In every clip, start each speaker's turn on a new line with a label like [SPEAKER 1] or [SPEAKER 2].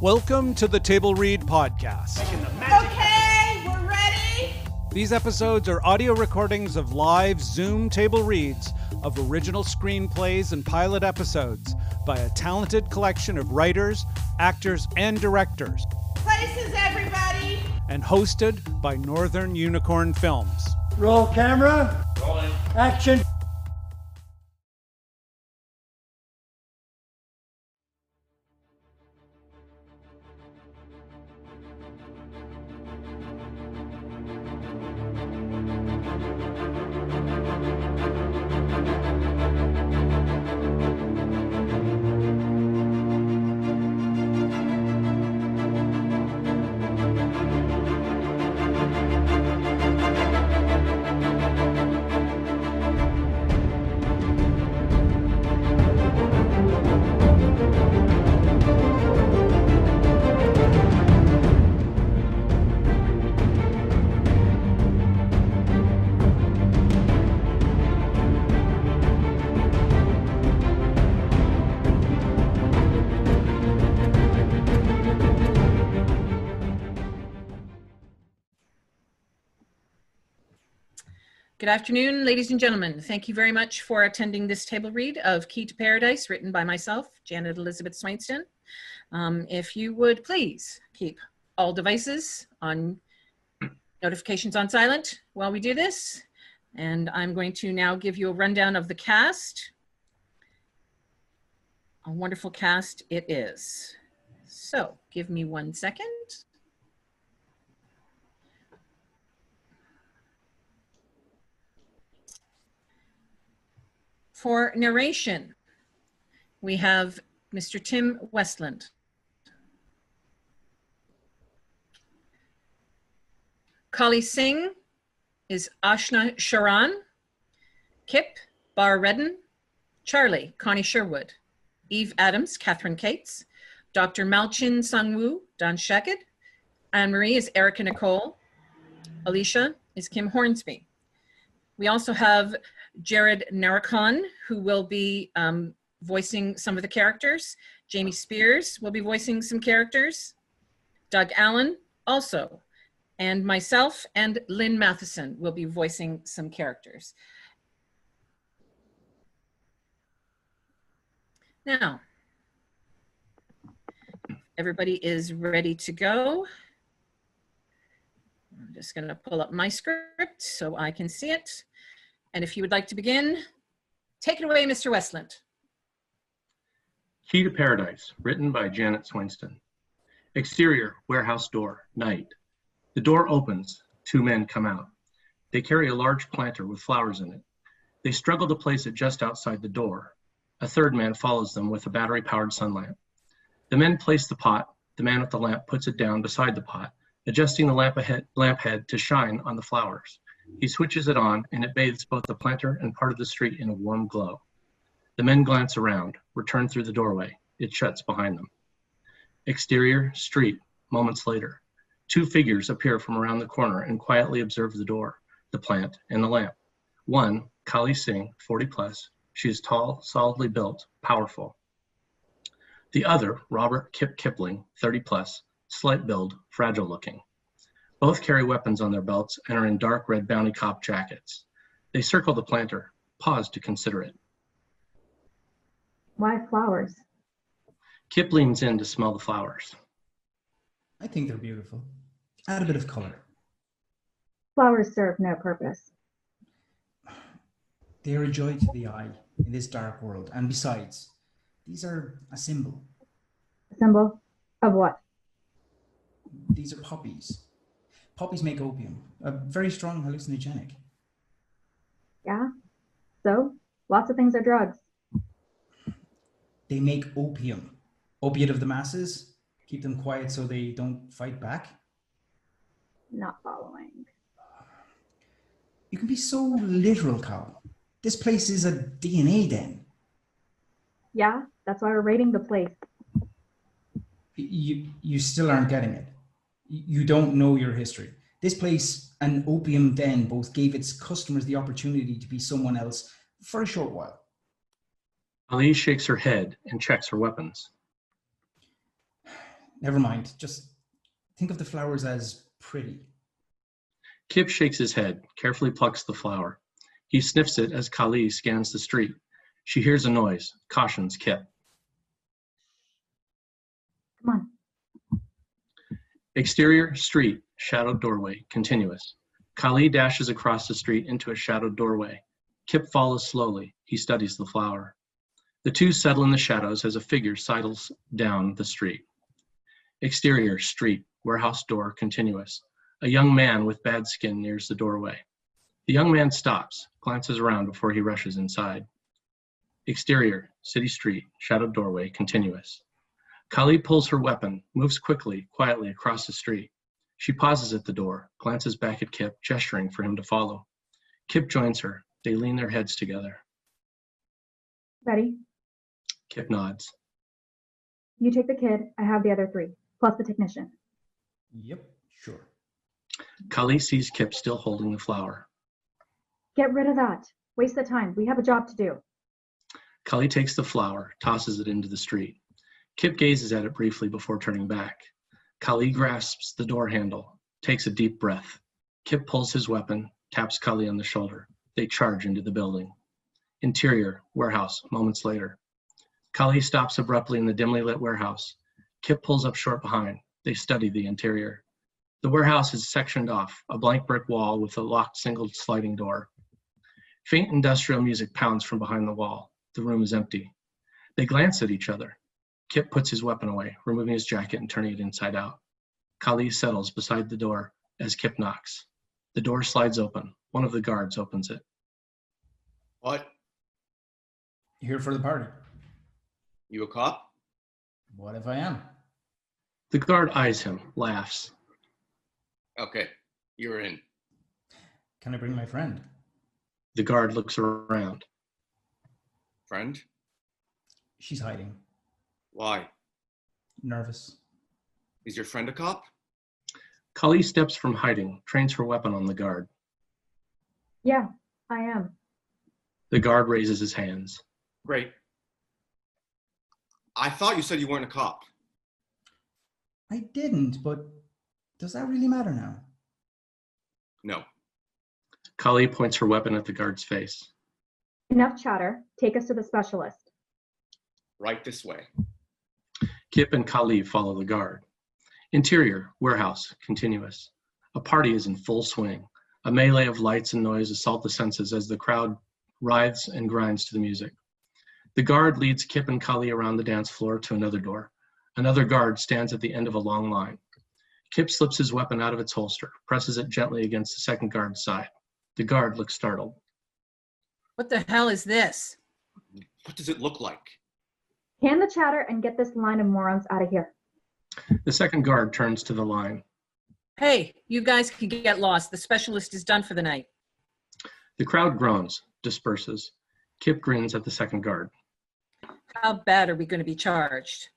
[SPEAKER 1] Welcome to the Table Read Podcast.
[SPEAKER 2] Okay, we're ready.
[SPEAKER 1] These episodes are audio recordings of live Zoom table reads of original screenplays and pilot episodes by a talented collection of writers, actors, and directors,
[SPEAKER 2] Places, everybody.
[SPEAKER 1] and hosted by Northern Unicorn Films.
[SPEAKER 3] Roll camera. Rolling. Action.
[SPEAKER 4] Good afternoon, ladies and gentlemen. Thank you very much for attending this table read of Key to Paradise, written by myself, Janet Elizabeth Swainson. Um, if you would please keep all devices on notifications on silent while we do this. And I'm going to now give you a rundown of the cast. A wonderful cast it is. So give me one second. For narration, we have Mr. Tim Westland. Kali Singh is Ashna Sharan, Kip Bar Redden, Charlie Connie Sherwood, Eve Adams Catherine Cates, Dr. Malchin Sangwoo Don Shaked, Anne Marie is Erica Nicole, Alicia is Kim Hornsby. We also have Jared Naracon, who will be um, voicing some of the characters. Jamie Spears will be voicing some characters. Doug Allen also. And myself and Lynn Matheson will be voicing some characters. Now, everybody is ready to go. I'm just going to pull up my script so I can see it. And if you would like to begin, take it away, Mr. Westland.
[SPEAKER 5] Key to Paradise, written by Janet Swinston. Exterior, warehouse door, night. The door opens, two men come out. They carry a large planter with flowers in it. They struggle to place it just outside the door. A third man follows them with a battery powered sun lamp. The men place the pot. The man with the lamp puts it down beside the pot, adjusting the lamp, ahead, lamp head to shine on the flowers. He switches it on, and it bathes both the planter and part of the street in a warm glow. The men glance around, return through the doorway. It shuts behind them. Exterior, street, moments later. Two figures appear from around the corner and quietly observe the door, the plant, and the lamp. One, Kali Singh, 40 plus. She is tall, solidly built, powerful. The other, Robert Kip Kipling, 30 plus, slight build, fragile looking. Both carry weapons on their belts and are in dark red bounty cop jackets. They circle the planter, pause to consider it.
[SPEAKER 6] Why flowers?
[SPEAKER 5] Kip leans in to smell the flowers.
[SPEAKER 7] I think they're beautiful. Add a bit of color.
[SPEAKER 6] Flowers serve no purpose.
[SPEAKER 7] They are a joy to the eye in this dark world. And besides, these are a symbol.
[SPEAKER 6] A symbol of what?
[SPEAKER 7] These are poppies. Poppies make opium, a very strong hallucinogenic.
[SPEAKER 6] Yeah? So, lots of things are drugs.
[SPEAKER 7] They make opium. Opiate of the masses, keep them quiet so they don't fight back.
[SPEAKER 6] Not following.
[SPEAKER 7] You can be so literal, Carl. This place is a DNA den.
[SPEAKER 6] Yeah? That's why we're raiding the place.
[SPEAKER 7] you you still aren't getting it you don't know your history this place an opium den both gave its customers the opportunity to be someone else for a short while
[SPEAKER 5] Ali shakes her head and checks her weapons.
[SPEAKER 7] Never mind. Just think of the flowers as pretty.
[SPEAKER 5] Kip shakes his head, carefully plucks the flower. He sniffs it as Kali scans the street. She hears a noise, cautions Kip.
[SPEAKER 6] Come on.
[SPEAKER 5] Exterior, street, shadowed doorway, continuous. Kali dashes across the street into a shadowed doorway. Kip follows slowly. He studies the flower. The two settle in the shadows as a figure sidles down the street. Exterior, street, warehouse door, continuous. A young man with bad skin nears the doorway. The young man stops, glances around before he rushes inside. Exterior, city street, shadowed doorway, continuous. Kali pulls her weapon, moves quickly, quietly across the street. She pauses at the door, glances back at Kip, gesturing for him to follow. Kip joins her. They lean their heads together.
[SPEAKER 6] Ready?
[SPEAKER 5] Kip nods.
[SPEAKER 6] You take the kid. I have the other three, plus the technician.
[SPEAKER 7] Yep, sure.
[SPEAKER 5] Kali sees Kip still holding the flower.
[SPEAKER 6] Get rid of that. Waste the time. We have a job to do.
[SPEAKER 5] Kali takes the flower, tosses it into the street. Kip gazes at it briefly before turning back. Kali grasps the door handle, takes a deep breath. Kip pulls his weapon, taps Kali on the shoulder. They charge into the building. Interior, warehouse, moments later. Kali stops abruptly in the dimly lit warehouse. Kip pulls up short behind. They study the interior. The warehouse is sectioned off, a blank brick wall with a locked single sliding door. Faint industrial music pounds from behind the wall. The room is empty. They glance at each other. Kip puts his weapon away, removing his jacket and turning it inside out. Kali settles beside the door as Kip knocks. The door slides open. One of the guards opens it.
[SPEAKER 8] What?
[SPEAKER 7] Here for the party.
[SPEAKER 8] You a cop?
[SPEAKER 7] What if I am?
[SPEAKER 5] The guard eyes him, laughs.
[SPEAKER 8] Okay, you're in.
[SPEAKER 7] Can I bring my friend?
[SPEAKER 5] The guard looks around.
[SPEAKER 8] Friend?
[SPEAKER 7] She's hiding.
[SPEAKER 8] Why?
[SPEAKER 7] Nervous.
[SPEAKER 8] Is your friend a cop?
[SPEAKER 5] Kali steps from hiding, trains her weapon on the guard.
[SPEAKER 6] Yeah, I am.
[SPEAKER 5] The guard raises his hands.
[SPEAKER 8] Great. I thought you said you weren't a cop.
[SPEAKER 7] I didn't, but does that really matter now?
[SPEAKER 8] No.
[SPEAKER 5] Kali points her weapon at the guard's face.
[SPEAKER 6] Enough chatter. Take us to the specialist.
[SPEAKER 8] Right this way.
[SPEAKER 5] Kip and Kali follow the guard. Interior, warehouse, continuous. A party is in full swing. A melee of lights and noise assault the senses as the crowd writhes and grinds to the music. The guard leads Kip and Kali around the dance floor to another door. Another guard stands at the end of a long line. Kip slips his weapon out of its holster, presses it gently against the second guard's side. The guard looks startled.
[SPEAKER 4] What the hell is this?
[SPEAKER 8] What does it look like?
[SPEAKER 6] Can the chatter and get this line of morons out of here.
[SPEAKER 5] The second guard turns to the line.
[SPEAKER 4] Hey, you guys can get lost. The specialist is done for the night.
[SPEAKER 5] The crowd groans, disperses. Kip grins at the second guard.
[SPEAKER 4] How bad are we going to be charged?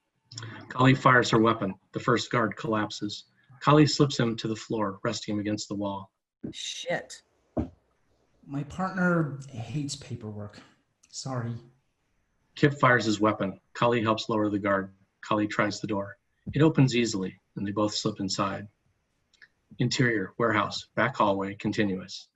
[SPEAKER 5] Kali fires her weapon. The first guard collapses. Kali slips him to the floor, resting him against the wall.
[SPEAKER 4] Shit.
[SPEAKER 7] My partner hates paperwork. Sorry.
[SPEAKER 5] Kip fires his weapon. Kali helps lower the guard. Kali tries the door. It opens easily, and they both slip inside. Interior, warehouse, back hallway, continuous.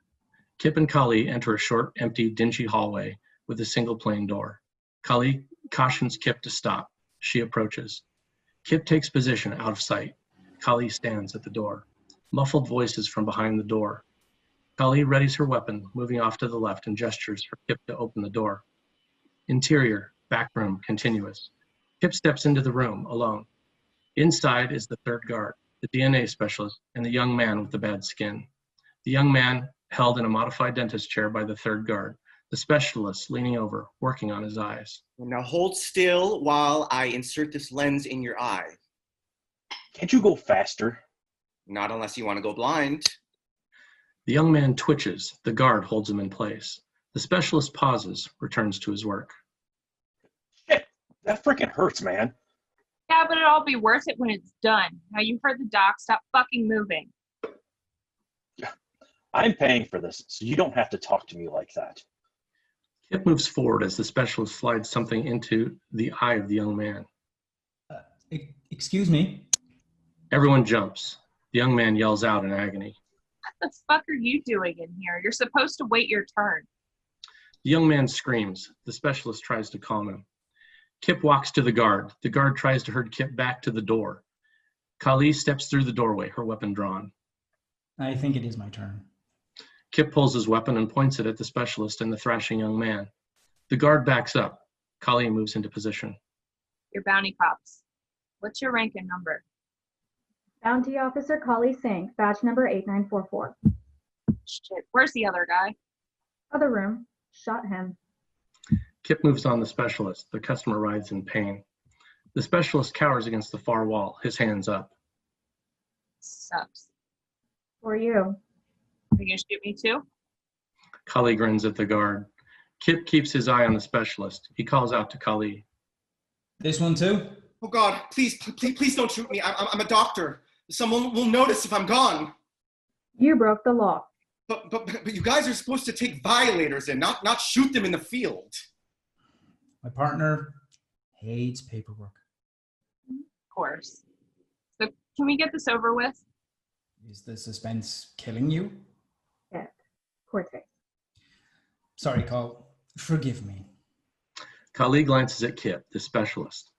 [SPEAKER 5] Kip and Kali enter a short, empty, dingy hallway with a single plain door. Kali cautions Kip to stop. She approaches. Kip takes position out of sight. Kali stands at the door. Muffled voices from behind the door. Kali readies her weapon, moving off to the left, and gestures for Kip to open the door. Interior, back room, continuous. Kip steps into the room alone. Inside is the third guard, the DNA specialist, and the young man with the bad skin. The young man held in a modified dentist chair by the third guard, the specialist leaning over, working on his eyes.
[SPEAKER 9] Now hold still while I insert this lens in your eye.
[SPEAKER 10] Can't you go faster?
[SPEAKER 9] Not unless you want to go blind.
[SPEAKER 5] The young man twitches, the guard holds him in place. The specialist pauses, returns to his work.
[SPEAKER 10] That freaking hurts, man.
[SPEAKER 11] Yeah, but it'll all be worth it when it's done. Now you heard the doc. Stop fucking moving.
[SPEAKER 10] I'm paying for this, so you don't have to talk to me like that.
[SPEAKER 5] Kip moves forward as the specialist slides something into the eye of the young man.
[SPEAKER 7] E- excuse me.
[SPEAKER 5] Everyone jumps. The young man yells out in agony.
[SPEAKER 2] What the fuck are you doing in here? You're supposed to wait your turn.
[SPEAKER 5] The young man screams. The specialist tries to calm him. Kip walks to the guard. The guard tries to herd Kip back to the door. Kali steps through the doorway, her weapon drawn.
[SPEAKER 7] I think it is my turn.
[SPEAKER 5] Kip pulls his weapon and points it at the specialist and the thrashing young man. The guard backs up. Kali moves into position.
[SPEAKER 2] You're bounty cops. What's your rank and number?
[SPEAKER 6] Bounty Officer Kali Singh, badge number 8944.
[SPEAKER 2] Shit, where's the other guy?
[SPEAKER 6] Other room. Shot him.
[SPEAKER 5] Kip moves on the specialist. The customer writhes in pain. The specialist cowers against the far wall, his hands up.
[SPEAKER 2] Sucks.
[SPEAKER 6] For you.
[SPEAKER 2] Are you gonna shoot me too?
[SPEAKER 5] Kali grins at the guard. Kip keeps his eye on the specialist. He calls out to Kali.
[SPEAKER 7] This one too?
[SPEAKER 9] Oh God, please, pl- please, please don't shoot me. I'm, I'm- I'm a doctor. Someone will notice if I'm gone.
[SPEAKER 6] You broke the law.
[SPEAKER 9] But, but, but you guys are supposed to take violators in, not, not shoot them in the field.
[SPEAKER 7] My partner hates paperwork.
[SPEAKER 2] Of course. So can we get this over with?
[SPEAKER 7] Is the suspense killing you?
[SPEAKER 6] Yes. Cortex.
[SPEAKER 7] Sorry, Carl. Forgive me.
[SPEAKER 5] Kali glances at Kip, the specialist.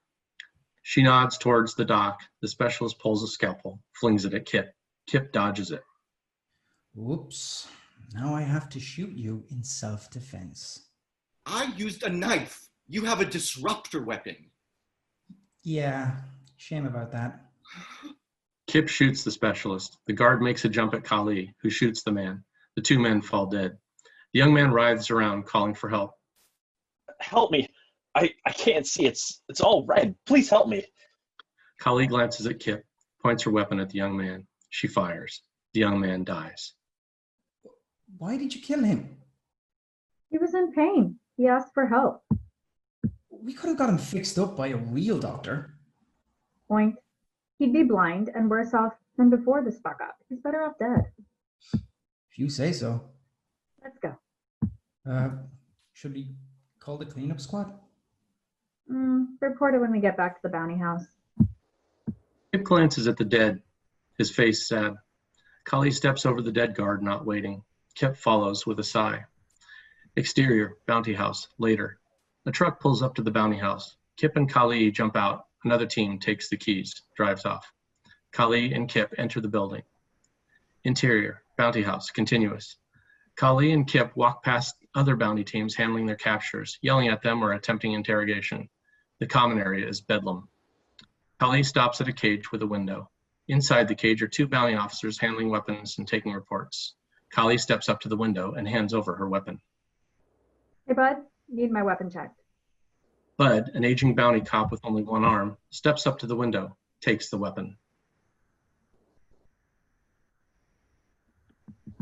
[SPEAKER 5] She nods towards the dock. The specialist pulls a scalpel, flings it at Kip. Kip dodges it.
[SPEAKER 7] Whoops. Now I have to shoot you in self defense.
[SPEAKER 9] I used a knife. You have a disruptor weapon.
[SPEAKER 7] Yeah, shame about that.
[SPEAKER 5] Kip shoots the specialist. The guard makes a jump at Kali, who shoots the man. The two men fall dead. The young man writhes around, calling for help.
[SPEAKER 12] Help me. I, I can't see. It's it's all red. Please help me.
[SPEAKER 5] Kali glances at Kip, points her weapon at the young man. She fires. The young man dies.
[SPEAKER 7] Why did you kill him?
[SPEAKER 6] He was in pain. He asked for help.
[SPEAKER 7] We could have got him fixed up by a real doctor.
[SPEAKER 6] Point. He'd be blind and worse off than before this fuck up. He's better off dead.
[SPEAKER 7] If you say so.
[SPEAKER 6] Let's go.
[SPEAKER 7] Uh, should we call the cleanup squad?
[SPEAKER 6] Mm, report it when we get back to the bounty house.
[SPEAKER 5] Kip glances at the dead, his face sad. Kali steps over the dead guard, not waiting. Kip follows with a sigh. Exterior, bounty house, later. A truck pulls up to the bounty house. Kip and Kali jump out. Another team takes the keys, drives off. Kali and Kip enter the building. Interior, bounty house, continuous. Kali and Kip walk past other bounty teams handling their captures, yelling at them or attempting interrogation. The common area is bedlam. Kali stops at a cage with a window. Inside the cage are two bounty officers handling weapons and taking reports. Kali steps up to the window and hands over her weapon.
[SPEAKER 6] Hey, bud, need my weapon checked.
[SPEAKER 5] Bud, an aging bounty cop with only one arm, steps up to the window, takes the weapon.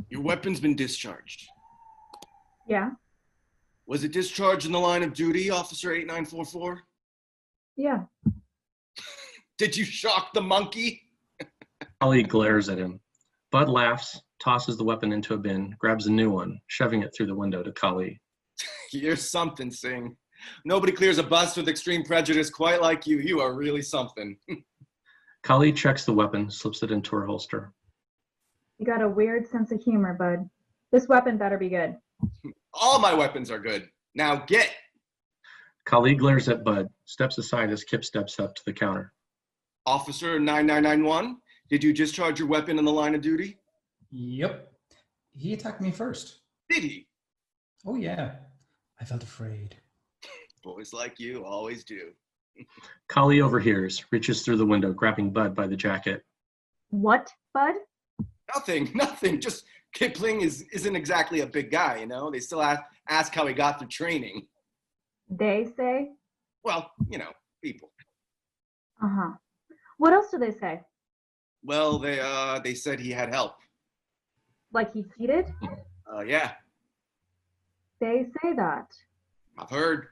[SPEAKER 9] Your weapon's been discharged.
[SPEAKER 6] Yeah?
[SPEAKER 9] Was it discharged in the line of duty, Officer 8944?
[SPEAKER 6] Yeah.
[SPEAKER 9] Did you shock the monkey?
[SPEAKER 5] Kali glares at him. Bud laughs, tosses the weapon into a bin, grabs a new one, shoving it through the window to Kali.
[SPEAKER 9] You're something, Singh. Nobody clears a bus with extreme prejudice quite like you. You are really something.
[SPEAKER 5] Kali checks the weapon, slips it into her holster.
[SPEAKER 6] You got a weird sense of humor, bud. This weapon better be good.
[SPEAKER 9] All my weapons are good. Now get.
[SPEAKER 5] Kali glares at Bud, steps aside as Kip steps up to the counter.
[SPEAKER 9] Officer 9991, did you discharge your weapon in the line of duty?
[SPEAKER 7] Yep. He attacked me first.
[SPEAKER 9] Did he?
[SPEAKER 7] Oh, yeah. I felt afraid.
[SPEAKER 9] Boys like you always do.
[SPEAKER 5] Kali overhears, reaches through the window, grabbing Bud by the jacket.
[SPEAKER 6] What, bud?
[SPEAKER 9] Nothing, nothing. Just Kipling is, isn't exactly a big guy, you know? They still ask, ask how he got through training.
[SPEAKER 6] They say?
[SPEAKER 9] Well, you know, people.
[SPEAKER 6] Uh huh. What else do they say?
[SPEAKER 9] Well, they, uh, they said he had help.
[SPEAKER 6] Like he cheated?
[SPEAKER 9] Uh, yeah,
[SPEAKER 6] They say that.
[SPEAKER 9] I've heard.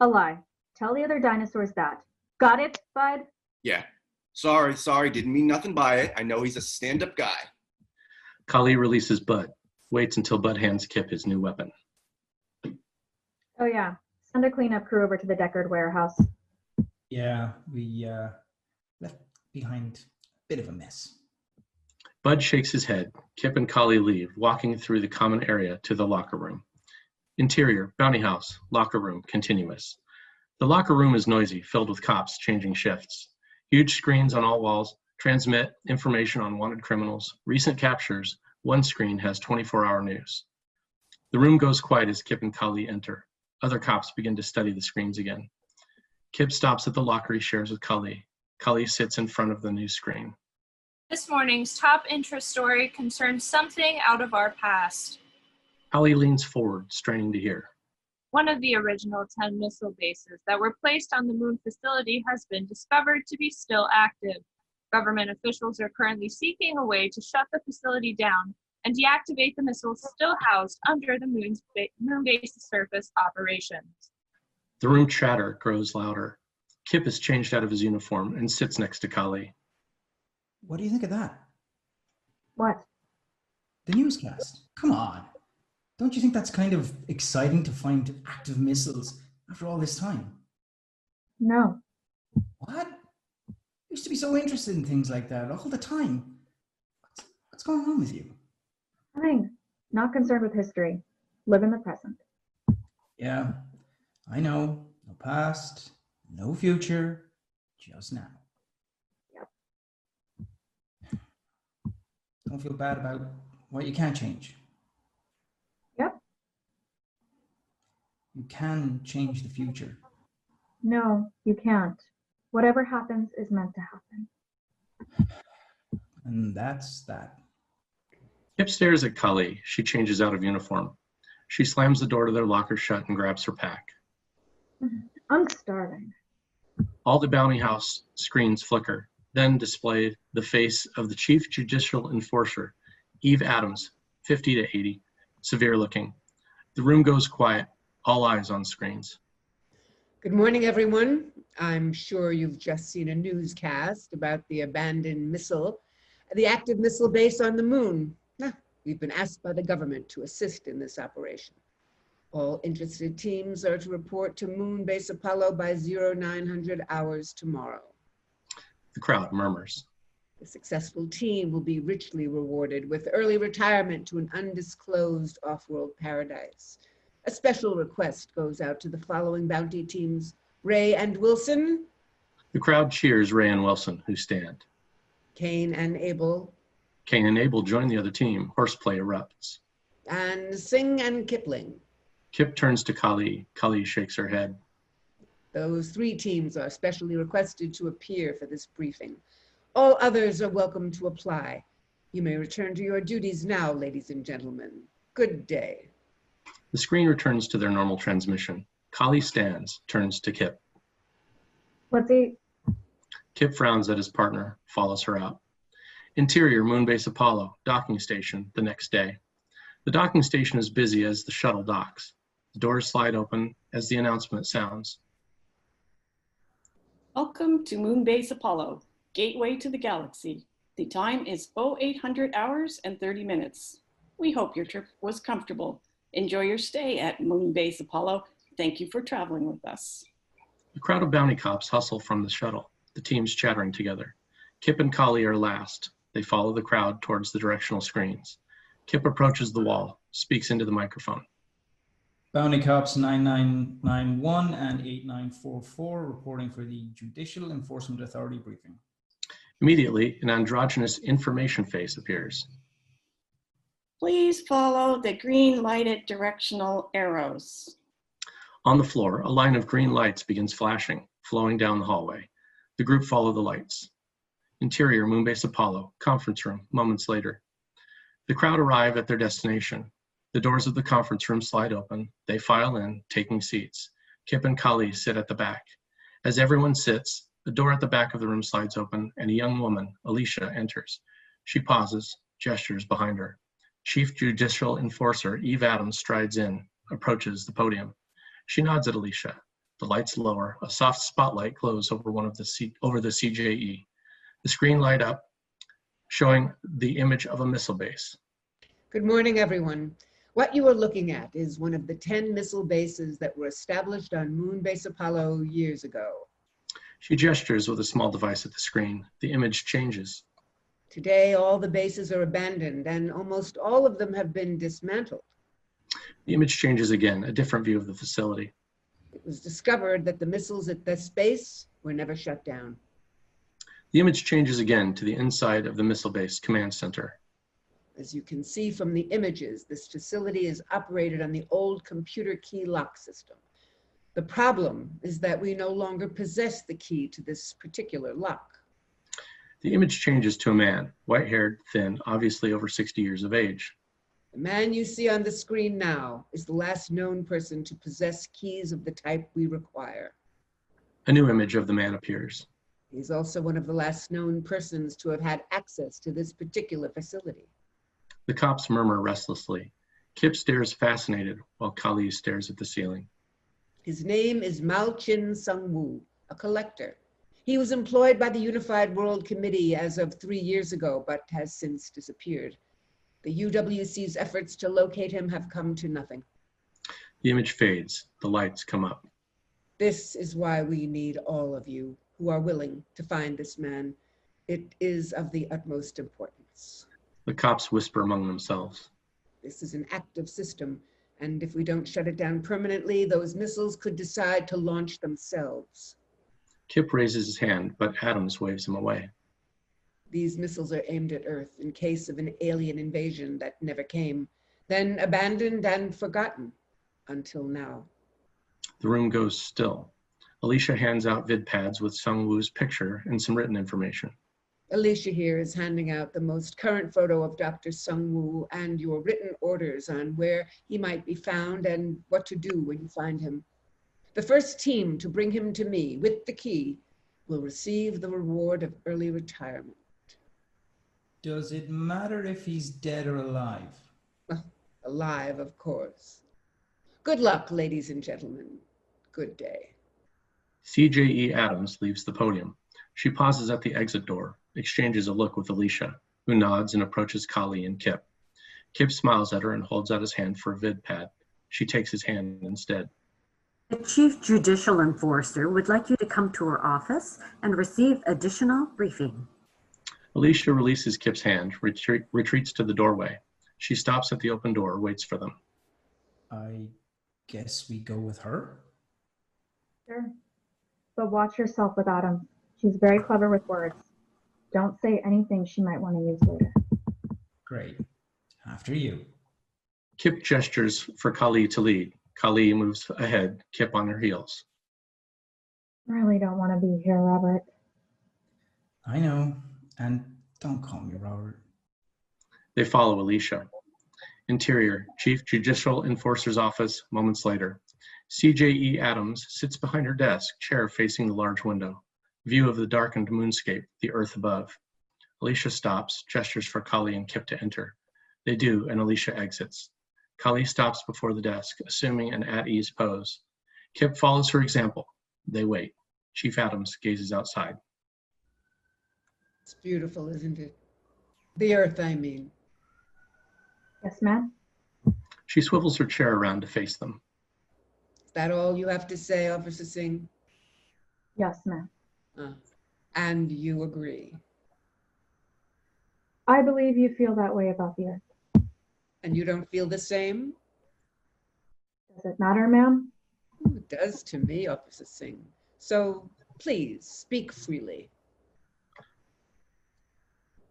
[SPEAKER 6] A lie. Tell the other dinosaurs that. Got it, bud?
[SPEAKER 9] Yeah. Sorry, sorry. Didn't mean nothing by it. I know he's a stand up guy.
[SPEAKER 5] Kali releases Bud, waits until Bud hands Kip his new weapon.
[SPEAKER 6] Oh, yeah. Send a cleanup crew over to the Deckard warehouse.
[SPEAKER 7] Yeah, we uh, left behind a bit of a mess.
[SPEAKER 5] Bud shakes his head. Kip and Collie leave, walking through the common area to the locker room. Interior, bounty house, locker room, continuous. The locker room is noisy, filled with cops changing shifts. Huge screens on all walls transmit information on wanted criminals, recent captures. One screen has 24 hour news. The room goes quiet as Kip and Kali enter. Other cops begin to study the screens again. Kip stops at the locker he shares with Kali. Kali sits in front of the new screen.
[SPEAKER 11] This morning's top interest story concerns something out of our past.
[SPEAKER 5] Kali leans forward, straining to hear.
[SPEAKER 11] One of the original 10 missile bases that were placed on the moon facility has been discovered to be still active. Government officials are currently seeking a way to shut the facility down and deactivate the missiles still housed under the moon's ba- moon base's surface operations.
[SPEAKER 5] The room chatter grows louder. Kip is changed out of his uniform and sits next to Kali.
[SPEAKER 7] What do you think of that?
[SPEAKER 6] What?
[SPEAKER 7] The newscast. Come on. Don't you think that's kind of exciting to find active missiles after all this time?
[SPEAKER 6] No.
[SPEAKER 7] What? I used to be so interested in things like that all the time. What's, what's going on with you?
[SPEAKER 6] Nothing. Not concerned with history. Live in the present.
[SPEAKER 7] Yeah, I know. No past, no future, just now.
[SPEAKER 6] Yep.
[SPEAKER 7] Don't feel bad about what you can't change.
[SPEAKER 6] Yep.
[SPEAKER 7] You can change the future.
[SPEAKER 6] No, you can't. Whatever happens is meant to happen.
[SPEAKER 7] And that's that.
[SPEAKER 5] Kip stares at Kali. She changes out of uniform. She slams the door to their locker shut and grabs her pack.
[SPEAKER 6] I'm starving.
[SPEAKER 5] All the bounty house screens flicker, then displayed the face of the chief judicial enforcer, Eve Adams, 50 to 80, severe looking. The room goes quiet, all eyes on screens.
[SPEAKER 13] Good morning, everyone. I'm sure you've just seen a newscast about the abandoned missile, the active missile base on the moon. Ah, We've been asked by the government to assist in this operation. All interested teams are to report to Moon Base Apollo by 0900 hours tomorrow.
[SPEAKER 5] The crowd murmurs.
[SPEAKER 13] The successful team will be richly rewarded with early retirement to an undisclosed off-world paradise. A special request goes out to the following bounty teams, Ray and Wilson,
[SPEAKER 5] The crowd cheers Ray and Wilson, who stand.
[SPEAKER 13] Kane and Abel,
[SPEAKER 5] Kane and Abel join the other team. Horseplay erupts.
[SPEAKER 13] and Singh and Kipling.
[SPEAKER 5] Kip turns to Kali. Kali shakes her head.
[SPEAKER 13] Those three teams are specially requested to appear for this briefing. All others are welcome to apply. You may return to your duties now, ladies and gentlemen. Good day.
[SPEAKER 5] The screen returns to their normal transmission. Kali stands, turns to Kip.
[SPEAKER 6] Let's eat.
[SPEAKER 5] Kip frowns at his partner, follows her out. Interior Moonbase Apollo, docking station, the next day. The docking station is busy as the shuttle docks. The doors slide open as the announcement sounds.
[SPEAKER 14] Welcome to Moonbase Apollo, gateway to the galaxy. The time is 0800 hours and 30 minutes. We hope your trip was comfortable. Enjoy your stay at Moonbase Apollo. Thank you for traveling with us.
[SPEAKER 5] A crowd of bounty cops hustle from the shuttle, the teams chattering together. Kip and Kali are last. They follow the crowd towards the directional screens. Kip approaches the wall, speaks into the microphone.
[SPEAKER 7] Bounty Cops 9991 and 8944 reporting for the Judicial Enforcement Authority briefing.
[SPEAKER 5] Immediately, an androgynous information face appears.
[SPEAKER 14] Please follow the green lighted directional arrows.
[SPEAKER 5] On the floor, a line of green lights begins flashing, flowing down the hallway. The group follow the lights. Interior Moonbase Apollo, conference room, moments later. The crowd arrive at their destination. The doors of the conference room slide open. They file in, taking seats. Kip and Kali sit at the back. As everyone sits, the door at the back of the room slides open, and a young woman, Alicia, enters. She pauses, gestures behind her. Chief Judicial Enforcer Eve Adams strides in, approaches the podium. She nods at Alicia. The lights lower. A soft spotlight glows over one of the C- over the CJE. The screen light up, showing the image of a missile base.
[SPEAKER 13] Good morning, everyone. What you are looking at is one of the 10 missile bases that were established on Moon Base Apollo years ago.
[SPEAKER 5] She gestures with a small device at the screen. The image changes.
[SPEAKER 13] Today, all the bases are abandoned and almost all of them have been dismantled.
[SPEAKER 5] The image changes again, a different view of the facility.
[SPEAKER 13] It was discovered that the missiles at this base were never shut down.
[SPEAKER 5] The image changes again to the inside of the missile base command center.
[SPEAKER 13] As you can see from the images, this facility is operated on the old computer key lock system. The problem is that we no longer possess the key to this particular lock.
[SPEAKER 5] The image changes to a man, white haired, thin, obviously over 60 years of age.
[SPEAKER 13] The man you see on the screen now is the last known person to possess keys of the type we require.
[SPEAKER 5] A new image of the man appears.
[SPEAKER 13] He is also one of the last known persons to have had access to this particular facility.
[SPEAKER 5] The cops murmur restlessly. Kip stares fascinated while Kali stares at the ceiling.
[SPEAKER 13] His name is Mao Chin Sung Wu, a collector. He was employed by the Unified World Committee as of three years ago, but has since disappeared. The UWC's efforts to locate him have come to nothing.
[SPEAKER 5] The image fades. The lights come up.
[SPEAKER 13] This is why we need all of you who are willing to find this man. It is of the utmost importance.
[SPEAKER 5] The cops whisper among themselves.
[SPEAKER 13] This is an active system, and if we don't shut it down permanently, those missiles could decide to launch themselves.
[SPEAKER 5] Kip raises his hand, but Adams waves him away.
[SPEAKER 13] These missiles are aimed at Earth in case of an alien invasion that never came, then abandoned and forgotten until now.
[SPEAKER 5] The room goes still. Alicia hands out vid pads with Sung Woo's picture and some written information.
[SPEAKER 13] Alicia here is handing out the most current photo of Dr. Sung Woo and your written orders on where he might be found and what to do when you find him. The first team to bring him to me with the key will receive the reward of early retirement.
[SPEAKER 7] Does it matter if he's dead or alive?
[SPEAKER 13] Alive, of course. Good luck, ladies and gentlemen. Good day.
[SPEAKER 5] CJE E Adams leaves the podium. She pauses at the exit door, exchanges a look with Alicia, who nods and approaches Kali and Kip. Kip smiles at her and holds out his hand for a vid pad. She takes his hand instead.
[SPEAKER 15] The Chief Judicial Enforcer would like you to come to her office and receive additional briefing.
[SPEAKER 5] Alicia releases Kip's hand, retreat, retreats to the doorway. She stops at the open door, waits for them.
[SPEAKER 7] I guess we go with her.
[SPEAKER 6] Sure. But watch yourself with Autumn. She's very clever with words. Don't say anything she might want to use later.
[SPEAKER 7] Great. After you.
[SPEAKER 5] Kip gestures for Kali to lead. Kali moves ahead, Kip on her heels.
[SPEAKER 6] Really don't want to be here, Robert.
[SPEAKER 7] I know. And don't call me Robert.
[SPEAKER 5] They follow Alicia. Interior, Chief Judicial Enforcer's Office, moments later. CJE Adams sits behind her desk, chair facing the large window. View of the darkened moonscape, the earth above. Alicia stops, gestures for Kali and Kip to enter. They do, and Alicia exits. Kali stops before the desk, assuming an at ease pose. Kip follows her example. They wait. Chief Adams gazes outside.
[SPEAKER 13] It's beautiful, isn't it? The earth, I mean.
[SPEAKER 6] Yes, ma'am?
[SPEAKER 5] She swivels her chair around to face them.
[SPEAKER 13] Is that all you have to say, Officer Singh?
[SPEAKER 6] Yes, ma'am.
[SPEAKER 13] Uh, and you agree.
[SPEAKER 6] I believe you feel that way about the earth.
[SPEAKER 13] And you don't feel the same?
[SPEAKER 6] Does it matter, ma'am?
[SPEAKER 13] Ooh, It does to me, Officer Singh. So please speak freely.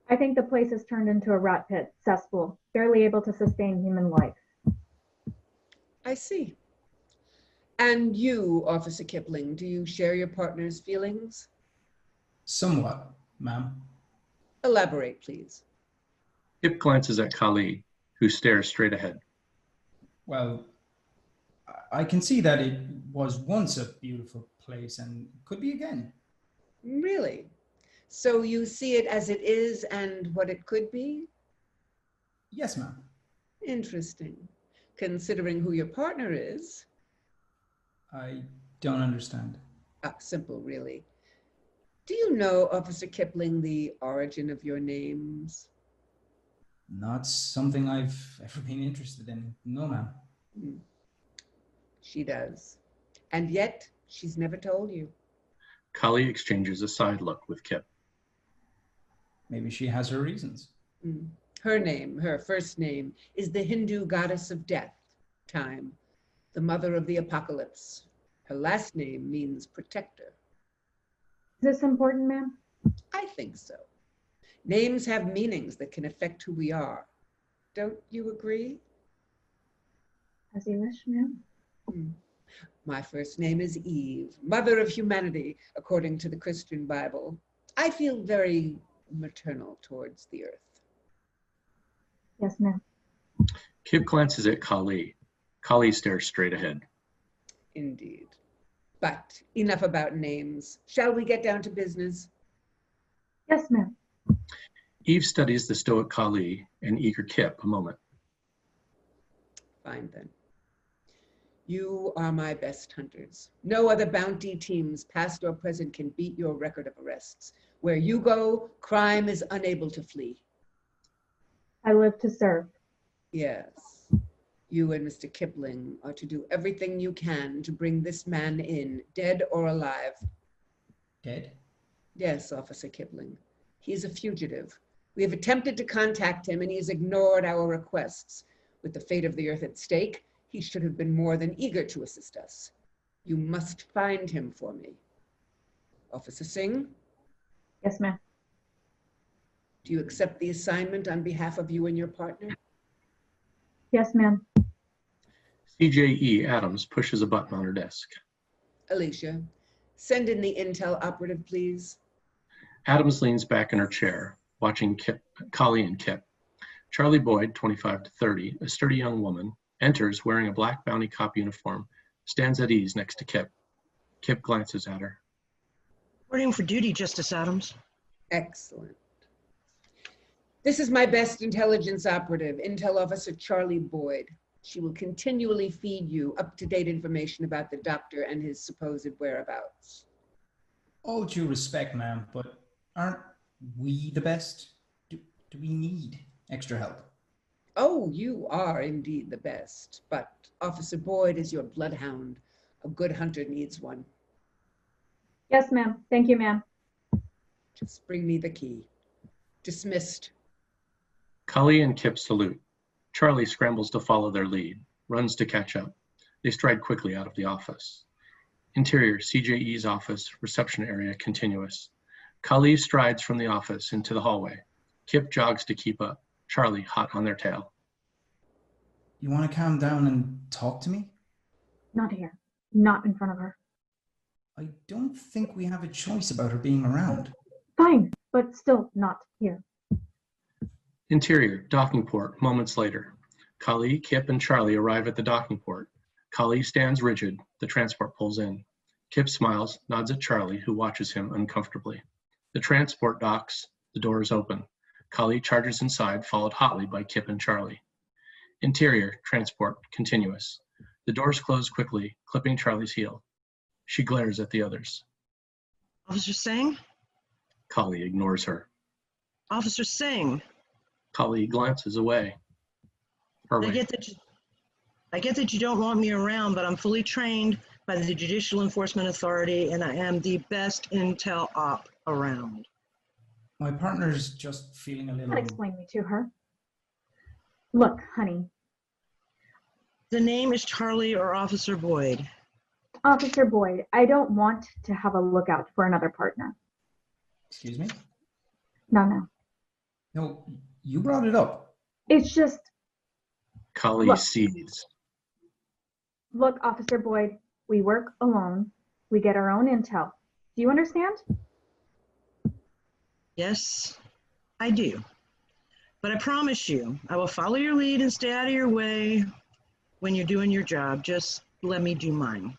[SPEAKER 6] I think the place has turned into a rat pit, cesspool, barely able to sustain human life.
[SPEAKER 13] I see. And you, Officer Kipling, do you share your partner's feelings?
[SPEAKER 7] Somewhat, ma'am.
[SPEAKER 13] Elaborate, please.
[SPEAKER 5] Kip glances at Kali, who stares straight ahead.
[SPEAKER 7] Well, I- I can see that it was once a beautiful place and could be again.
[SPEAKER 13] Really? So you see it as it is and what it could be?
[SPEAKER 7] Yes, ma'am.
[SPEAKER 13] Interesting. Considering who your partner is,
[SPEAKER 7] I don't understand.
[SPEAKER 13] ah, simple, really. Do you know, Officer Kipling, the origin of your names?
[SPEAKER 7] Not something I've ever been interested in. No, ma'am.
[SPEAKER 13] Hmm. She does. And yet, she's never told you.
[SPEAKER 5] Kali exchanges a side look with Kip.
[SPEAKER 7] Maybe she has her reasons.
[SPEAKER 13] Mm. Her name, her first name, is the Hindu goddess of death, time, the mother of the apocalypse. Her last name means protector.
[SPEAKER 6] Is this important, ma'am?
[SPEAKER 13] I think so. Names have meanings that can affect who we are. Don't you agree?
[SPEAKER 6] As you wish, ma'am.
[SPEAKER 13] Hmm. My first name is Eve, mother of humanity, according to the Christian Bible. I feel very maternal towards the earth.
[SPEAKER 6] Yes, ma'am.
[SPEAKER 5] Kip glances at Kali. Kali stares straight ahead.
[SPEAKER 13] Indeed. But enough about names. Shall we get down to business?
[SPEAKER 6] Yes, ma'am.
[SPEAKER 5] Eve studies the stoic Kali and eager Kip a moment.
[SPEAKER 13] Fine then. You are my best hunters. No other bounty teams, past or present, can beat your record of arrests. Where you go, crime is unable to flee.
[SPEAKER 6] I live to serve.
[SPEAKER 13] Yes. You and Mr. Kipling are to do everything you can to bring this man in, dead or alive.
[SPEAKER 7] Dead?
[SPEAKER 13] Yes, Officer Kipling. He is a fugitive. We have attempted to contact him and he has ignored our requests. With the fate of the earth at stake, he should have been more than eager to assist us. You must find him for me. Officer Singh,
[SPEAKER 6] Yes, ma'am.
[SPEAKER 13] do you accept the assignment on behalf of you and your partner?
[SPEAKER 6] Yes, ma'am.
[SPEAKER 5] CJE E Adams pushes a button on her desk.
[SPEAKER 13] Alicia, send in the intel operative, please.
[SPEAKER 5] Adams leans back in her chair, watching Kip, Collie and Kip. Charlie Boyd, 25 to 30, a sturdy young woman, enters wearing a black bounty cop uniform, stands at ease next to Kip. Kip glances at her.
[SPEAKER 16] We're in for duty, Justice Adams.
[SPEAKER 13] Excellent. This is my best intelligence operative, Intel Officer Charlie Boyd. She will continually feed you up to date information about the doctor and his supposed whereabouts.
[SPEAKER 7] All due respect, ma'am, but aren't we the best? Do, do we need extra help?
[SPEAKER 13] Oh, you are indeed the best, but Officer Boyd is your bloodhound. A good hunter needs one.
[SPEAKER 6] Yes, ma'am. Thank you, ma'am.
[SPEAKER 13] Just bring me the key. Dismissed.
[SPEAKER 5] Cully and Kip salute. Charlie scrambles to follow their lead, runs to catch up. They stride quickly out of the office. Interior, CJE's office, reception area continuous. Cully strides from the office into the hallway. Kip jogs to keep up, Charlie hot on their tail.
[SPEAKER 7] You want to calm down and talk to me?
[SPEAKER 6] Not here. Not in front of her.
[SPEAKER 7] I don't think we have a choice about her being around.
[SPEAKER 6] Fine, but still not here.
[SPEAKER 5] Interior, docking port, moments later. Kali, Kip, and Charlie arrive at the docking port. Kali stands rigid. The transport pulls in. Kip smiles, nods at Charlie, who watches him uncomfortably. The transport docks. The door is open. Kali charges inside, followed hotly by Kip and Charlie. Interior, transport, continuous. The doors close quickly, clipping Charlie's heel. She glares at the others.
[SPEAKER 16] Officer Singh?
[SPEAKER 5] Kali ignores her.
[SPEAKER 16] Officer Singh?
[SPEAKER 5] Kali glances away. Her
[SPEAKER 16] I
[SPEAKER 5] way.
[SPEAKER 16] get that you, I get that you don't want me around, but I'm fully trained by the Judicial Enforcement Authority and I am the best intel op around.
[SPEAKER 7] My partner's just feeling a
[SPEAKER 6] Not
[SPEAKER 7] little.
[SPEAKER 6] explain me to her. Look, honey,
[SPEAKER 16] The name is Charlie or Officer Boyd.
[SPEAKER 6] Officer Boyd, I don't want to have a lookout for another partner.
[SPEAKER 7] Excuse me?
[SPEAKER 6] No, no.
[SPEAKER 7] No, you brought it up.
[SPEAKER 6] It's just,
[SPEAKER 5] Kali
[SPEAKER 6] Look.
[SPEAKER 5] sees.
[SPEAKER 6] look, Officer Boyd, we work alone. We get our own intel. Do you understand?
[SPEAKER 16] Yes, I do. But I promise you, I will follow your lead and stay out of your way when you're doing your job. Just let me do mine.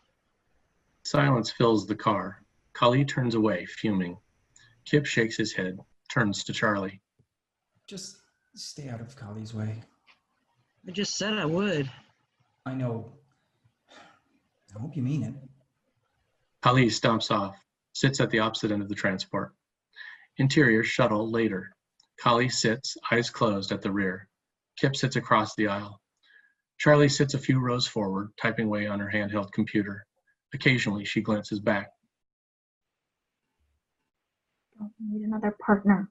[SPEAKER 5] Silence fills the car. Kali turns away, fuming. Kip shakes his head, turns to Charlie.
[SPEAKER 7] Just stay out of Kali's way.
[SPEAKER 16] I just said I would.
[SPEAKER 7] I know. I hope you mean it.
[SPEAKER 5] Kali stomps off, sits at the opposite end of the transport. Interior shuttle later. Kali sits, eyes closed, at the rear. Kip sits across the aisle. Charlie sits a few rows forward, typing away on her handheld computer. Occasionally, she glances back.
[SPEAKER 6] I need another partner.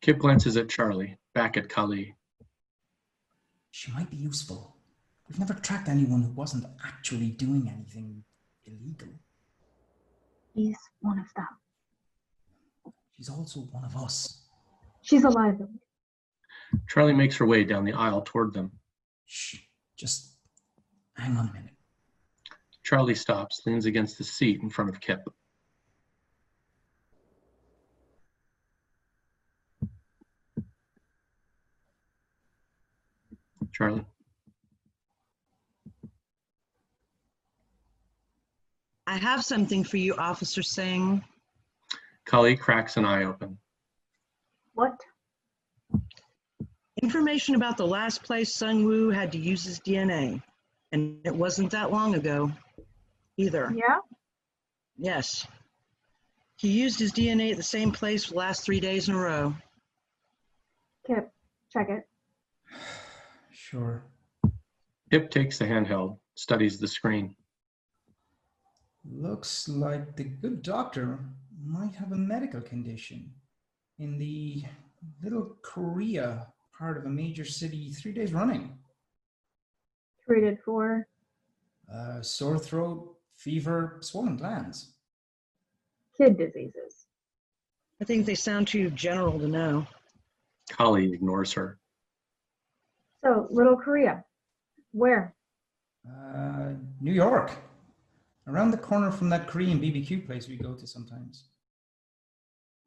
[SPEAKER 5] Kip glances at Charlie, back at Kali.
[SPEAKER 7] She might be useful. We've never tracked anyone who wasn't actually doing anything illegal.
[SPEAKER 6] He's one of them.
[SPEAKER 7] She's also one of us.
[SPEAKER 6] She's alive.
[SPEAKER 5] Charlie makes her way down the aisle toward them.
[SPEAKER 7] Shh, just hang on a minute.
[SPEAKER 5] Charlie stops, leans against the seat in front of Kip. Charlie,
[SPEAKER 16] I have something for you, Officer Singh.
[SPEAKER 5] Kali cracks an eye open.
[SPEAKER 6] What?
[SPEAKER 16] Information about the last place Sung Woo had to use his DNA, and it wasn't that long ago either.
[SPEAKER 6] Yeah?
[SPEAKER 16] Yes. He used his DNA at the same place for the last three days in a row.
[SPEAKER 6] Kip, check it.
[SPEAKER 7] Sure.
[SPEAKER 5] Kip takes the handheld, studies the screen.
[SPEAKER 7] Looks like the good doctor might have a medical condition in the little Korea part of a major city three days running.
[SPEAKER 6] Treated for.
[SPEAKER 7] Uh, sore throat, fever, swollen glands.
[SPEAKER 6] Kid diseases.
[SPEAKER 16] I think they sound too general to know.
[SPEAKER 5] Kali ignores her.
[SPEAKER 6] So, Little Korea. Where?
[SPEAKER 7] Uh, New York, around the corner from that Korean BBQ place we go to sometimes.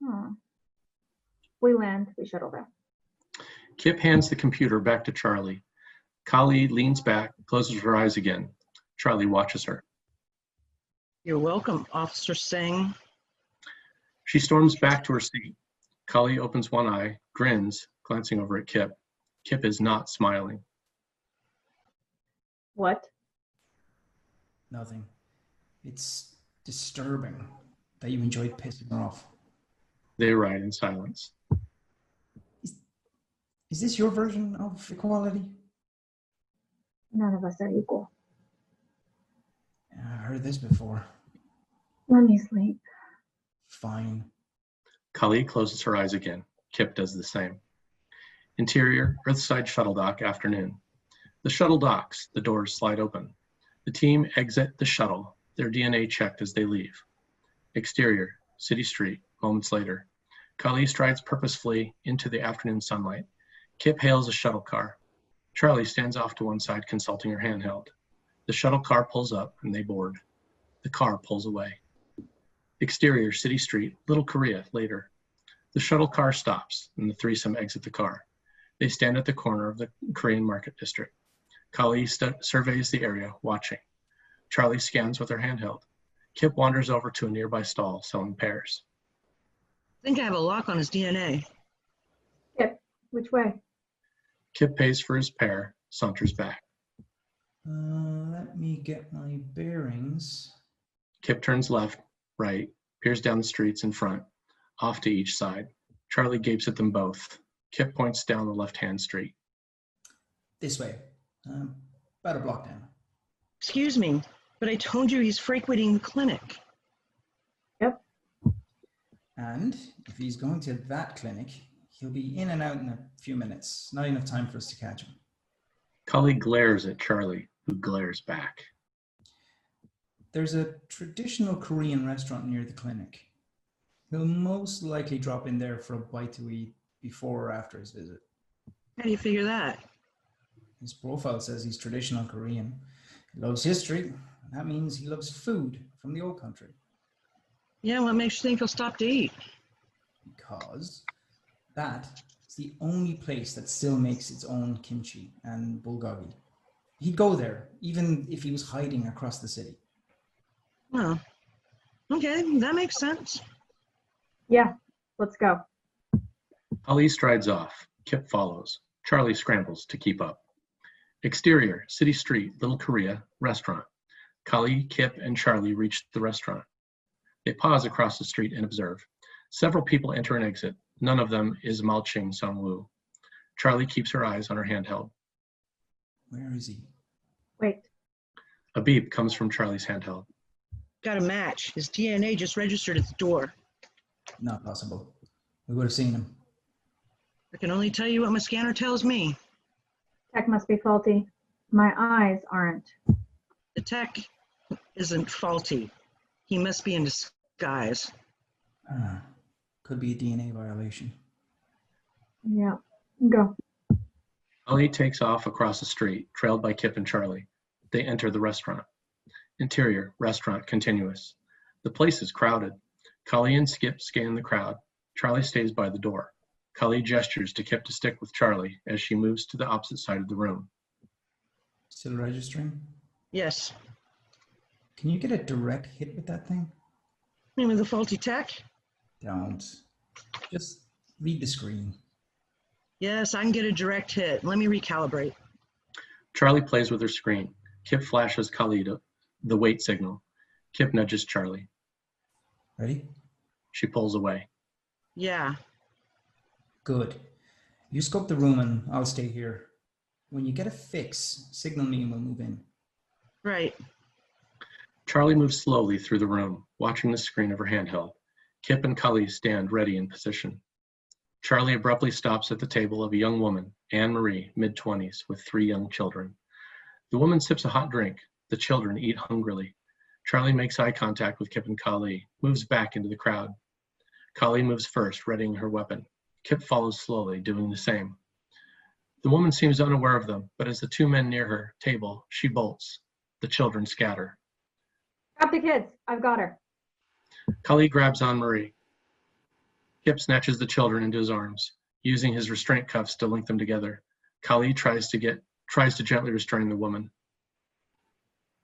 [SPEAKER 6] Hmm. We land, we shuttle back.
[SPEAKER 5] Kip hands the computer back to Charlie. Kali leans back, closes her eyes again. Charlie watches her.
[SPEAKER 16] You're welcome, Officer Singh.
[SPEAKER 5] She storms back to her seat. Kali opens one eye, grins, glancing over at Kip. Kip is not smiling.
[SPEAKER 6] What?
[SPEAKER 7] Nothing. It's disturbing that you enjoyed pissing her off.
[SPEAKER 5] They ride in silence.
[SPEAKER 7] Is this your version of equality?
[SPEAKER 6] None of us are equal.
[SPEAKER 7] Yeah, I heard this before.
[SPEAKER 6] Let me sleep.
[SPEAKER 7] Fine.
[SPEAKER 5] Kali closes her eyes again. Kip does the same. Interior, Earthside shuttle dock, afternoon. The shuttle docks, the doors slide open. The team exit the shuttle, their DNA checked as they leave. Exterior, city street, moments later. Kali strides purposefully into the afternoon sunlight. Kip hails a shuttle car. Charlie stands off to one side, consulting her handheld. The shuttle car pulls up and they board. The car pulls away. Exterior, city street, Little Korea, later. The shuttle car stops and the threesome exit the car. They stand at the corner of the Korean Market District. Kali stu- surveys the area, watching. Charlie scans with her handheld. Kip wanders over to a nearby stall selling pears.
[SPEAKER 16] I think I have a lock on his DNA.
[SPEAKER 6] Kip, which way?
[SPEAKER 5] Kip pays for his pear, saunters back.
[SPEAKER 7] Uh, let me get my bearings.
[SPEAKER 5] Kip turns left, right, peers down the streets in front, off to each side. Charlie gapes at them both. Kip points down the left hand street.
[SPEAKER 7] This way. Um, about a block down.
[SPEAKER 16] Excuse me, but I told you he's frequenting the clinic.
[SPEAKER 7] And if he's going to that clinic, he'll be in and out in a few minutes. Not enough time for us to catch him.
[SPEAKER 5] Kali glares at Charlie, who glares back.
[SPEAKER 7] There's a traditional Korean restaurant near the clinic. He'll most likely drop in there for a bite to eat before or after his visit.
[SPEAKER 16] How do you figure that?
[SPEAKER 7] His profile says he's traditional Korean. He loves history. That means he loves food from the old country.
[SPEAKER 16] Yeah, what makes you think he'll stop to eat?
[SPEAKER 7] because that is the only place that still makes its own kimchi and bulgogi. He'd go there, even if he was hiding across the city.
[SPEAKER 16] Well, okay, that makes sense.
[SPEAKER 6] Yeah, let's go.
[SPEAKER 5] Ali strides off. Kip follows. Charlie scrambles to keep up. Exterior, city street, Little Korea, restaurant. Kali, Kip, and Charlie reach the restaurant. They pause across the street and observe. Several people enter and exit. None of them is Malching Sung Woo. Charlie keeps her eyes on her handheld.
[SPEAKER 7] Where is he?
[SPEAKER 6] Wait,
[SPEAKER 5] A beep comes from Charlie's handheld.
[SPEAKER 16] Got a match. His DNA just registered at the door.
[SPEAKER 7] Not possible. We would have seen him.
[SPEAKER 16] I can only tell you what my scanner tells me.
[SPEAKER 6] Tech must be faulty. My eyes aren't.
[SPEAKER 16] The tech isn't faulty. He must be in disguise.
[SPEAKER 7] Ah, could be a DNA violation.
[SPEAKER 6] Yeah. Go.
[SPEAKER 5] Ollie takes off across the street, trailed by Kip and Charlie. They enter the restaurant. Interior, restaurant continuous. The place is crowded. Cully and Skip scan the crowd. Charlie stays by the door. Cully gestures to Kip to stick with Charlie as she moves to the opposite side of the room.
[SPEAKER 7] Still registering?
[SPEAKER 16] Yes.
[SPEAKER 7] Can you get a direct hit with that thing?
[SPEAKER 16] Name of the faulty tech?
[SPEAKER 7] Don't. Just read the screen.
[SPEAKER 16] Yes, I can get a direct hit. Let me recalibrate.
[SPEAKER 5] Charlie plays with her screen. Kip flashes Cully to- the wait signal. Kip nudges Charlie.
[SPEAKER 7] Ready?
[SPEAKER 5] She pulls away.
[SPEAKER 16] Yeah.
[SPEAKER 7] Good. You scope the room and I'll stay here. When you get a fix, signal me and we'll move in.
[SPEAKER 16] Right.
[SPEAKER 5] Charlie moves slowly through the room, watching the screen of her handheld. Kip and Cully stand ready in position. Charlie abruptly stops at the table of a young woman, Anne Marie, mid 20s, with three young children. The woman sips a hot drink. The children eat hungrily. Charlie makes eye contact with Kip and Kali, moves back into the crowd. Kali moves first, readying her weapon. Kip follows slowly, doing the same. The woman seems unaware of them, but as the two men near her table, she bolts. The children scatter.
[SPEAKER 6] Grab the kids. I've got her.
[SPEAKER 5] Kali grabs Anne Marie. Kip snatches the children into his arms, using his restraint cuffs to link them together. Kali tries to get tries to gently restrain the woman.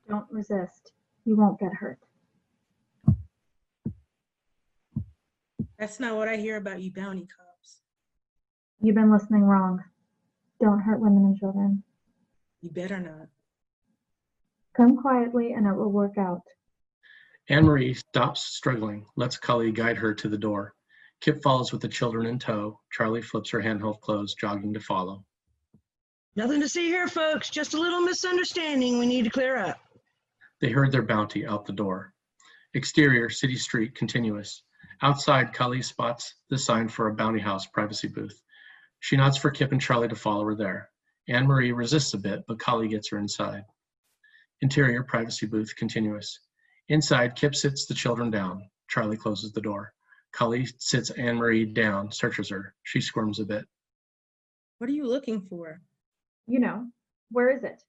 [SPEAKER 6] Don't resist. You won't get hurt.
[SPEAKER 17] That's not what I hear about you bounty cops.
[SPEAKER 6] You've been listening wrong. Don't hurt women and children.
[SPEAKER 17] You better not.
[SPEAKER 6] Come quietly and it will work out.
[SPEAKER 5] Anne Marie stops struggling, lets Cully guide her to the door. Kip follows with the children in tow. Charlie flips her handheld clothes, jogging to follow.
[SPEAKER 16] Nothing to see here, folks. Just a little misunderstanding we need to clear up.
[SPEAKER 5] They herd their bounty out the door. Exterior, city street, continuous. Outside, Cully spots the sign for a bounty house privacy booth. She nods for Kip and Charlie to follow her there. Anne Marie resists a bit, but Cully gets her inside. Interior, privacy booth, continuous. Inside, Kip sits the children down. Charlie closes the door. Cully sits Anne Marie down, searches her. She squirms a bit.
[SPEAKER 17] What are you looking for?
[SPEAKER 6] You know, where is it?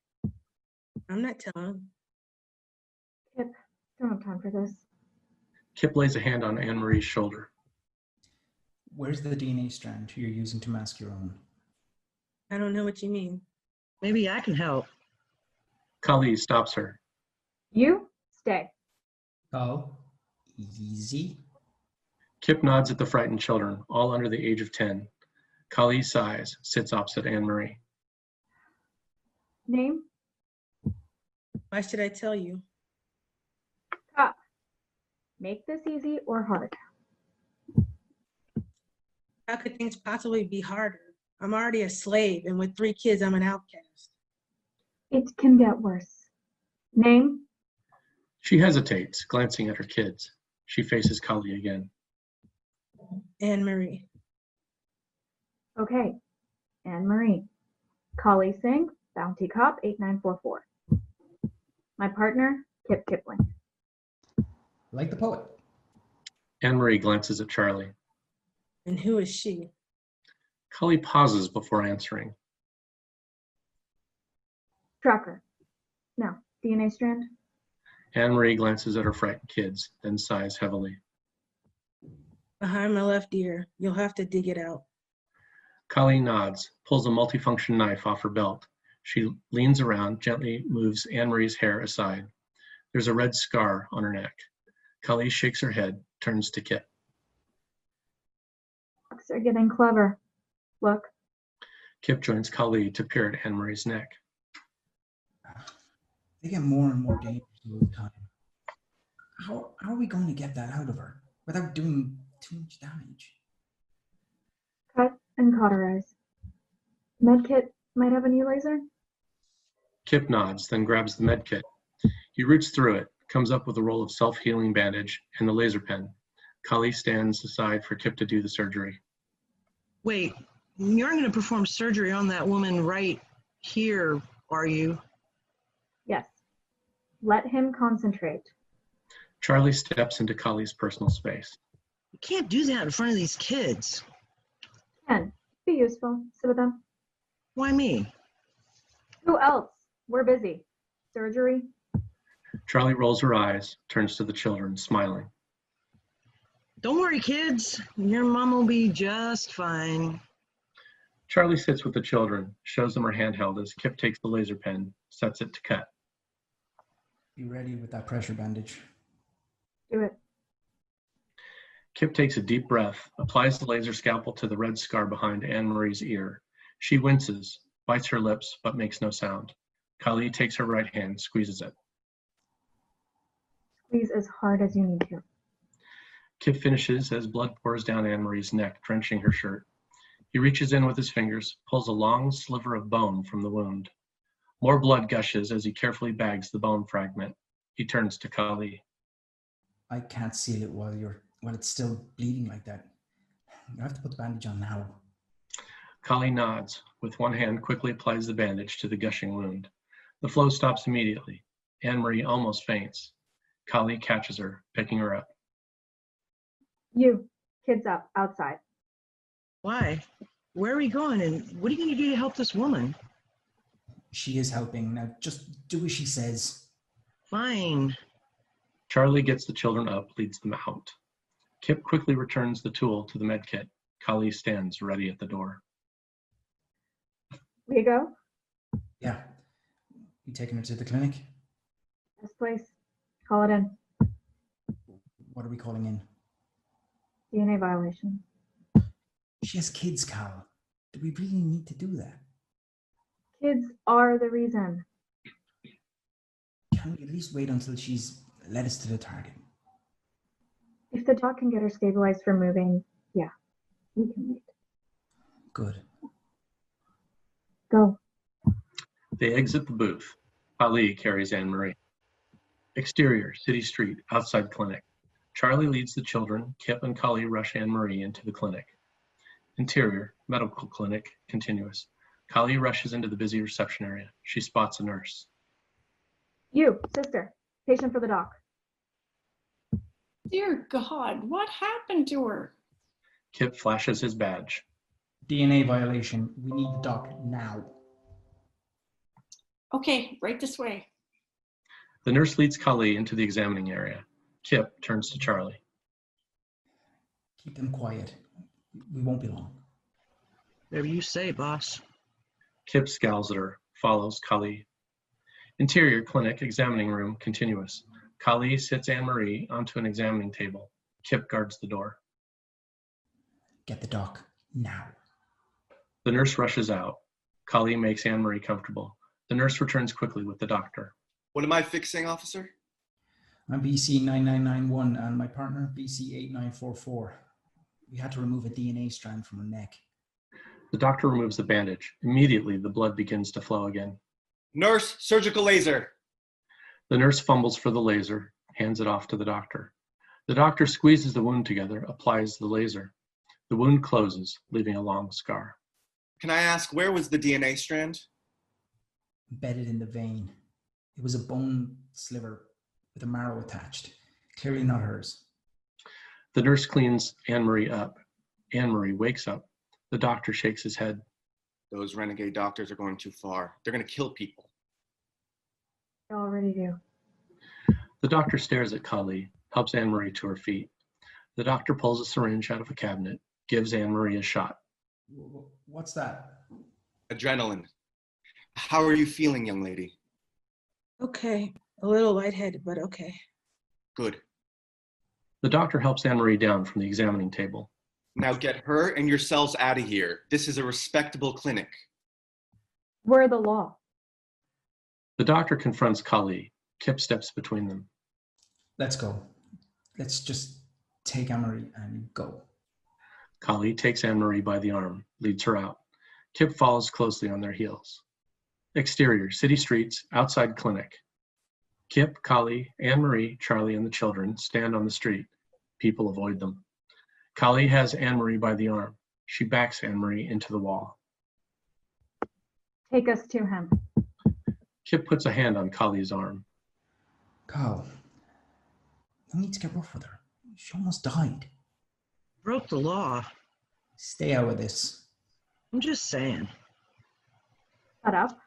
[SPEAKER 17] I'm not telling.
[SPEAKER 6] Kip, don't have time for this.
[SPEAKER 5] Kip lays a hand on Anne Marie's shoulder.
[SPEAKER 7] Where's the DNA strand you're using to mask your own?
[SPEAKER 17] I don't know what you mean.
[SPEAKER 16] Maybe I can help.
[SPEAKER 5] Cully stops her.
[SPEAKER 6] You stay.
[SPEAKER 7] Oh, easy.
[SPEAKER 5] Kip nods at the frightened children, all under the age of 10. Kali sighs, sits opposite Anne Marie.
[SPEAKER 6] Name?
[SPEAKER 17] Why should I tell you?
[SPEAKER 6] Cop. Make this easy or hard.
[SPEAKER 17] How could things possibly be harder? I'm already a slave, and with three kids, I'm an outcast.
[SPEAKER 6] It can get worse. Name?
[SPEAKER 5] She hesitates, glancing at her kids. She faces Kali again.
[SPEAKER 17] Anne Marie.
[SPEAKER 6] Okay. Anne Marie. Kali Singh, Bounty Cop 8944. My partner, Kip Kipling.
[SPEAKER 7] Like the poet.
[SPEAKER 5] Anne Marie glances at Charlie.
[SPEAKER 17] And who is she?
[SPEAKER 5] Kali pauses before answering.
[SPEAKER 6] Tracker. No, DNA strand.
[SPEAKER 5] Anne Marie glances at her frightened kids, then sighs heavily.
[SPEAKER 17] Behind my left ear. You'll have to dig it out.
[SPEAKER 5] Kali nods, pulls a multifunction knife off her belt. She leans around, gently moves Anne Marie's hair aside. There's a red scar on her neck. Kali shakes her head, turns to Kip.
[SPEAKER 6] Fucks are getting clever. Look,
[SPEAKER 5] Kip joins Kali to peer at Anne Marie's neck.
[SPEAKER 7] They get more and more dangerous all the time. How, how are we going to get that out of her without doing too much damage?
[SPEAKER 6] cut and cauterize. Medkit might have a new laser.
[SPEAKER 5] Kip nods, then grabs the med kit. He roots through it, comes up with a roll of self healing bandage and the laser pen. Cully stands aside for Kip to do the surgery.
[SPEAKER 16] Wait, you aren't going to perform surgery on that woman right here, are you?
[SPEAKER 6] Yes. Let him concentrate.
[SPEAKER 5] Charlie steps into Cully's personal space.
[SPEAKER 16] You can't do that in front of these kids.
[SPEAKER 6] Ken, be useful. Sit with them.
[SPEAKER 16] Why me?
[SPEAKER 6] Who else? We're busy. Surgery?
[SPEAKER 5] Charlie rolls her eyes, turns to the children, smiling.
[SPEAKER 16] Don't worry, kids. Your mom will be just fine.
[SPEAKER 5] Charlie sits with the children, shows them her handheld as Kip takes the laser pen, sets it to cut.
[SPEAKER 7] Be ready with that pressure bandage.
[SPEAKER 6] Do it.
[SPEAKER 5] Kip takes a deep breath, applies the laser scalpel to the red scar behind Anne Marie's ear. She winces, bites her lips, but makes no sound. Kali takes her right hand, squeezes it.
[SPEAKER 6] Squeeze as hard as you need to.
[SPEAKER 5] Kip finishes as blood pours down Anne Marie's neck, drenching her shirt. He reaches in with his fingers, pulls a long sliver of bone from the wound. More blood gushes as he carefully bags the bone fragment. He turns to Kali.
[SPEAKER 7] I can't seal it while you're while it's still bleeding like that. You have to put the bandage on now.
[SPEAKER 5] Kali nods, with one hand quickly applies the bandage to the gushing wound. The flow stops immediately. Anne Marie almost faints. Kali catches her, picking her up.
[SPEAKER 6] You, kids up, outside.
[SPEAKER 16] Why? Where are we going and what are you going to do to help this woman?
[SPEAKER 7] She is helping. Now just do as she says.
[SPEAKER 16] Fine.
[SPEAKER 5] Charlie gets the children up, leads them out. Kip quickly returns the tool to the medkit. Kali stands ready at the door.
[SPEAKER 6] We go?
[SPEAKER 7] Yeah. You taking her to the clinic?
[SPEAKER 6] This place. Call it in.
[SPEAKER 7] What are we calling in?
[SPEAKER 6] DNA violation.
[SPEAKER 7] She has kids, Carl. Do we really need to do that?
[SPEAKER 6] Kids are the reason.
[SPEAKER 7] Can we at least wait until she's led us to the target?
[SPEAKER 6] If the dog can get her stabilized for moving, yeah, we can wait.
[SPEAKER 7] Good.
[SPEAKER 6] Go.
[SPEAKER 5] They exit the booth. Ali carries Anne Marie. Exterior, city street, outside clinic. Charlie leads the children. Kip and Kali rush Anne Marie into the clinic. Interior, medical clinic, continuous. Kali rushes into the busy reception area. She spots a nurse.
[SPEAKER 6] You, sister, patient for the doc.
[SPEAKER 14] Dear God, what happened to her?
[SPEAKER 5] Kip flashes his badge.
[SPEAKER 7] DNA violation. We need the doc now.
[SPEAKER 14] Okay, right this way.
[SPEAKER 5] The nurse leads Kali into the examining area. Kip turns to Charlie.
[SPEAKER 7] Keep them quiet. We won't be long.
[SPEAKER 16] Whatever you say, boss.
[SPEAKER 5] Kip scowls at her, follows Kali. Interior clinic examining room continuous. Kali sits Anne Marie onto an examining table. Kip guards the door.
[SPEAKER 7] Get the doc now.
[SPEAKER 5] The nurse rushes out. Kali makes Anne Marie comfortable. The nurse returns quickly with the doctor.
[SPEAKER 9] What am I fixing, officer?
[SPEAKER 7] I'm BC 9991 and my partner BC 8944. We had to remove a DNA strand from her neck.
[SPEAKER 5] The doctor removes the bandage. Immediately, the blood begins to flow again.
[SPEAKER 9] Nurse, surgical laser.
[SPEAKER 5] The nurse fumbles for the laser, hands it off to the doctor. The doctor squeezes the wound together, applies the laser. The wound closes, leaving a long scar.
[SPEAKER 9] Can I ask where was the DNA strand?
[SPEAKER 7] Embedded in the vein. It was a bone sliver with a marrow attached. Clearly not hers.
[SPEAKER 5] The nurse cleans Anne Marie up. Anne Marie wakes up. The doctor shakes his head.
[SPEAKER 9] Those renegade doctors are going too far. They're going to kill people.
[SPEAKER 6] They already do.
[SPEAKER 5] The doctor stares at Kali, helps Anne Marie to her feet. The doctor pulls a syringe out of a cabinet, gives Anne Marie a shot.
[SPEAKER 7] What's that?
[SPEAKER 9] Adrenaline. How are you feeling, young lady?
[SPEAKER 17] Okay, a little lightheaded, but okay.
[SPEAKER 9] Good.
[SPEAKER 5] The doctor helps Anne Marie down from the examining table.
[SPEAKER 9] Now get her and yourselves out of here. This is a respectable clinic.
[SPEAKER 6] We're the law.
[SPEAKER 5] The doctor confronts Kali. Kip steps between them.
[SPEAKER 7] Let's go. Let's just take Anne-Marie and go.
[SPEAKER 5] Kali takes Anne-Marie by the arm, leads her out. Kip follows closely on their heels. Exterior, city streets, outside clinic. Kip, Kali, Anne-Marie, Charlie, and the children stand on the street. People avoid them. Kali has Anne Marie by the arm. She backs Anne Marie into the wall.
[SPEAKER 6] Take us to him.
[SPEAKER 5] Kip puts a hand on Kali's arm.
[SPEAKER 7] Kyle, no need to get rough with her. She almost died.
[SPEAKER 16] Broke the law.
[SPEAKER 7] Stay out of this.
[SPEAKER 16] I'm just saying.
[SPEAKER 6] Shut up.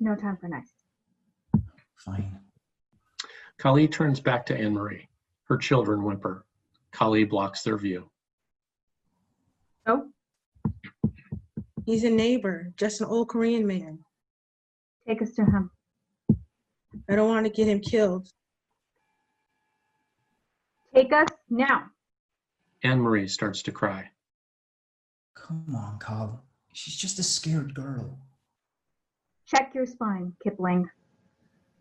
[SPEAKER 6] No time for nice.
[SPEAKER 7] Fine.
[SPEAKER 5] Kali turns back to Anne Marie. Her children whimper. Kali blocks their view.
[SPEAKER 6] So
[SPEAKER 17] He's a neighbor, just an old Korean man.
[SPEAKER 6] Take us to him.
[SPEAKER 17] I don't want to get him killed.
[SPEAKER 6] take us now.
[SPEAKER 5] Anne Marie starts to cry.
[SPEAKER 7] Come on, Kyle. She's just a scared girl.
[SPEAKER 6] Check your spine, Kipling.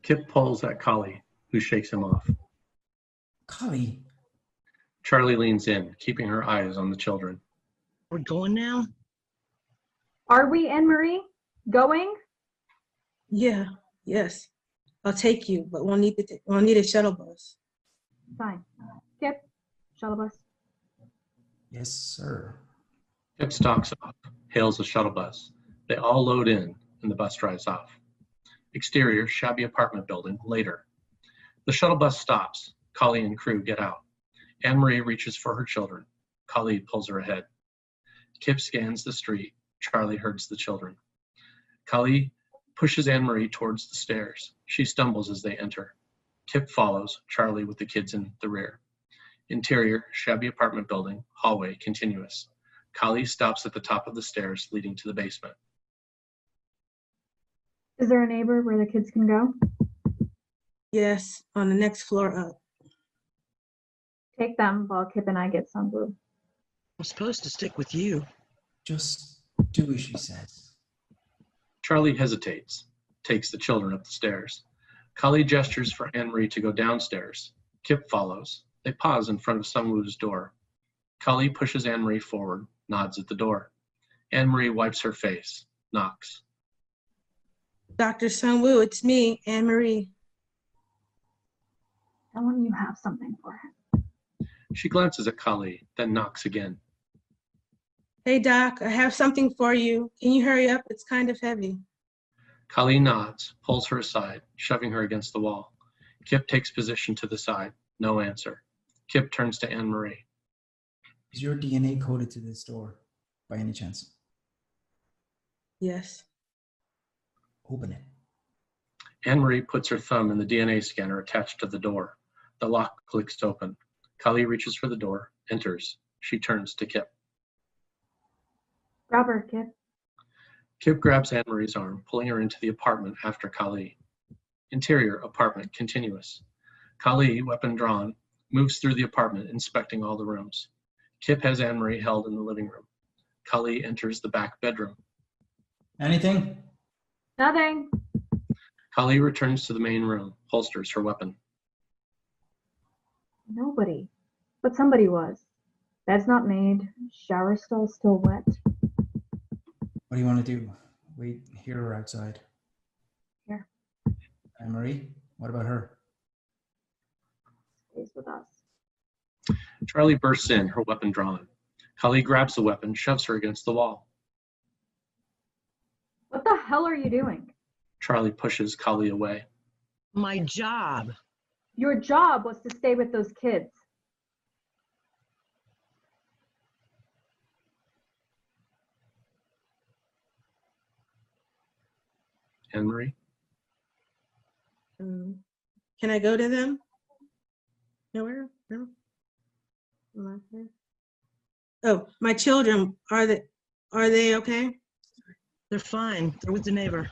[SPEAKER 5] Kip pulls at Kali, who shakes him off.
[SPEAKER 7] Kali,
[SPEAKER 5] Charlie leans in, keeping her eyes on the children.
[SPEAKER 16] We're going now?
[SPEAKER 6] Are we, Anne Marie? Going?
[SPEAKER 17] Yeah, yes. I'll take you, but we'll need to ta- we'll need a shuttle bus.
[SPEAKER 6] Fine. Kip, shuttle bus.
[SPEAKER 7] Yes, sir.
[SPEAKER 5] Kip stalks off, hails a shuttle bus. They all load in, and the bus drives off. Exterior, shabby apartment building, later. The shuttle bus stops. Kali and crew get out. Anne Marie reaches for her children. Kali pulls her ahead. Kip scans the street. Charlie herds the children. Kali pushes Anne Marie towards the stairs. She stumbles as they enter. Kip follows, Charlie with the kids in the rear. Interior, shabby apartment building, hallway continuous. Kali stops at the top of the stairs leading to the basement.
[SPEAKER 6] Is there a neighbor where the kids can go?
[SPEAKER 17] Yes, on the next floor up.
[SPEAKER 6] Take them while Kip and I get some blue.
[SPEAKER 16] I'm supposed to stick with you.
[SPEAKER 7] Just do as she says.
[SPEAKER 5] Charlie hesitates, takes the children up the stairs. Kali gestures for Anne Marie to go downstairs. Kip follows. They pause in front of Sungwoo's door. Kali pushes Anne Marie forward, nods at the door. Anne Marie wipes her face, knocks.
[SPEAKER 17] Dr. Sun Woo, it's me, Anne Marie.
[SPEAKER 6] Tell him you have something for him.
[SPEAKER 5] She glances at Kali, then knocks again.
[SPEAKER 17] Hey Doc, I have something for you. Can you hurry up? It's kind of heavy.
[SPEAKER 5] Kali nods, pulls her aside, shoving her against the wall. Kip takes position to the side. No answer. Kip turns to Anne Marie.
[SPEAKER 7] Is your DNA coded to this door by any chance?
[SPEAKER 17] Yes.
[SPEAKER 7] Open it.
[SPEAKER 5] Anne Marie puts her thumb in the DNA scanner attached to the door. The lock clicks open. Kali reaches for the door, enters. She turns to Kip.
[SPEAKER 6] Grab her, Kip.
[SPEAKER 5] Kip grabs Anne Marie's arm, pulling her into the apartment after Kali. Interior apartment continuous. Kali, weapon drawn, moves through the apartment, inspecting all the rooms. Kip has Anne Marie held in the living room. Kali enters the back bedroom.
[SPEAKER 7] Anything?
[SPEAKER 6] Nothing.
[SPEAKER 5] Kali returns to the main room, holsters her weapon.
[SPEAKER 6] Nobody. But somebody was. Bed's not made. Shower stall still wet.
[SPEAKER 7] What do you want to do? Wait here or outside?
[SPEAKER 6] Here.
[SPEAKER 7] Anne Marie, what about her?
[SPEAKER 6] Stays with us.
[SPEAKER 5] Charlie bursts in, her weapon drawn. Kali grabs the weapon, shoves her against the wall.
[SPEAKER 6] What the hell are you doing?
[SPEAKER 5] Charlie pushes Kali away.
[SPEAKER 16] My job.
[SPEAKER 6] Your job was to stay with those kids.
[SPEAKER 5] Anne Marie?
[SPEAKER 17] Um, can I go to them? Nowhere? No? Am I here? Oh, my children, are they, are they okay?
[SPEAKER 16] They're fine. They're with the neighbor.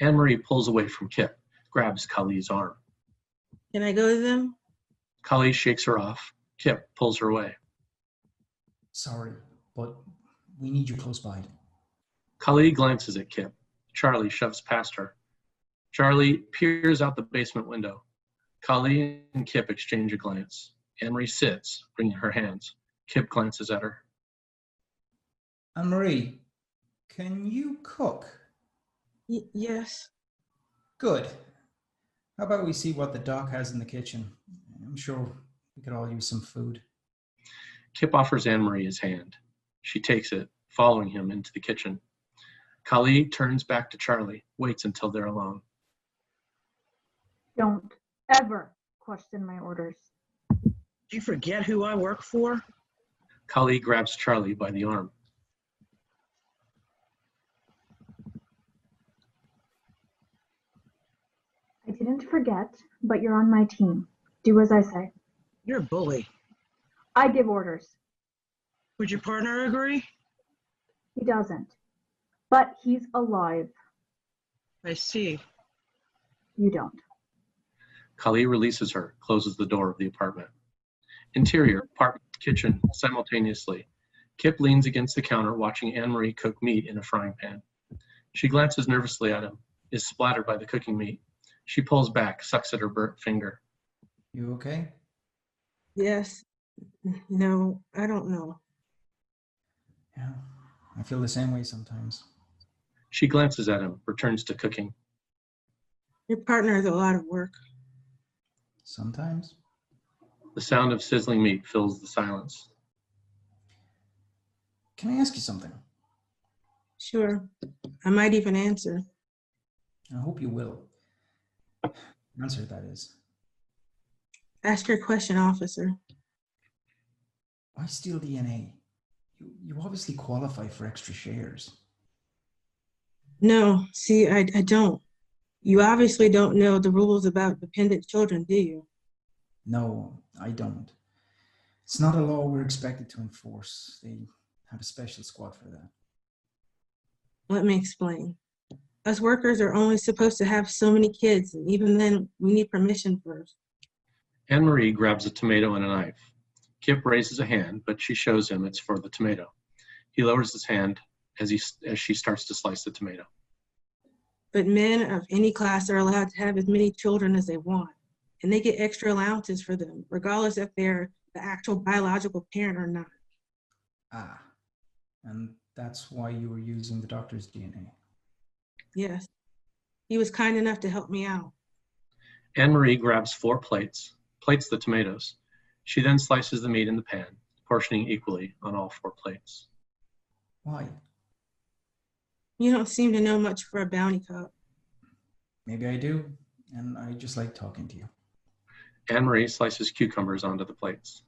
[SPEAKER 5] Anne Marie pulls away from Kip, grabs Kali's arm.
[SPEAKER 17] Can I go to them?
[SPEAKER 5] Kali shakes her off. Kip pulls her away.
[SPEAKER 7] Sorry, but we need you close by.
[SPEAKER 5] Kali glances at Kip. Charlie shoves past her. Charlie peers out the basement window. Kali and Kip exchange a glance. Anne Marie sits, wringing her hands. Kip glances at her.
[SPEAKER 7] Anne Marie, can you cook?
[SPEAKER 17] Y- yes.
[SPEAKER 7] Good. How about we see what the doc has in the kitchen? I'm sure We could all use some food.
[SPEAKER 5] Kip offers Anne Marie his hand. She takes it, following him into the kitchen. Kali turns back to Charlie, waits until they're alone.
[SPEAKER 6] Don't ever question my orders.
[SPEAKER 16] Do you forget who I work for?
[SPEAKER 5] Kali grabs Charlie by the arm.
[SPEAKER 6] I didn't forget, but you're on my team. Do as I say.
[SPEAKER 16] You're a bully.
[SPEAKER 6] I give orders.
[SPEAKER 16] Would your partner agree?
[SPEAKER 6] He doesn't. But he's alive.
[SPEAKER 16] I see.
[SPEAKER 6] You don't.
[SPEAKER 5] Kali releases her, closes the door of the apartment. Interior, apartment, kitchen, simultaneously. Kip leans against the counter, watching Anne Marie cook meat in a frying pan. She glances nervously at him, is splattered by the cooking meat. She pulls back, sucks at her burnt finger.
[SPEAKER 7] You okay?
[SPEAKER 17] Yes. No, I don't know.
[SPEAKER 7] Yeah. I feel the same way sometimes.
[SPEAKER 5] She glances at him, returns to cooking.
[SPEAKER 17] Your partner is a lot of work.
[SPEAKER 7] Sometimes.
[SPEAKER 5] The sound of sizzling meat fills the silence.
[SPEAKER 7] Can I ask you something?
[SPEAKER 17] Sure. I might even answer.
[SPEAKER 7] I hope you will. Answer that is.
[SPEAKER 17] Ask your question, officer.
[SPEAKER 7] Why steal DNA? You, you obviously qualify for extra shares.
[SPEAKER 17] No, see, I, I don't. You obviously don't know the rules about dependent children, do you?
[SPEAKER 7] No, I don't. It's not a law we're expected to enforce. They have a special squad for that.
[SPEAKER 17] Let me explain. Us workers are only supposed to have so many kids, and even then, we need permission first.
[SPEAKER 5] Anne Marie grabs a tomato and a knife. Kip raises a hand, but she shows him it's for the tomato. He lowers his hand as, he, as she starts to slice the tomato.
[SPEAKER 17] But men of any class are allowed to have as many children as they want, and they get extra allowances for them, regardless if they're the actual biological parent or not.
[SPEAKER 7] Ah, and that's why you were using the doctor's DNA.
[SPEAKER 17] Yes. He was kind enough to help me out.
[SPEAKER 5] Anne Marie grabs four plates, plates the tomatoes. She then slices the meat in the pan, portioning equally on all four plates.
[SPEAKER 7] Why?
[SPEAKER 17] You don't seem to know much for a bounty cop.
[SPEAKER 7] Maybe I do, and I just like talking to you.
[SPEAKER 5] Anne Marie slices cucumbers onto the plates.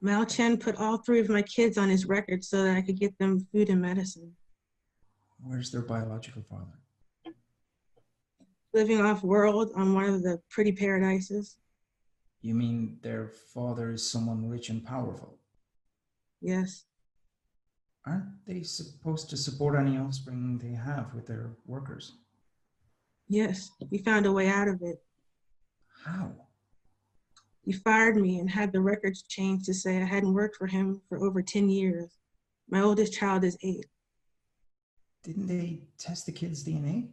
[SPEAKER 17] Mal Chen put all three of my kids on his record so that I could get them food and medicine.
[SPEAKER 7] Where's their biological father?
[SPEAKER 17] Living off world on one of the pretty paradises.
[SPEAKER 7] You mean their father is someone rich and powerful?
[SPEAKER 17] Yes.
[SPEAKER 7] Aren't they supposed to support any offspring they have with their workers?
[SPEAKER 17] Yes. We found a way out of it.
[SPEAKER 7] How?
[SPEAKER 17] He fired me and had the records changed to say I hadn't worked for him for over 10 years. My oldest child is eight.
[SPEAKER 7] Didn't they test the kid's DNA?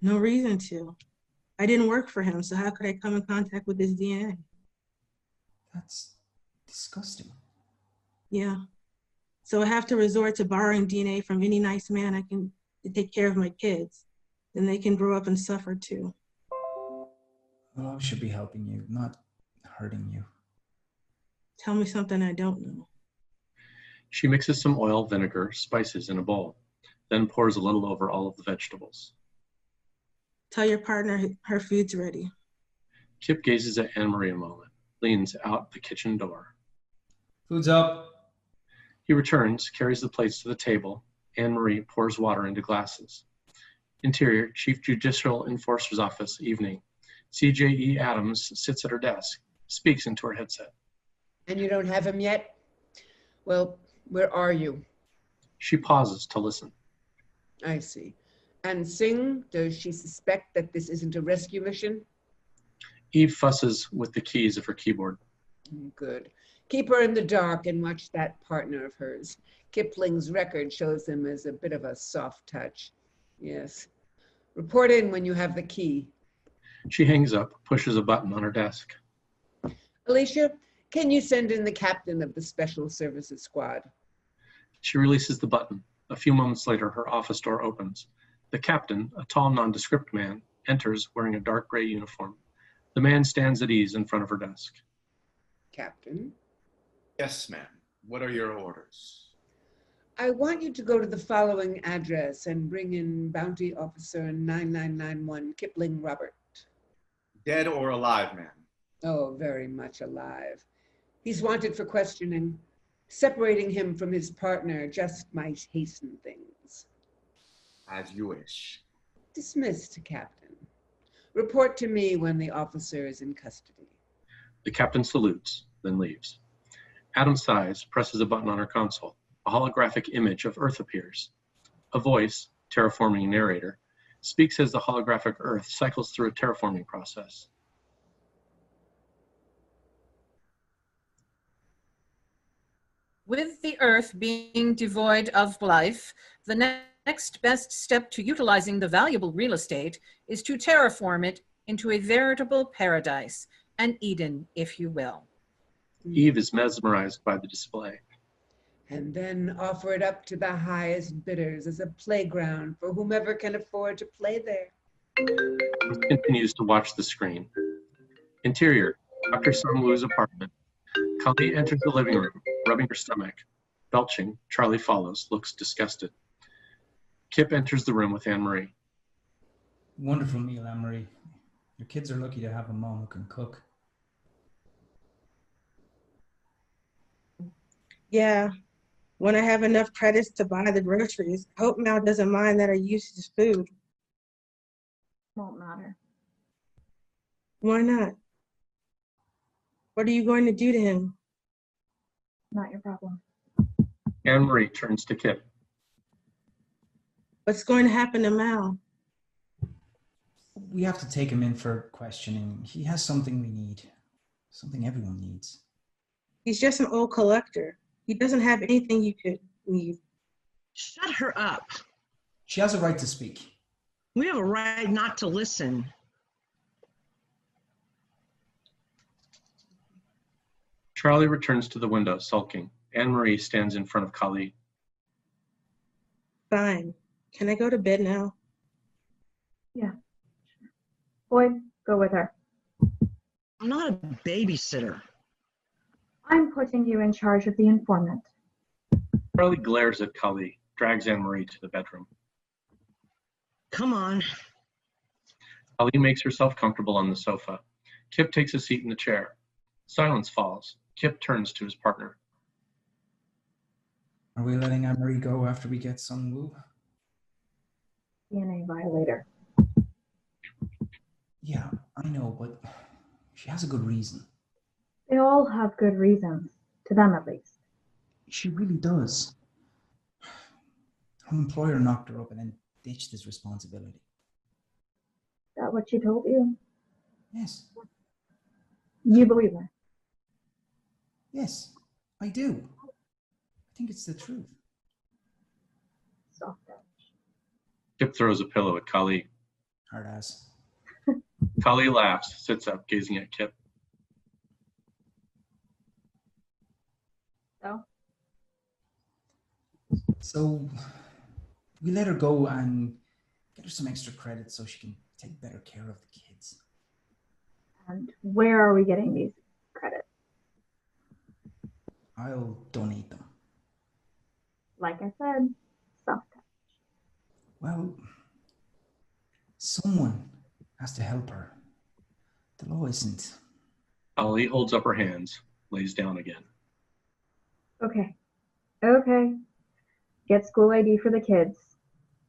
[SPEAKER 17] No reason to. I didn't work for him, so how could I come in contact with his DNA?
[SPEAKER 7] That's disgusting.
[SPEAKER 17] Yeah. So I have to resort to borrowing DNA from any nice man I can to take care of my kids. Then they can grow up and suffer too.
[SPEAKER 7] Well, I should be helping you, not hurting you.
[SPEAKER 17] Tell me something I don't know.
[SPEAKER 5] She mixes some oil, vinegar, spices in a bowl, then pours a little over all of the vegetables.
[SPEAKER 17] Tell your partner h- her food's ready.
[SPEAKER 5] Kip gazes at Anne Marie a moment, leans out the kitchen door.
[SPEAKER 7] Food's up.
[SPEAKER 5] He returns, carries the plates to the table. Anne Marie pours water into glasses. Interior, Chief Judicial Enforcer's Office, evening. CJE Adams sits at her desk, speaks into her headset.
[SPEAKER 13] And you don't have him yet? Well, where are you?
[SPEAKER 5] She pauses to listen.
[SPEAKER 13] I see. And Singh, does she suspect that this isn't a rescue mission?
[SPEAKER 5] Eve fusses with the keys of her keyboard.
[SPEAKER 13] Mm, Good. Keep her in the dark and watch that partner of hers. Kipling's record shows him as a bit of a soft touch. Yes. Report in when you have the key.
[SPEAKER 5] She hangs up, pushes a button on her desk.
[SPEAKER 13] Alicia, can you send in the captain of the Special Services Squad?
[SPEAKER 5] She releases the button. A few moments later, her office door opens. The captain, a tall, nondescript man, enters wearing a dark gray uniform. The man stands at ease in front of her desk.
[SPEAKER 13] Captain.
[SPEAKER 9] Yes, ma'am. What are your orders?
[SPEAKER 13] I want you to go to the following address and bring in Bounty Officer 9991 Kipling Robert.
[SPEAKER 9] Dead or alive, ma'am?
[SPEAKER 13] Oh, very much alive. He's wanted for questioning. Separating him from his partner just might hasten things.
[SPEAKER 9] As you wish.
[SPEAKER 13] Dismissed, Captain. Report to me when the officer is in custody.
[SPEAKER 5] The captain salutes, then leaves. Adam sighs, presses a button on her console. A holographic image of Earth appears. A voice, terraforming narrator, speaks as the holographic Earth cycles through a terraforming process.
[SPEAKER 4] With the Earth being devoid of life, the ne- next best step to utilizing the valuable real estate is to terraform it into a veritable paradise, an Eden, if you will.
[SPEAKER 5] Eve is mesmerized by the display.
[SPEAKER 13] And then offer it up to the highest bidders as a playground for whomever can afford to play there.
[SPEAKER 5] Continues to watch the screen. Interior, Dr. Sung Woo's apartment. Kali enters the living room, rubbing her stomach. Belching, Charlie follows, looks disgusted. Kip enters the room with Anne Marie.
[SPEAKER 7] Wonderful meal, Anne Marie. Your kids are lucky to have a mom who can cook.
[SPEAKER 17] Yeah, when I have enough credits to buy the groceries, I hope Mal doesn't mind that I use his food.
[SPEAKER 6] Won't matter.
[SPEAKER 17] Why not? What are you going to do to him?
[SPEAKER 6] Not your problem.
[SPEAKER 5] Anne Marie turns to Kip.
[SPEAKER 17] What's going to happen to Mal?
[SPEAKER 7] We have to take him in for questioning. He has something we need, something everyone needs.
[SPEAKER 17] He's just an old collector. He doesn't have anything you could need.
[SPEAKER 16] Shut her up.
[SPEAKER 7] She has a right to speak.
[SPEAKER 16] We have a right not to listen.
[SPEAKER 5] Charlie returns to the window, sulking. Anne Marie stands in front of Kali.
[SPEAKER 17] Fine. Can I go to bed now?
[SPEAKER 6] Boyd, go with her.
[SPEAKER 16] I'm not a babysitter.
[SPEAKER 6] I'm putting you in charge of the informant.
[SPEAKER 5] Charlie glares at Kali, drags Anne Marie to the bedroom.
[SPEAKER 16] Come on.
[SPEAKER 5] Ali makes herself comfortable on the sofa. Kip takes a seat in the chair. Silence falls. Kip turns to his partner.
[SPEAKER 7] Are we letting Anne Marie go after we get Sun Wu?
[SPEAKER 6] DNA violator.
[SPEAKER 7] Yeah, I know, but she has a good reason.
[SPEAKER 6] They all have good reasons, to them at least.
[SPEAKER 7] She really does. Her employer knocked her up and then ditched his responsibility.
[SPEAKER 6] Is that what she told you?
[SPEAKER 7] Yes,
[SPEAKER 6] You believe her.
[SPEAKER 7] yes, I do. I think it's the truth.
[SPEAKER 6] Soft touch.
[SPEAKER 5] Kip throws a pillow at Kali.
[SPEAKER 7] Hard ass.
[SPEAKER 5] Kali laughs, sits up, gazing at Kip.
[SPEAKER 6] So,
[SPEAKER 7] So we let her go and get her some extra credit so she can take better care of the kids.
[SPEAKER 6] and where are we getting these credits?
[SPEAKER 7] I'll donate them.
[SPEAKER 6] Like I said, soft touch.
[SPEAKER 7] Well, someone has to help her. The law isn't.
[SPEAKER 5] Ali holds up her hands, lays down again.
[SPEAKER 6] Okay. Okay. Get school ID for the kids.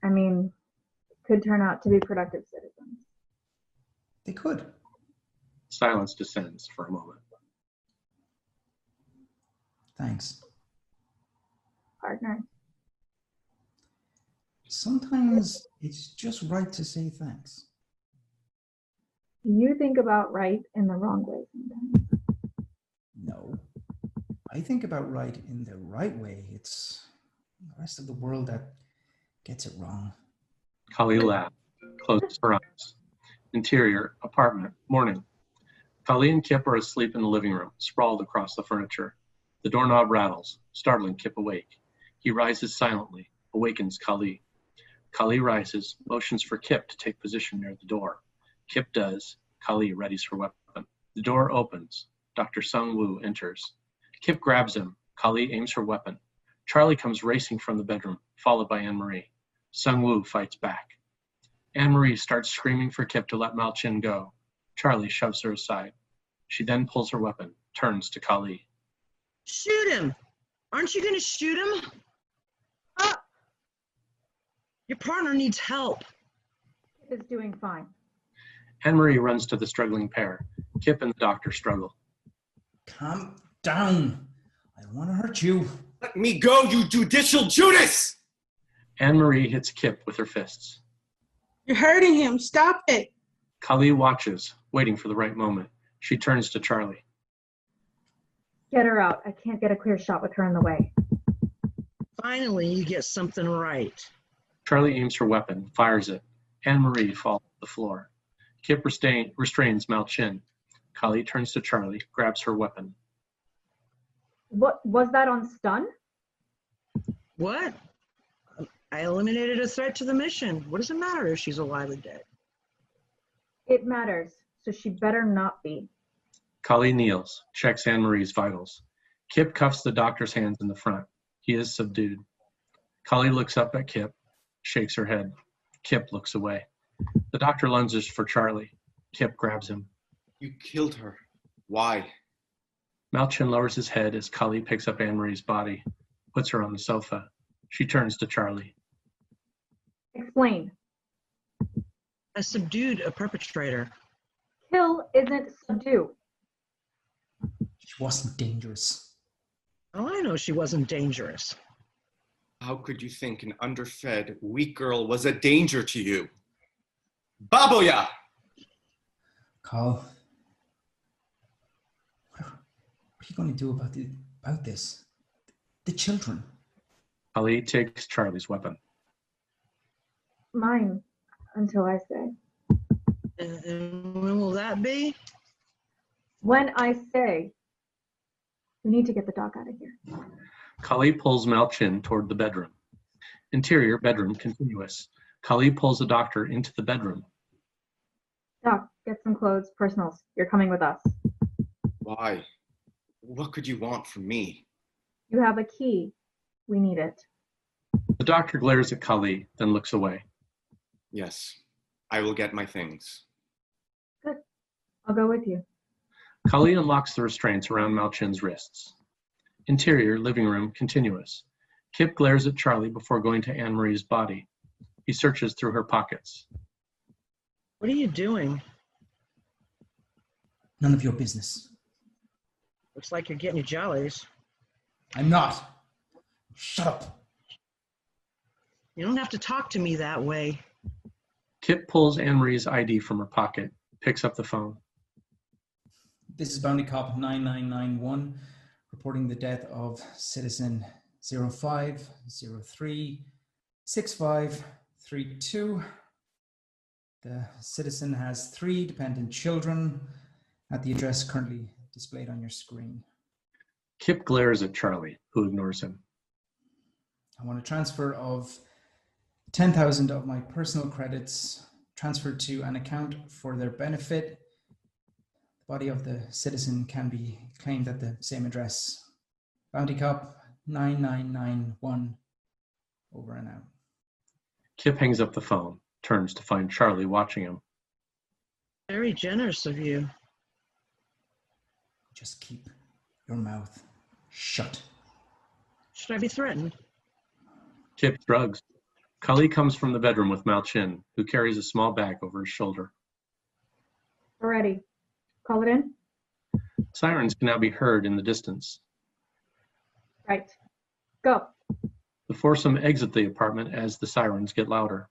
[SPEAKER 6] I mean, could turn out to be productive citizens.
[SPEAKER 7] They could.
[SPEAKER 5] Silence descends for a moment.
[SPEAKER 7] Thanks.
[SPEAKER 6] Partner.
[SPEAKER 7] Sometimes it's just right to say thanks.
[SPEAKER 6] You think about right in the wrong way sometimes.
[SPEAKER 7] No. I think about right in the right way. It's the rest of the world that gets it wrong.
[SPEAKER 5] Kali laughs, closes her eyes. Interior, apartment, morning. Kali and Kip are asleep in the living room, sprawled across the furniture. The doorknob rattles, startling Kip awake. He rises silently, awakens Kali. Kali rises, motions for Kip to take position near the door. Kip does. Kali readies her weapon. The door opens. Dr. Sung Woo enters. Kip grabs him. Kali aims her weapon. Charlie comes racing from the bedroom, followed by Anne Marie. Sung Woo fights back. Anne Marie starts screaming for Kip to let Mao Chin go. Charlie shoves her aside. She then pulls her weapon, turns to Kali.
[SPEAKER 16] Shoot him! Aren't you going to shoot him? Ah! Your partner needs help.
[SPEAKER 6] Kip is doing fine.
[SPEAKER 5] Anne Marie runs to the struggling pair. Kip and the doctor struggle.
[SPEAKER 7] Calm down. I don't want to hurt you.
[SPEAKER 9] Let me go, you judicial Judas!
[SPEAKER 5] Anne Marie hits Kip with her fists.
[SPEAKER 17] You're hurting him. Stop it.
[SPEAKER 5] Kali watches, waiting for the right moment. She turns to Charlie.
[SPEAKER 6] Get her out. I can't get a clear shot with her in the way.
[SPEAKER 16] Finally, you get something right.
[SPEAKER 5] Charlie aims her weapon, fires it. Anne Marie falls to the floor. Kip restain, restrains Mao Chin. Kali turns to Charlie, grabs her weapon.
[SPEAKER 6] What was that on stun?
[SPEAKER 16] What? I eliminated a threat to the mission. What does it matter if she's alive or dead?
[SPEAKER 6] It matters, so she better not be.
[SPEAKER 5] Kali kneels, checks Anne Marie's vitals. Kip cuffs the doctor's hands in the front. He is subdued. Kali looks up at Kip, shakes her head. Kip looks away. The doctor lunges for Charlie. Kip grabs him.
[SPEAKER 9] You killed her. Why?
[SPEAKER 5] Malchin lowers his head as Kali picks up Anne Marie's body, puts her on the sofa. She turns to Charlie.
[SPEAKER 6] Explain.
[SPEAKER 16] I subdued a perpetrator.
[SPEAKER 6] Kill isn't subdue.
[SPEAKER 7] She wasn't dangerous.
[SPEAKER 16] Oh, I know she wasn't dangerous.
[SPEAKER 9] How could you think an underfed, weak girl was a danger to you? Baboya!
[SPEAKER 7] Carl, what are, what are you going to do about, the, about this? The children.
[SPEAKER 5] Kali takes Charlie's weapon.
[SPEAKER 6] Mine, until I say.
[SPEAKER 16] And- And when will that be?
[SPEAKER 6] When I say, we need to get the dog out of here.
[SPEAKER 5] Kali pulls Malchin toward the bedroom. Interior bedroom continuous. Kali pulls the doctor into the bedroom.
[SPEAKER 6] Doc, get some clothes, personals. You're coming with us.
[SPEAKER 9] Why? What could you want from me?
[SPEAKER 6] You have a key. We need it.
[SPEAKER 5] The doctor glares at Kali, then looks away.
[SPEAKER 9] Yes, I will get my things.
[SPEAKER 6] I'll go with you.
[SPEAKER 5] Kali unlocks the restraints around Malchin's wrists. Interior living room continuous. Kip glares at Charlie before going to Anne Marie's body. He searches through her pockets.
[SPEAKER 16] What are you doing?
[SPEAKER 7] None of your business.
[SPEAKER 16] Looks like you're getting your jollies.
[SPEAKER 7] I'm not. Shut up.
[SPEAKER 16] You don't have to talk to me that way.
[SPEAKER 5] Kip pulls Anne Marie's ID from her pocket, picks up the phone.
[SPEAKER 7] This is Bounty Cop 9991 reporting the death of citizen 0503 6532. The citizen has three dependent children at the address currently displayed on your screen.
[SPEAKER 5] Kip glares at Charlie, who ignores him.
[SPEAKER 7] I want a transfer of 10,000 of my personal credits transferred to an account for their benefit. The body of the citizen can be claimed at the same address. Bounty Cop 9991. Over and out.
[SPEAKER 5] Kip hangs up the phone, turns to find Charlie watching him.
[SPEAKER 16] Very generous of you.
[SPEAKER 7] Just keep your mouth shut.
[SPEAKER 16] Should I be threatened?
[SPEAKER 5] Kip drugs. Kali comes from the bedroom with Malchin, who carries a small bag over his shoulder.
[SPEAKER 6] We're ready. Call it in?
[SPEAKER 5] Sirens can now be heard in the distance.
[SPEAKER 6] Right. Go.
[SPEAKER 5] The foursome exit the apartment as the sirens get louder.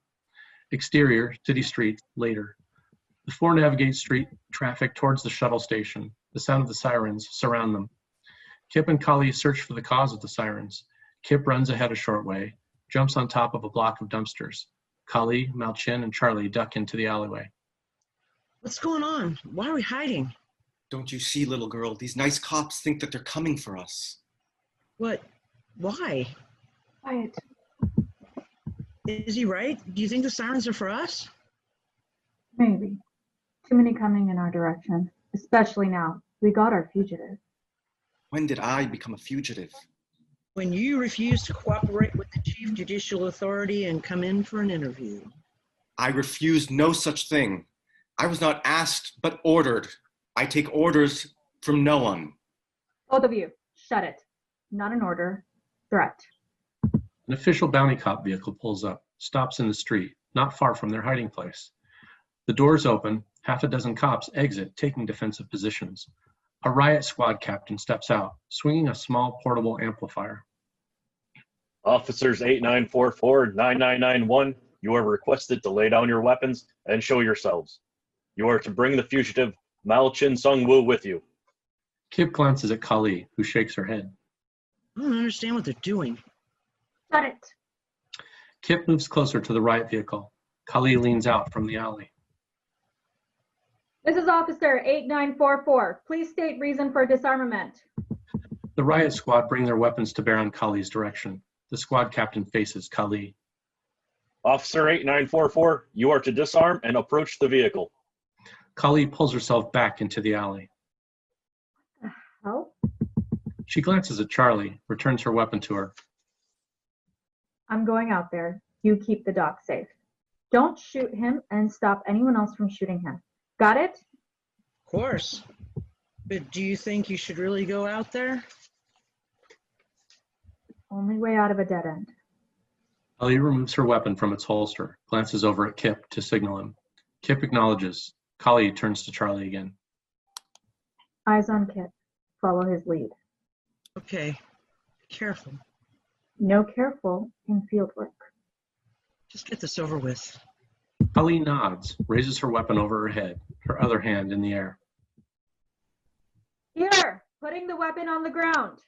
[SPEAKER 5] Exterior, city streets, later. The four navigate street traffic towards the shuttle station. The sound of the sirens surround them. Kip and Kali search for the cause of the sirens. Kip runs ahead a short way, jumps on top of a block of dumpsters. Kali, Malchin, and Charlie duck into the alleyway.
[SPEAKER 16] What's going on? Why are we hiding?
[SPEAKER 9] Don't you see, little girl, these nice cops think that they're coming for us.
[SPEAKER 16] What? Why?
[SPEAKER 6] Quiet.
[SPEAKER 16] Is he right? Do you think the sirens are for us?
[SPEAKER 6] Maybe. Too many coming in our direction, especially now. We got our fugitive.
[SPEAKER 9] When did I become a fugitive?
[SPEAKER 16] When you refused to cooperate with the chief judicial authority and come in for an interview.
[SPEAKER 9] I refused no such thing. I was not asked, but ordered. I take orders from no one.
[SPEAKER 6] Both of you, shut it. Not an order, threat.
[SPEAKER 5] An official bounty cop vehicle pulls up, stops in the street, not far from their hiding place. The doors open, half a dozen cops exit, taking defensive positions. A riot squad captain steps out, swinging a small portable amplifier.
[SPEAKER 10] Officers 8944 9991, you are requested to lay down your weapons and show yourselves. You are to bring the fugitive Mao Chin Sung Wu with you.
[SPEAKER 5] Kip glances at Kali, who shakes her head.
[SPEAKER 16] I don't understand what they're doing.
[SPEAKER 6] Shut it.
[SPEAKER 5] Kip moves closer to the riot vehicle. Kali leans out from the alley.
[SPEAKER 2] This is Officer 8944. Please state reason for disarmament.
[SPEAKER 5] The riot squad bring their weapons to bear on Kali's direction. The squad captain faces Kali.
[SPEAKER 10] Officer 8944, you are to disarm and approach the vehicle.
[SPEAKER 5] Kali pulls herself back into the alley.
[SPEAKER 6] Help?
[SPEAKER 5] She glances at Charlie, returns her weapon to her.
[SPEAKER 6] I'm going out there. You keep the doc safe. Don't shoot him and stop anyone else from shooting him. Got it?
[SPEAKER 16] Of course. But do you think you should really go out there?
[SPEAKER 6] Only way out of a dead end.
[SPEAKER 5] Kali removes her weapon from its holster, glances over at Kip to signal him. Kip acknowledges. Kali turns to Charlie again.
[SPEAKER 6] Eyes on Kip. Follow his lead.
[SPEAKER 16] Okay. Careful.
[SPEAKER 6] No careful in field work.
[SPEAKER 16] Just get this over with.
[SPEAKER 5] Kali nods, raises her weapon over her head, her other hand in the air.
[SPEAKER 2] Here, putting the weapon on the ground.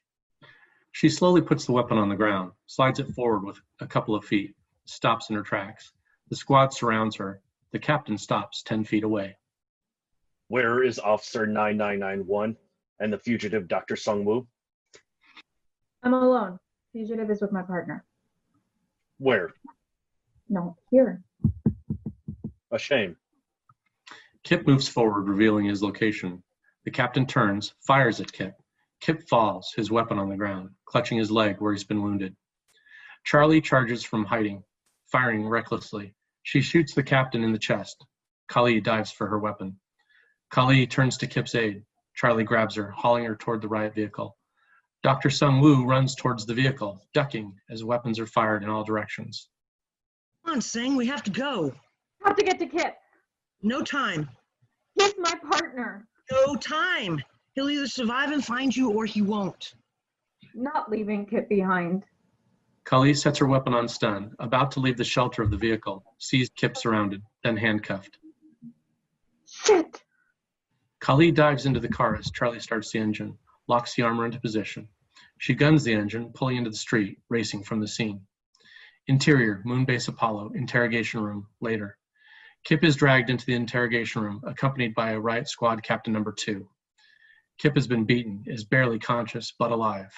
[SPEAKER 5] She slowly puts the weapon on the ground, slides it forward with a couple of feet, stops in her tracks. The squad surrounds her. The captain stops 10 feet away.
[SPEAKER 10] Where is Officer 9991 and the fugitive Dr. Sung Wu?
[SPEAKER 6] I'm alone. Fugitive is with my partner.
[SPEAKER 10] Where?
[SPEAKER 6] No, here.
[SPEAKER 10] A shame.
[SPEAKER 5] Kip moves forward, revealing his location. The captain turns, fires at Kip. Kip falls, his weapon on the ground, clutching his leg where he's been wounded. Charlie charges from hiding, firing recklessly. She shoots the captain in the chest. Kali dives for her weapon. Kali turns to Kip's aid. Charlie grabs her, hauling her toward the riot vehicle. Dr. Sung Woo runs towards the vehicle, ducking as weapons are fired in all directions.
[SPEAKER 16] Come on, Singh, we have to go.
[SPEAKER 2] Have to get to Kip.
[SPEAKER 16] No time.
[SPEAKER 2] He's my partner.
[SPEAKER 16] No time. He'll either survive and find you or he won't.
[SPEAKER 6] Not leaving Kip behind.
[SPEAKER 5] Kali sets her weapon on stun, about to leave the shelter of the vehicle, sees Kip surrounded, then handcuffed.
[SPEAKER 6] Shit!
[SPEAKER 5] Kali dives into the car as Charlie starts the engine, locks the armor into position. She guns the engine, pulling into the street, racing from the scene. Interior, Moonbase Apollo, interrogation room, later. Kip is dragged into the interrogation room, accompanied by a riot squad captain number two. Kip has been beaten, is barely conscious, but alive.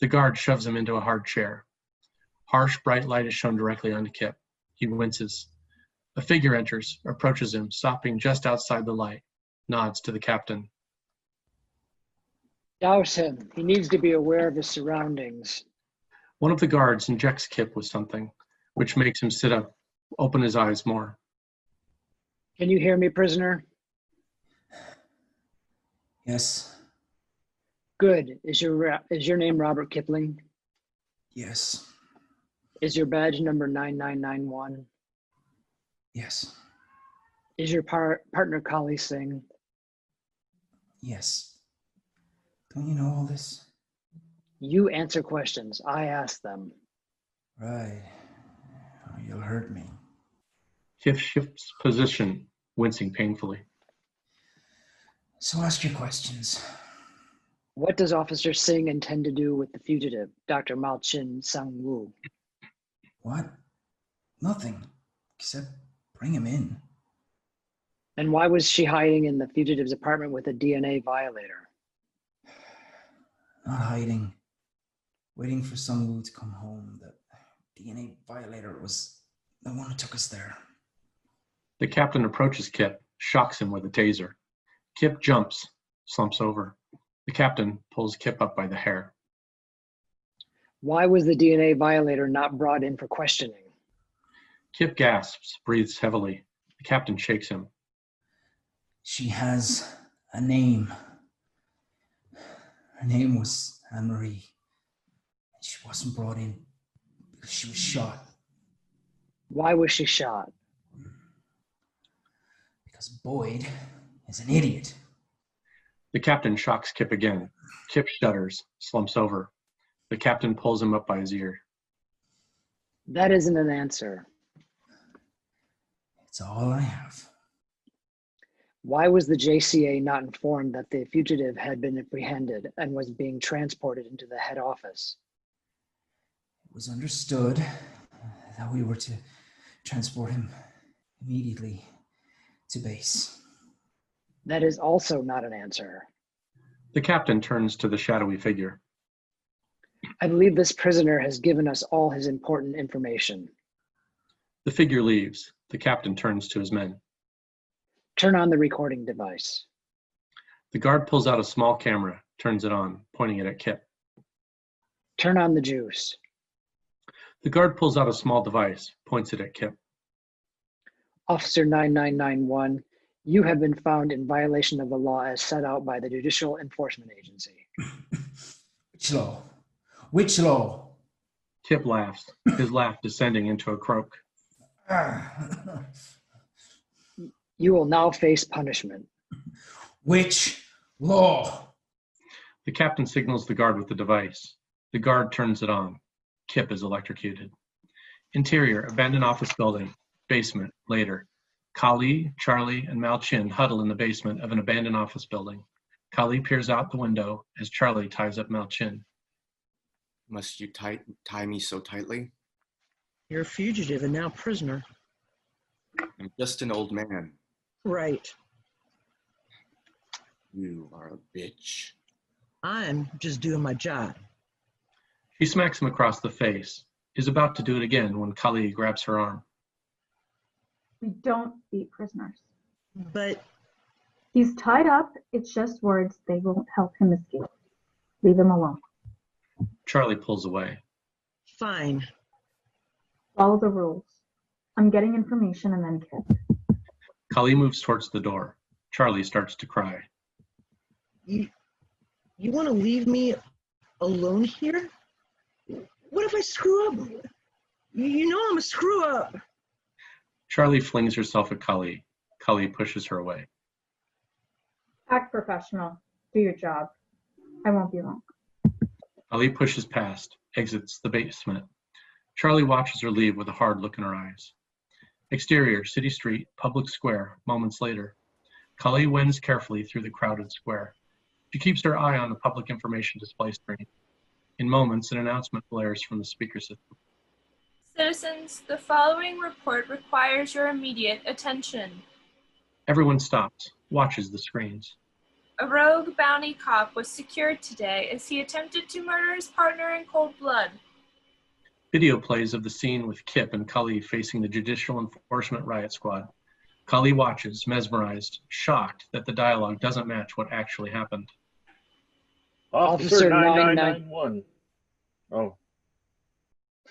[SPEAKER 5] The guard shoves him into a hard chair. Harsh, bright light is shown directly onto Kip. He winces. A figure enters, approaches him, stopping just outside the light, nods to the captain.
[SPEAKER 18] Douse him. He needs to be aware of his surroundings.
[SPEAKER 5] One of the guards injects Kip with something, which makes him sit up, open his eyes more.
[SPEAKER 18] Can you hear me, prisoner?
[SPEAKER 7] Yes.
[SPEAKER 18] Good. Is your ra- is your name Robert Kipling?
[SPEAKER 7] Yes.
[SPEAKER 18] Is your badge number 9991?
[SPEAKER 7] Yes.
[SPEAKER 18] Is your par- partner Kali Singh?
[SPEAKER 7] Yes. Don't you know all this?
[SPEAKER 18] You answer questions. I ask them.
[SPEAKER 7] Right. Oh, You'll hurt me.
[SPEAKER 5] Kip shifts position, wincing painfully.
[SPEAKER 7] So ask your questions.
[SPEAKER 18] What does Officer Singh intend to do with the fugitive, Dr. Mao Chin Sung Wu?
[SPEAKER 7] What? Nothing. Except bring him in.
[SPEAKER 18] And why was she hiding in the fugitive's apartment with a DNA violator?
[SPEAKER 7] Not hiding. Waiting for Sung Woo to come home. The DNA violator was the one who took us there.
[SPEAKER 5] The captain approaches Kip, shocks him with a taser. Kip jumps, slumps over. The captain pulls Kip up by the hair.
[SPEAKER 18] Why was the DNA violator not brought in for questioning?
[SPEAKER 5] Kip gasps, breathes heavily. The captain shakes him.
[SPEAKER 7] She has a name. Her name was Anne Marie. She wasn't brought in because she was shot
[SPEAKER 18] Why was she shot?
[SPEAKER 7] because Boyd is an idiot.
[SPEAKER 5] The captain shocks Kip again. Kip shudders, slumps over. The captain pulls him up by his ear.
[SPEAKER 18] That isn't an answer.
[SPEAKER 7] It's all I have.
[SPEAKER 18] Why was the JCA not informed that the fugitive had been apprehended and was being transported into the head office?
[SPEAKER 7] It was understood that we were to transport him immediately to base.
[SPEAKER 18] That is also not an answer.
[SPEAKER 5] The captain turns to the shadowy figure.
[SPEAKER 18] I believe this prisoner has given us all his important information.
[SPEAKER 5] The figure leaves. The captain turns to his men.
[SPEAKER 18] Turn on the recording device.
[SPEAKER 5] The guard pulls out a small camera, turns it on, pointing it at Kip.
[SPEAKER 18] Turn on the juice.
[SPEAKER 5] The guard pulls out a small device, points it at Kip.
[SPEAKER 18] Officer 9991, you have been found in violation of the law as set out by the Judicial Enforcement Agency.
[SPEAKER 7] Which law? Which law?
[SPEAKER 5] Kip laughs, his laugh descending into a croak.
[SPEAKER 7] Ah.
[SPEAKER 18] You will now face punishment.
[SPEAKER 7] Which law?
[SPEAKER 5] The captain signals the guard with the device. The guard turns it on. Kip is electrocuted. Interior, abandoned office building, basement, later. Kali, Charlie, and Mal Chin huddle in the basement of an abandoned office building. Kali peers out the window as Charlie ties up Mal Chin.
[SPEAKER 9] Must you tie, tie me so tightly?
[SPEAKER 16] You're a fugitive and now prisoner.
[SPEAKER 9] I'm just an old man.
[SPEAKER 16] Right.
[SPEAKER 9] You are a bitch.
[SPEAKER 16] I'm just doing my job.
[SPEAKER 5] She smacks him across the face, is about to do it again when Kali grabs her arm.
[SPEAKER 2] We don't beat prisoners.
[SPEAKER 16] But
[SPEAKER 2] He's tied up.
[SPEAKER 6] It's just words. They won't help him escape. Leave him alone.
[SPEAKER 5] Charlie pulls away.
[SPEAKER 16] fine.
[SPEAKER 6] Follow the rules.
[SPEAKER 2] I'm getting information and then kill.
[SPEAKER 5] Kali moves towards the door. Charlie starts to cry.
[SPEAKER 16] You, you want to leave me alone here? What if I screw up? You, you know I'm a screw up.
[SPEAKER 5] Charlie flings herself at Kali. Kali pushes her away.
[SPEAKER 2] Act professional. Do your job. I won't be long.
[SPEAKER 5] Ali pushes past, exits the basement. Charlie watches her leave with a hard look in her eyes. Exterior, city street, public square, moments later. Kali wends carefully through the crowded square. She keeps her eye on the public information display screen. In moments, an announcement blares from the speaker system.
[SPEAKER 11] Citizens, the following report requires your immediate attention.
[SPEAKER 5] Everyone stops, watches the screens.
[SPEAKER 11] A rogue bounty cop was secured today as he attempted to murder his partner in cold blood.
[SPEAKER 5] Video plays of the scene with Kip and Kali facing the Judicial Enforcement Riot Squad. Kali watches, mesmerized, shocked that the dialogue doesn't match what actually happened.
[SPEAKER 10] Officer
[SPEAKER 18] Officer
[SPEAKER 10] 9991. Oh.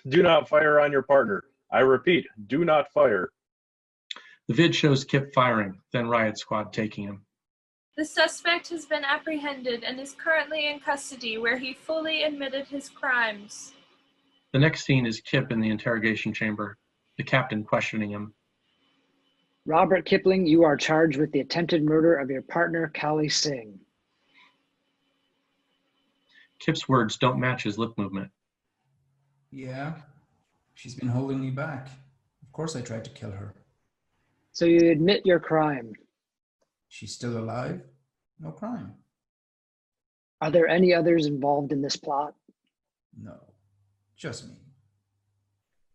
[SPEAKER 10] Do not fire on your partner. I repeat, do not fire.
[SPEAKER 5] The vid shows Kip firing, then Riot Squad taking him.
[SPEAKER 11] The suspect has been apprehended and is currently in custody where he fully admitted his crimes.
[SPEAKER 5] The next scene is Kip in the interrogation chamber, the captain questioning him.
[SPEAKER 18] Robert Kipling, you are charged with the attempted murder of your partner, Kali Singh.
[SPEAKER 5] Kip's words don't match his lip movement.
[SPEAKER 7] Yeah, she's been holding me back. Of course, I tried to kill her.
[SPEAKER 18] So you admit your crime.
[SPEAKER 7] She's still alive. No crime.
[SPEAKER 18] Are there any others involved in this plot?
[SPEAKER 7] No, just me.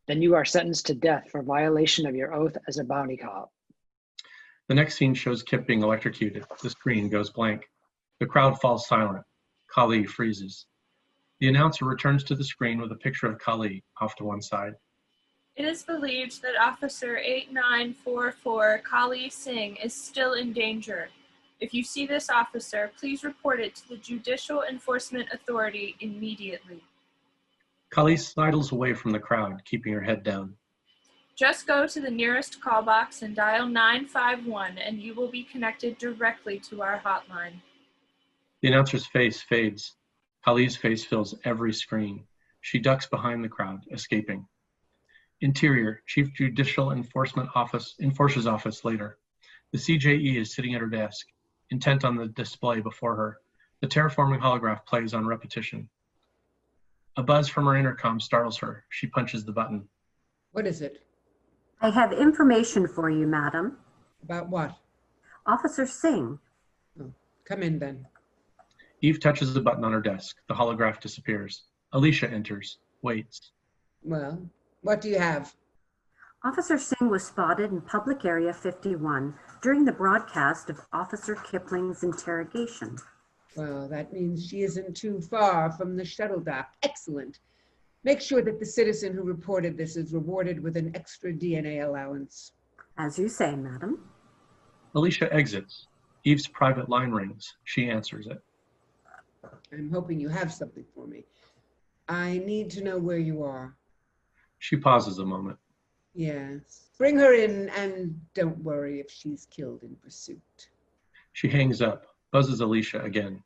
[SPEAKER 18] Then you are sentenced to death for violation of your oath as a bounty cop.
[SPEAKER 5] The next scene shows Kip being electrocuted. The screen goes blank. The crowd falls silent. Kali freezes. The announcer returns to the screen with a picture of Kali off to one side.
[SPEAKER 11] It is believed that Officer 8944 Kali Singh is still in danger. If you see this officer, please report it to the Judicial Enforcement Authority immediately.
[SPEAKER 5] Kali sidles away from the crowd, keeping her head down.
[SPEAKER 11] Just go to the nearest call box and dial 951, and you will be connected directly to our hotline.
[SPEAKER 5] The announcer's face fades. Kali's face fills every screen. She ducks behind the crowd, escaping. Interior, Chief Judicial Enforcement Office, Enforcer's Office later. The CJE is sitting at her desk, intent on the display before her. The terraforming holograph plays on repetition. A buzz from her intercom startles her. She punches the button.
[SPEAKER 13] What is it?
[SPEAKER 15] I have information for you, madam.
[SPEAKER 13] About what? Oh,
[SPEAKER 15] Officer Singh.
[SPEAKER 13] Come in then.
[SPEAKER 5] Eve touches the button on her desk. The holograph disappears. Alicia enters, waits.
[SPEAKER 13] Well, what do you have?
[SPEAKER 15] Officer Singh was spotted in Public Area 51 during the broadcast of Officer Kipling's interrogation.
[SPEAKER 13] Well, that means she isn't too far from the shuttle dock. Excellent. Make sure that the citizen who reported this is rewarded with an extra DNA allowance.
[SPEAKER 15] As you say, madam.
[SPEAKER 5] Alicia exits. Eve's private line rings. She answers it.
[SPEAKER 13] I'm hoping you have something for me. I need to know where you are.
[SPEAKER 5] She pauses a moment.
[SPEAKER 13] Yes. Bring her in and don't worry if she's killed in pursuit.
[SPEAKER 5] She hangs up, buzzes Alicia again.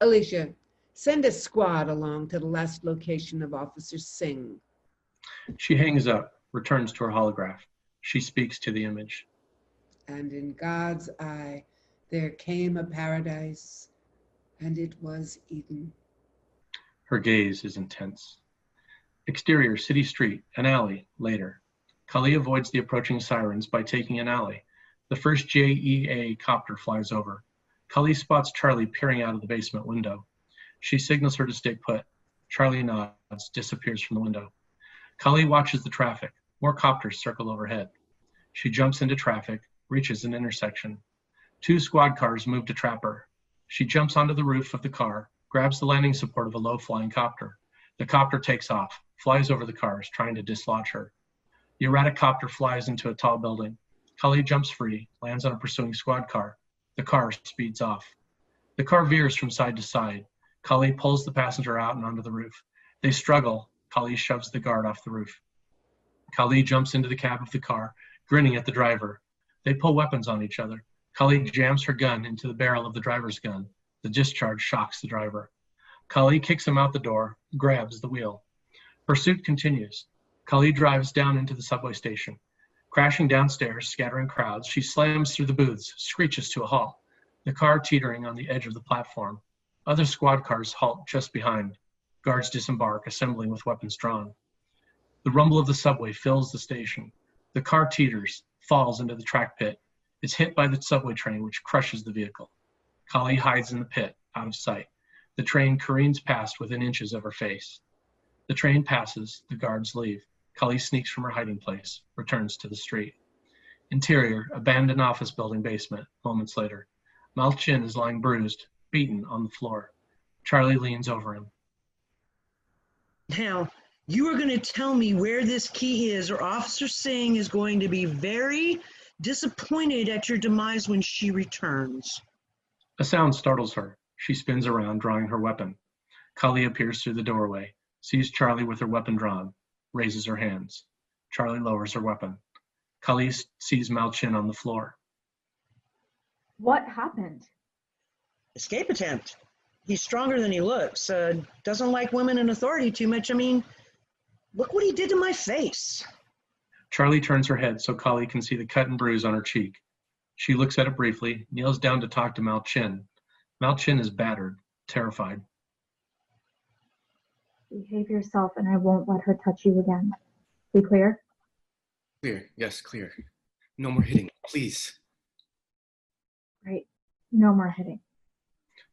[SPEAKER 13] Alicia, send a squad along to the last location of Officer Singh.
[SPEAKER 5] She hangs up, returns to her holograph. She speaks to the image.
[SPEAKER 13] And in God's eye, there came a paradise, and it was Eden.
[SPEAKER 5] Her gaze is intense. Exterior, city street, an alley, later. Kali avoids the approaching sirens by taking an alley. The first JEA copter flies over. Kali spots Charlie peering out of the basement window. She signals her to stay put. Charlie nods, disappears from the window. Kali watches the traffic. More copters circle overhead. She jumps into traffic, reaches an intersection. Two squad cars move to trap her. She jumps onto the roof of the car, grabs the landing support of a low flying copter. The copter takes off, flies over the cars, trying to dislodge her. The erratic copter flies into a tall building. Kali jumps free, lands on a pursuing squad car. The car speeds off. The car veers from side to side. Kali pulls the passenger out and onto the roof. They struggle. Kali shoves the guard off the roof. Kali jumps into the cab of the car, grinning at the driver. They pull weapons on each other. Kali jams her gun into the barrel of the driver's gun. The discharge shocks the driver. Kali kicks him out the door, grabs the wheel. Pursuit continues. Kali drives down into the subway station. Crashing downstairs, scattering crowds, she slams through the booths, screeches to a halt, the car teetering on the edge of the platform. Other squad cars halt just behind. Guards disembark, assembling with weapons drawn. The rumble of the subway fills the station. The car teeters, falls into the track pit, is hit by the subway train, which crushes the vehicle. Kali hides in the pit, out of sight. The train careens past within inches of her face. The train passes, the guards leave. Kali sneaks from her hiding place, returns to the street. Interior, abandoned office building basement, moments later. Malchin is lying bruised, beaten on the floor. Charlie leans over him.
[SPEAKER 16] Now, you are going to tell me where this key is, or Officer Singh is going to be very disappointed at your demise when she returns.
[SPEAKER 5] A sound startles her. She spins around, drawing her weapon. Kali appears through the doorway, sees Charlie with her weapon drawn, raises her hands. Charlie lowers her weapon. Kali s- sees Malchin on the floor.
[SPEAKER 2] What happened?
[SPEAKER 16] Escape attempt. He's stronger than he looks. Uh, doesn't like women in authority too much. I mean, look what he did to my face.
[SPEAKER 5] Charlie turns her head so Kali can see the cut and bruise on her cheek. She looks at it briefly, kneels down to talk to Malchin. Malchin is battered, terrified.
[SPEAKER 6] Behave yourself, and I won't let her touch you again. We clear?
[SPEAKER 9] Clear. Yes, clear. No more hitting, please.
[SPEAKER 6] Right. No more hitting.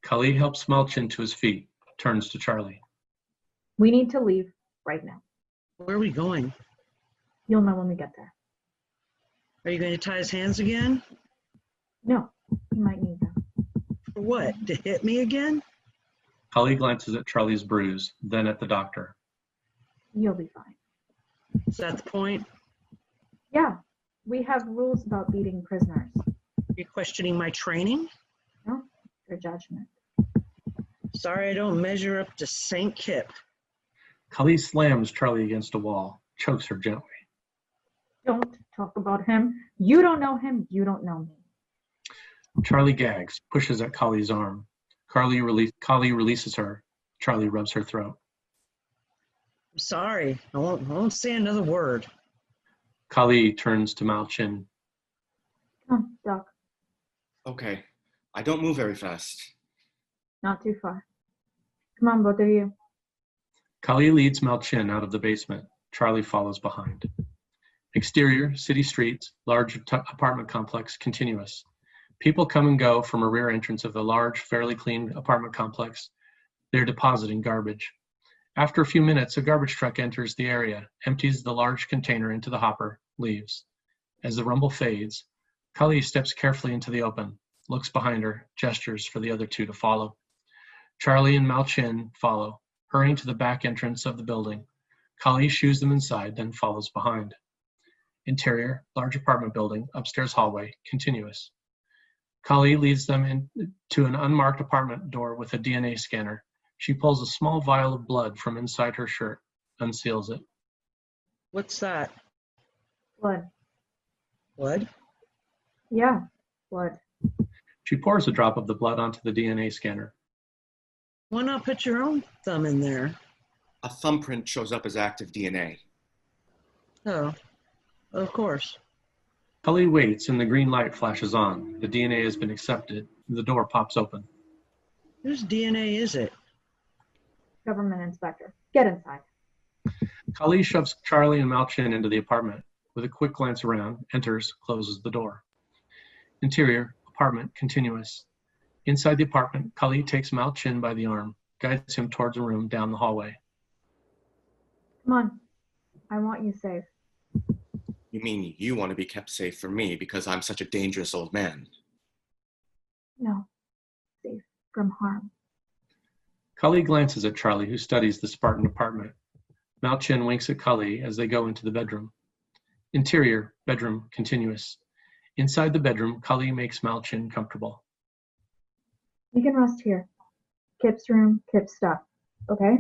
[SPEAKER 5] Kali helps Malchin to his feet, turns to Charlie.
[SPEAKER 2] We need to leave right now.
[SPEAKER 16] Where are we going?
[SPEAKER 2] You'll know when we get there.
[SPEAKER 16] Are you going to tie his hands again?
[SPEAKER 2] No, you might need them.
[SPEAKER 16] For what? To hit me again?
[SPEAKER 5] Kali glances at Charlie's bruise, then at the doctor.
[SPEAKER 2] You'll be fine.
[SPEAKER 16] Is that the point?
[SPEAKER 2] Yeah, we have rules about beating prisoners.
[SPEAKER 16] You're questioning my training?
[SPEAKER 6] No, your judgment.
[SPEAKER 16] Sorry I don't measure up to St. Kip.
[SPEAKER 5] Kali slams Charlie against a wall, chokes her gently.
[SPEAKER 2] Don't talk about him. You don't know him. You don't know me.
[SPEAKER 5] Charlie gags, pushes at Kali's arm. Carly release, Kali releases her. Charlie rubs her throat.
[SPEAKER 16] I'm sorry. I won't, I won't say another word.
[SPEAKER 5] Kali turns to Malchin.
[SPEAKER 6] Come, Doc.
[SPEAKER 9] Okay, I don't move very fast.
[SPEAKER 6] Not too far. Come on, both of you.
[SPEAKER 5] Kali leads Malchin out of the basement. Charlie follows behind. Exterior, city streets, large t- apartment complex, continuous. People come and go from a rear entrance of the large, fairly clean apartment complex. They're depositing garbage. After a few minutes, a garbage truck enters the area, empties the large container into the hopper, leaves. As the rumble fades, Kali steps carefully into the open, looks behind her, gestures for the other two to follow. Charlie and Malchin follow, hurrying to the back entrance of the building. Kali shoos them inside, then follows behind. Interior, large apartment building, upstairs hallway, continuous. Kali leads them in to an unmarked apartment door with a DNA scanner. She pulls a small vial of blood from inside her shirt, unseals it.
[SPEAKER 16] What's that?
[SPEAKER 6] Blood.
[SPEAKER 16] Blood?
[SPEAKER 6] Yeah, blood.
[SPEAKER 5] She pours a drop of the blood onto the DNA scanner.
[SPEAKER 16] Why not put your own thumb in there?
[SPEAKER 9] A thumbprint shows up as active DNA.
[SPEAKER 16] Oh, of course.
[SPEAKER 5] Cully waits and the green light flashes on. The DNA has been accepted. The door pops open.
[SPEAKER 16] Whose DNA is it?
[SPEAKER 6] Government inspector. Get inside.
[SPEAKER 5] Cully shoves Charlie and Malchin into the apartment. With a quick glance around, enters, closes the door. Interior, apartment, continuous. Inside the apartment, Cully takes Malchin by the arm, guides him towards a room down the hallway.
[SPEAKER 6] Come on. I want you safe.
[SPEAKER 9] You mean you want to be kept safe from me because I'm such a dangerous old man?
[SPEAKER 6] No, safe from harm.
[SPEAKER 5] Cully glances at Charlie, who studies the Spartan apartment. Malchin winks at Cully as they go into the bedroom. Interior, bedroom, continuous. Inside the bedroom, Cully makes Malchin comfortable.
[SPEAKER 6] You can rest here. Kip's room, Kip's stuff. Okay?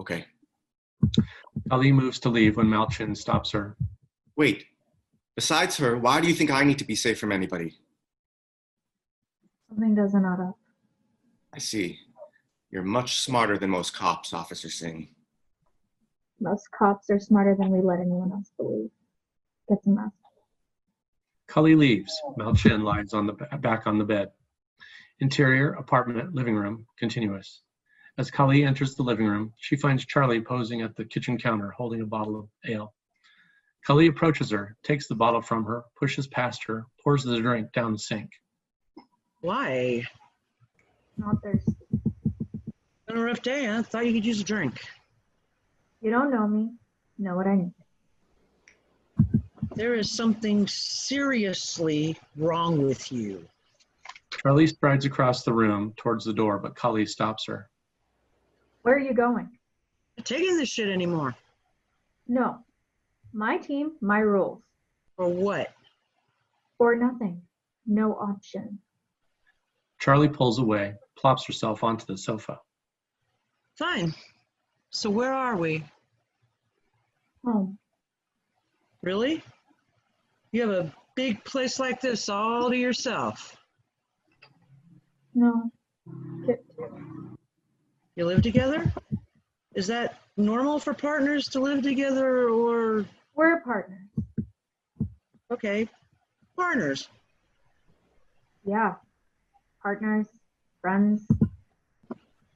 [SPEAKER 9] Okay.
[SPEAKER 5] Cully moves to leave when Malchin stops her.
[SPEAKER 9] Wait, besides her, why do you think I need to be safe from anybody?
[SPEAKER 6] Something doesn't add up.
[SPEAKER 9] I see. You're much smarter than most cops, Officer Singh.
[SPEAKER 6] Most cops are smarter than we let anyone else believe. Get some rest.
[SPEAKER 5] Cully leaves. Malchin lies on the back on the bed. Interior, apartment, living room, continuous. As Kali enters the living room, she finds Charlie posing at the kitchen counter holding a bottle of ale. Kali approaches her, takes the bottle from her, pushes past her, pours the drink down the sink.
[SPEAKER 16] Why?
[SPEAKER 6] Not thirsty.
[SPEAKER 16] Been a rough day, huh? Thought you could use a drink.
[SPEAKER 6] You don't know me. Know what I need.
[SPEAKER 16] There is something seriously wrong with you.
[SPEAKER 5] Charlie strides across the room towards the door, but Kali stops her.
[SPEAKER 6] Where are you going?
[SPEAKER 16] Not taking this shit anymore.
[SPEAKER 6] No. My team, my rules.
[SPEAKER 16] For what?
[SPEAKER 6] Or nothing. No option.
[SPEAKER 5] Charlie pulls away, plops herself onto the sofa.
[SPEAKER 16] Fine. So where are we?
[SPEAKER 6] Home.
[SPEAKER 16] Really? You have a big place like this all to yourself.
[SPEAKER 6] No. Kip
[SPEAKER 16] You live together? Is that normal for partners to live together or?
[SPEAKER 6] We're partners.
[SPEAKER 16] Okay. Partners.
[SPEAKER 6] Yeah. Partners, friends.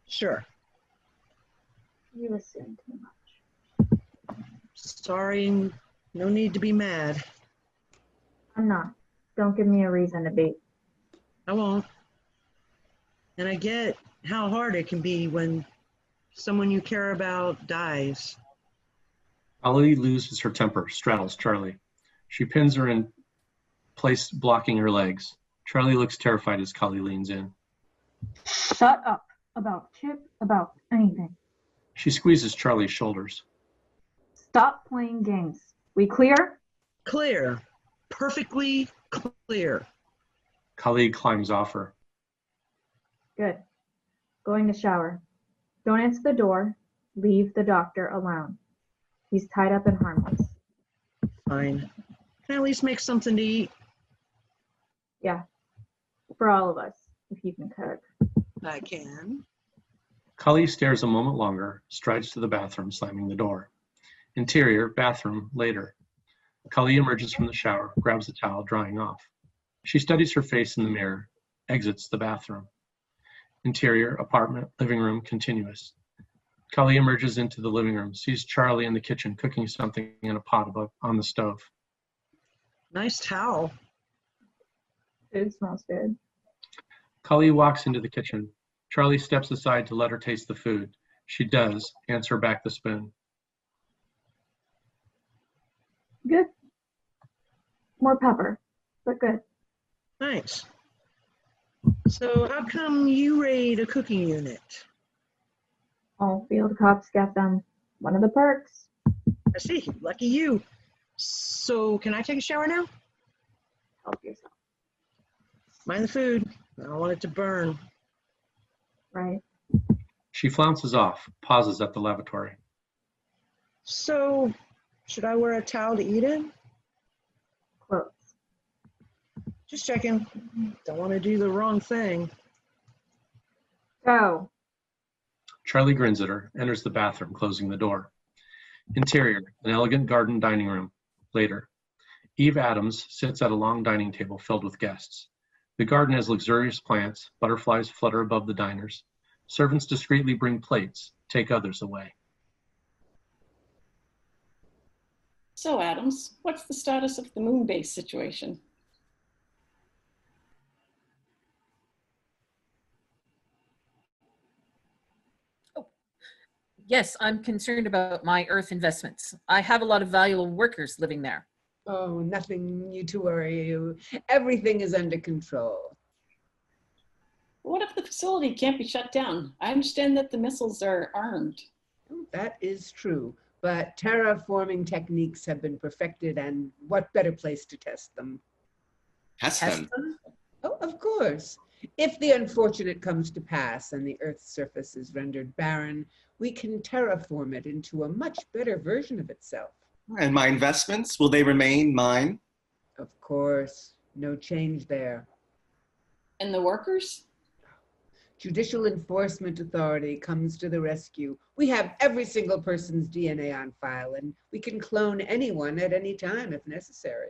[SPEAKER 16] Sure.
[SPEAKER 6] You assume too much.
[SPEAKER 16] Sorry, no need to be mad.
[SPEAKER 6] I'm not. Don't give me a reason to be.
[SPEAKER 16] I won't. And I get how hard it can be when someone you care about dies.
[SPEAKER 5] Kali loses her temper, straddles Charlie. She pins her in place, blocking her legs. Charlie looks terrified as Kali leans in.
[SPEAKER 2] Shut up about Chip, about anything.
[SPEAKER 5] She squeezes Charlie's shoulders.
[SPEAKER 2] Stop playing games. We clear?
[SPEAKER 16] Clear. Perfectly clear.
[SPEAKER 5] Colleague climbs off her.
[SPEAKER 2] Good. Going to shower. Don't answer the door. Leave the doctor alone. He's tied up and harmless.
[SPEAKER 16] Fine. Can I at least make something to eat?
[SPEAKER 2] Yeah. For all of us, if you can cook.
[SPEAKER 16] I can.
[SPEAKER 5] Kali stares a moment longer, strides to the bathroom, slamming the door. Interior, bathroom, later. Kali emerges from the shower, grabs a towel, drying off. She studies her face in the mirror, exits the bathroom. Interior, apartment, living room, continuous. Kali emerges into the living room, sees Charlie in the kitchen cooking something in a pot above on the stove.
[SPEAKER 16] Nice towel.
[SPEAKER 2] Food smells good.
[SPEAKER 5] Kali walks into the kitchen. Charlie steps aside to let her taste the food. She does, hands her back the spoon.
[SPEAKER 2] Good. More pepper, but good.
[SPEAKER 16] Nice. So, how come you raid a cooking unit?
[SPEAKER 2] All field cops get them. One of the perks.
[SPEAKER 16] I see. Lucky you. So, can I take a shower now?
[SPEAKER 2] Help yourself.
[SPEAKER 16] Mind the food. I don't want it to burn.
[SPEAKER 2] Right.
[SPEAKER 5] She flounces off, pauses at the lavatory.
[SPEAKER 16] So, should I wear a towel to eat in?
[SPEAKER 2] Close.
[SPEAKER 16] Just checking. Don't want to do the wrong thing.
[SPEAKER 2] Go.
[SPEAKER 5] Charlie grins at her, enters the bathroom, closing the door. Interior, an elegant garden dining room. Later, Eve Adams sits at a long dining table filled with guests. The garden has luxurious plants, butterflies flutter above the diners. Servants discreetly bring plates, take others away.
[SPEAKER 14] So, Adams, what's the status of the moon base situation?
[SPEAKER 4] Yes, I'm concerned about my Earth investments. I have a lot of valuable workers living there.
[SPEAKER 13] Oh, nothing you to worry you. Everything is under control.
[SPEAKER 14] What if the facility can't be shut down? I understand that the missiles are armed.
[SPEAKER 13] Oh, That is true, but terraforming techniques have been perfected, and what better place to test them?
[SPEAKER 9] Test, them.
[SPEAKER 13] Oh, of course. If the unfortunate comes to pass and the Earth's surface is rendered barren, we can terraform it into a much better version of itself.
[SPEAKER 9] And my investments, will they remain mine?
[SPEAKER 13] Of course, no change there.
[SPEAKER 14] And the workers?
[SPEAKER 13] Judicial Enforcement Authority comes to the rescue. We have every single person's DNA on file, and we can clone anyone at any time if necessary.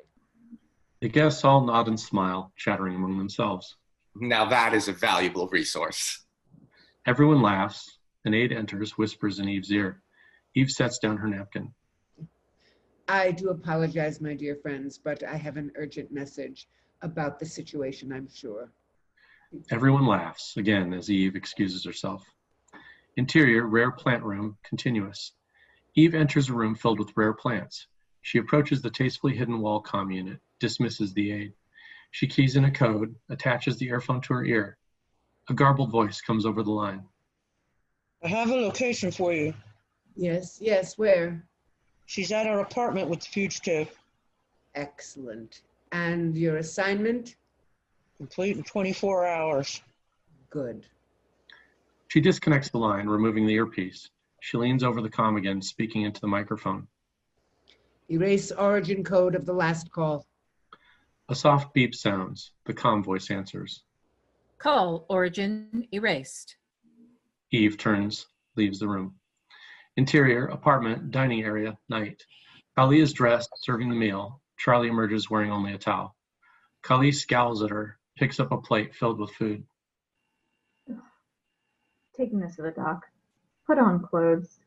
[SPEAKER 5] The guests all nod and smile, chattering among themselves.
[SPEAKER 9] Now that is a valuable resource.
[SPEAKER 5] Everyone laughs. An aide enters, whispers in Eve's ear. Eve sets down her napkin.
[SPEAKER 13] I do apologize, my dear friends, but I have an urgent message about the situation, I'm sure.
[SPEAKER 5] Everyone laughs again as Eve excuses herself. Interior, rare plant room, continuous. Eve enters a room filled with rare plants. She approaches the tastefully hidden wall comm unit, dismisses the aide. She keys in a code, attaches the earphone to her ear. A garbled voice comes over the line.
[SPEAKER 16] I have a location for you.
[SPEAKER 13] Yes, yes, where?
[SPEAKER 16] She's at our apartment with the fugitive.
[SPEAKER 13] Excellent. And your assignment?
[SPEAKER 16] Complete in 24 hours.
[SPEAKER 13] Good.
[SPEAKER 5] She disconnects the line, removing the earpiece. She leans over the comm again, speaking into the microphone.
[SPEAKER 13] Erase origin code of the last call.
[SPEAKER 5] A soft beep sounds. The comm voice answers.
[SPEAKER 4] Call origin erased.
[SPEAKER 5] Eve turns, leaves the room. Interior, apartment, dining area, night. Kali is dressed, serving the meal. Charlie emerges wearing only a towel. Kali scowls at her, picks up a plate filled with food.
[SPEAKER 2] Taking this to the doc. Put on clothes.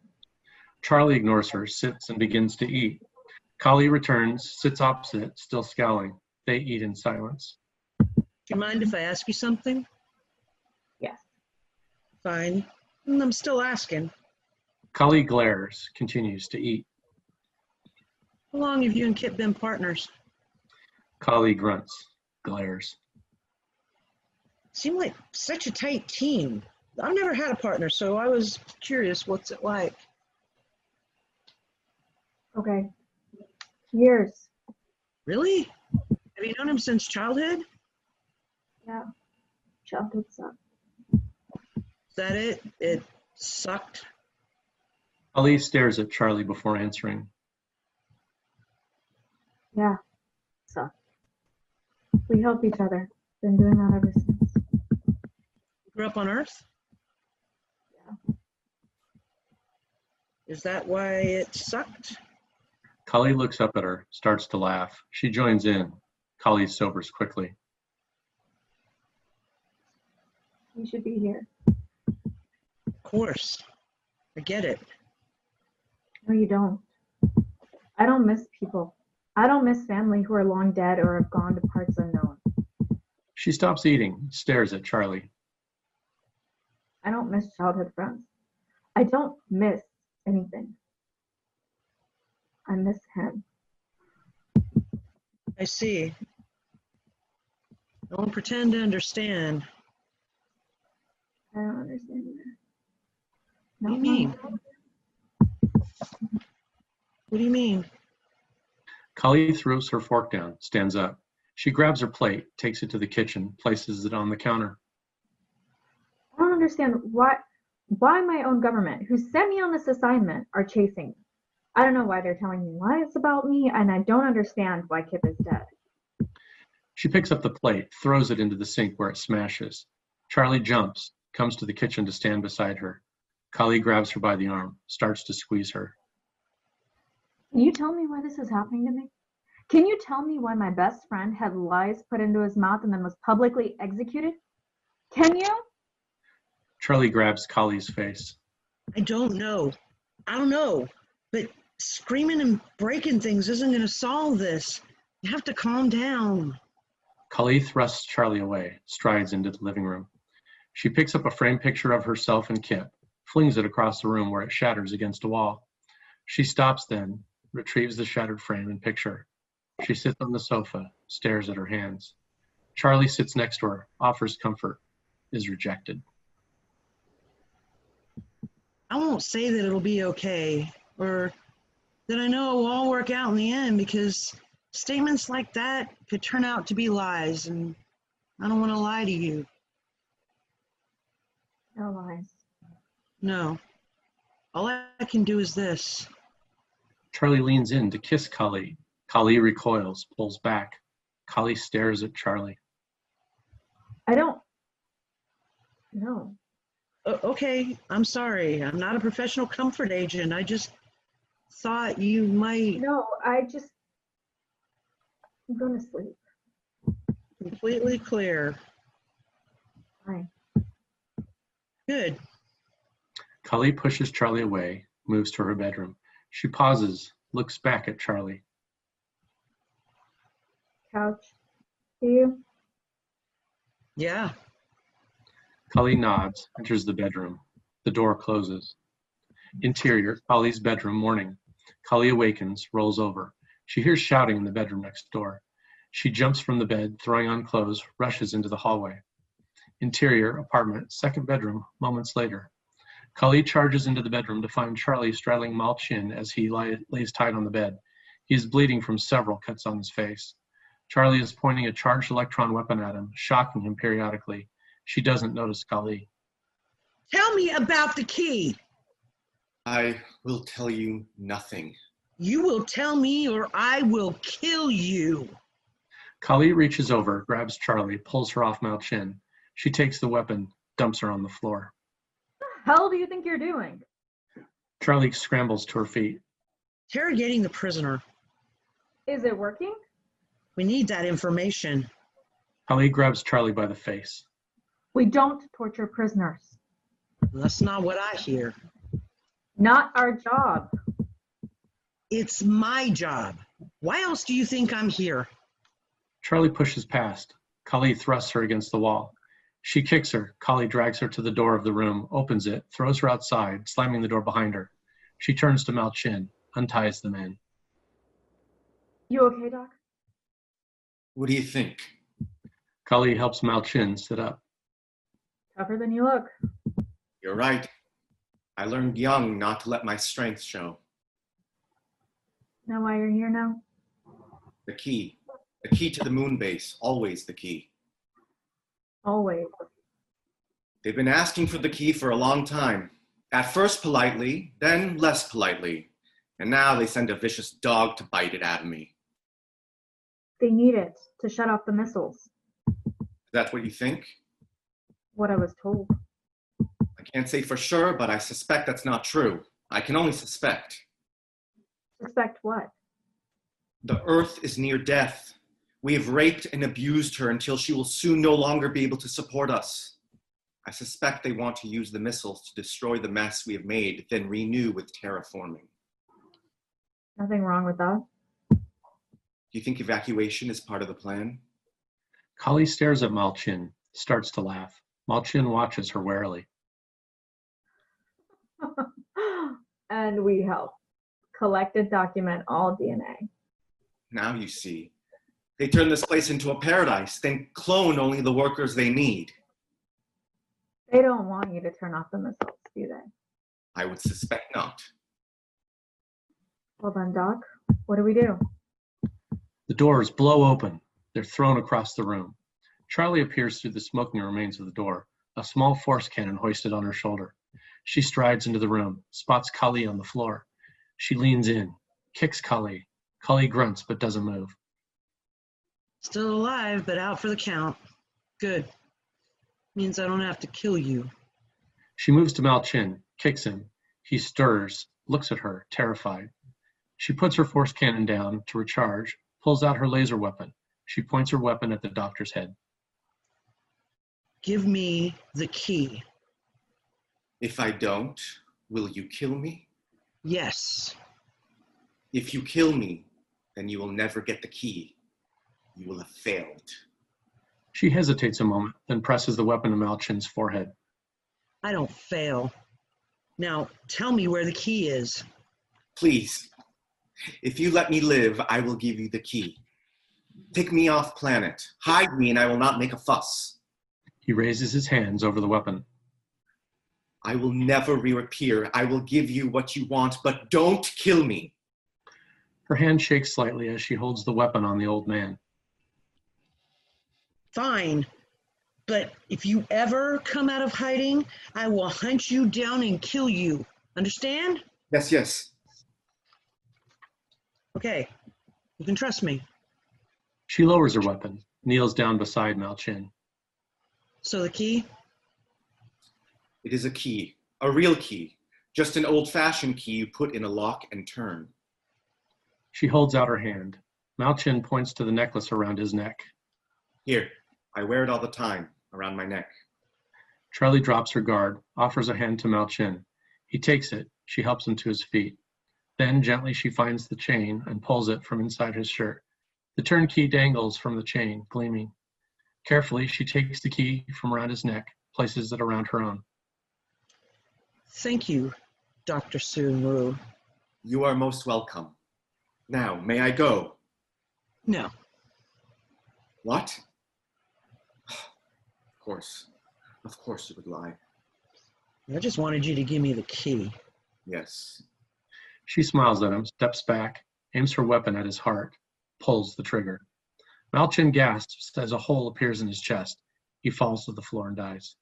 [SPEAKER 5] Charlie ignores her, sits, and begins to eat. Kali returns, sits opposite, still scowling. They eat in silence.
[SPEAKER 16] Do you mind if I ask you something?
[SPEAKER 2] Yes.
[SPEAKER 16] Fine. And I'm still asking.
[SPEAKER 5] Kali glares, continues to eat.
[SPEAKER 16] How long have you and Kip been partners?
[SPEAKER 5] Kali grunts, glares.
[SPEAKER 16] Seem like such a tight team. I've never had a partner, so I was curious what's it like.
[SPEAKER 2] Okay. Years.
[SPEAKER 16] Really? Have you known him since childhood?
[SPEAKER 6] Yeah. Childhood sucked.
[SPEAKER 16] Is that it? It sucked.
[SPEAKER 5] Ali stares at Charlie before answering.
[SPEAKER 6] Yeah. Sucked. We help each other. Been doing that ever since.
[SPEAKER 16] Grew up on Earth?
[SPEAKER 6] Yeah.
[SPEAKER 16] Is that why it sucked?
[SPEAKER 5] Kali looks up at her, starts to laugh. She joins in. Kali sobers quickly.
[SPEAKER 6] You should be here.
[SPEAKER 16] Of course. I get it.
[SPEAKER 6] No, you don't. I don't miss people. I don't miss family who are long dead or have gone to parts unknown.
[SPEAKER 5] She stops eating, stares at Charlie.
[SPEAKER 6] I don't miss childhood friends. I don't miss anything. I miss him.
[SPEAKER 16] I see. Don't pretend to understand.
[SPEAKER 6] I don't understand that.
[SPEAKER 16] What do you
[SPEAKER 6] No, no.
[SPEAKER 16] mean? What do you mean?
[SPEAKER 5] Kali throws her fork down, stands up. She grabs her plate, takes it to the kitchen, places it on the counter.
[SPEAKER 6] I don't understand why why my own government, who sent me on this assignment, are chasing me. I don't know why they're telling me lies about me, and I don't understand why Kip is dead.
[SPEAKER 5] She picks up the plate, throws it into the sink where it smashes. Charlie jumps, comes to the kitchen to stand beside her. Kali grabs her by the arm, starts to squeeze her.
[SPEAKER 6] Can you tell me why this is happening to me? Can you tell me why my best friend had lies put into his mouth and then was publicly executed? Can you?
[SPEAKER 5] Charlie grabs Kali's face.
[SPEAKER 16] I don't know. I don't know. But screaming and breaking things isn't going to solve this. You have to calm down.
[SPEAKER 5] Kali thrusts Charlie away, strides into the living room. She picks up a framed picture of herself and Kip, flings it across the room where it shatters against a wall. She stops then, retrieves the shattered frame and picture. She sits on the sofa, stares at her hands. Charlie sits next to her, offers comfort, is rejected.
[SPEAKER 16] I won't say that it'll be okay or that I know it will all work out in the end because statements like that could turn out to be lies and I don't want to lie to you.
[SPEAKER 6] No lies.
[SPEAKER 16] No. All I can do is this.
[SPEAKER 5] Charlie leans in to kiss Kali. Kali recoils, pulls back. Kali stares at Charlie.
[SPEAKER 6] I don't. No.
[SPEAKER 16] O- okay, I'm sorry. I'm not a professional comfort agent. I just thought you might
[SPEAKER 6] No, I just. I'm going to sleep.
[SPEAKER 16] completely clear.
[SPEAKER 6] Fine.
[SPEAKER 16] Good.
[SPEAKER 5] Kali pushes Charlie away, moves to her bedroom. She pauses, looks back at Charlie.
[SPEAKER 6] Couch. See you.
[SPEAKER 16] Yeah.
[SPEAKER 5] Kali nods, enters the bedroom. The door closes. Interior, Kali's bedroom, morning. Kali awakens, rolls over. She hears shouting in the bedroom next door. She jumps from the bed, throwing on clothes, rushes into the hallway. Interior, apartment, second bedroom, moments later. Kali charges into the bedroom to find Charlie straddling Mal Chin as he li- lays tied on the bed. He is bleeding from several cuts on his face. Charlie is pointing a charged electron weapon at him, shocking him periodically. She doesn't notice Kali.
[SPEAKER 16] Tell me about the key.
[SPEAKER 9] I will tell you nothing.
[SPEAKER 16] You will tell me or I will kill you.
[SPEAKER 5] Kali reaches over, grabs Charlie, pulls her off Mal Chin. She takes the weapon, dumps her on the floor.
[SPEAKER 6] What the hell do you think you're doing?
[SPEAKER 5] Charlie scrambles to her feet.
[SPEAKER 16] Interrogating the prisoner.
[SPEAKER 6] Is it working?
[SPEAKER 16] We need that information.
[SPEAKER 5] Kali grabs Charlie by the face.
[SPEAKER 6] We don't torture prisoners.
[SPEAKER 16] That's not what I hear.
[SPEAKER 6] Not our job.
[SPEAKER 16] It's my job. Why else do you think I'm here?
[SPEAKER 5] Charlie pushes past. Kali thrusts her against the wall. She kicks her. Kali drags her to the door of the room, opens it, throws her outside, slamming the door behind her. She turns to Mal Chin, unties the man.
[SPEAKER 6] You okay, Doc?
[SPEAKER 9] What do you think?
[SPEAKER 5] Kali helps Mal Chin sit up.
[SPEAKER 6] Tougher than you look.
[SPEAKER 9] You're right. I learned young not to let my strength show.
[SPEAKER 6] Know why you're here now?
[SPEAKER 9] The key. The key to the moon base. Always the key.
[SPEAKER 2] Always.
[SPEAKER 9] They've been asking for the key for a long time. At first politely, then less politely. And now they send a vicious dog to bite it out of me.
[SPEAKER 2] They need it to shut off the missiles.
[SPEAKER 9] That's what you think?
[SPEAKER 2] What I was told.
[SPEAKER 9] I can't say for sure, but I suspect that's not true. I can only suspect.
[SPEAKER 2] Suspect what?
[SPEAKER 9] The earth is near death. We have raped and abused her until she will soon no longer be able to support us. I suspect they want to use the missiles to destroy the mess we have made, then renew with terraforming.
[SPEAKER 2] Nothing wrong with that.
[SPEAKER 9] Do you think evacuation is part of the plan?
[SPEAKER 5] Kali stares at Malchin, starts to laugh. Malchin watches her warily.
[SPEAKER 2] and we help. Collect and document all DNA.
[SPEAKER 9] Now you see. They turn this place into a paradise, then clone only the workers they need.
[SPEAKER 2] They don't want you to turn off the missiles, do they?
[SPEAKER 9] I would suspect not.
[SPEAKER 2] Well then, Doc, what do we do?
[SPEAKER 5] The doors blow open. They're thrown across the room. Charlie appears through the smoking remains of the door, a small force cannon hoisted on her shoulder. She strides into the room, spots Kali on the floor. She leans in, kicks Kali. Kali grunts but doesn't move.
[SPEAKER 16] Still alive, but out for the count. Good. Means I don't have to kill you.
[SPEAKER 5] She moves to Malchin, kicks him. He stirs, looks at her, terrified. She puts her force cannon down to recharge, pulls out her laser weapon. She points her weapon at the doctor's head.
[SPEAKER 16] Give me the key.
[SPEAKER 9] If I don't, will you kill me?
[SPEAKER 16] Yes.
[SPEAKER 9] If you kill me, then you will never get the key. You will have failed.
[SPEAKER 5] She hesitates a moment, then presses the weapon to Malchin's forehead.
[SPEAKER 16] I don't fail. Now tell me where the key is.
[SPEAKER 9] Please. If you let me live, I will give you the key. Take me off planet. Hide me, and I will not make a fuss.
[SPEAKER 5] He raises his hands over the weapon.
[SPEAKER 9] I will never reappear. I will give you what you want, but don't kill me.
[SPEAKER 5] Her hand shakes slightly as she holds the weapon on the old man.
[SPEAKER 16] Fine, but if you ever come out of hiding, I will hunt you down and kill you. Understand?
[SPEAKER 9] Yes, yes.
[SPEAKER 16] Okay, you can trust me.
[SPEAKER 5] She lowers her weapon, kneels down beside Malchin.
[SPEAKER 16] So the key?
[SPEAKER 9] It is a key, a real key, just an old fashioned key you put in a lock and turn.
[SPEAKER 5] She holds out her hand. Malchin points to the necklace around his neck.
[SPEAKER 9] Here, I wear it all the time, around my neck.
[SPEAKER 5] Charlie drops her guard, offers a hand to Malchin. He takes it, she helps him to his feet. Then gently she finds the chain and pulls it from inside his shirt. The turnkey dangles from the chain, gleaming. Carefully, she takes the key from around his neck, places it around her own.
[SPEAKER 16] Thank you, Dr. Sunru.
[SPEAKER 9] You are most welcome. Now, may I go?
[SPEAKER 16] No.
[SPEAKER 9] What? Of course. Of course you would lie.
[SPEAKER 16] I just wanted you to give me the key.
[SPEAKER 9] Yes.
[SPEAKER 5] She smiles at him, steps back, aims her weapon at his heart, pulls the trigger. Malchin gasps as a hole appears in his chest. He falls to the floor and dies.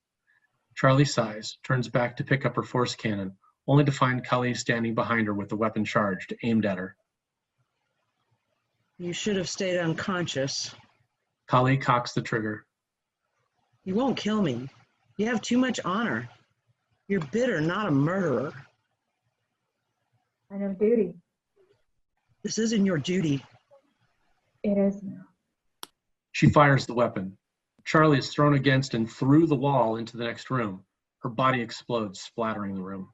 [SPEAKER 5] Charlie sighs, turns back to pick up her force cannon, only to find Kali standing behind her with the weapon charged, aimed at her.
[SPEAKER 16] You should have stayed unconscious.
[SPEAKER 5] Kali cocks the trigger.
[SPEAKER 16] You won't kill me. You have too much honor. You're bitter, not a murderer.
[SPEAKER 2] I know duty.
[SPEAKER 16] This isn't your duty.
[SPEAKER 2] It is now.
[SPEAKER 5] She fires the weapon, Charlie is thrown against and through the wall into the next room. Her body explodes, splattering the room.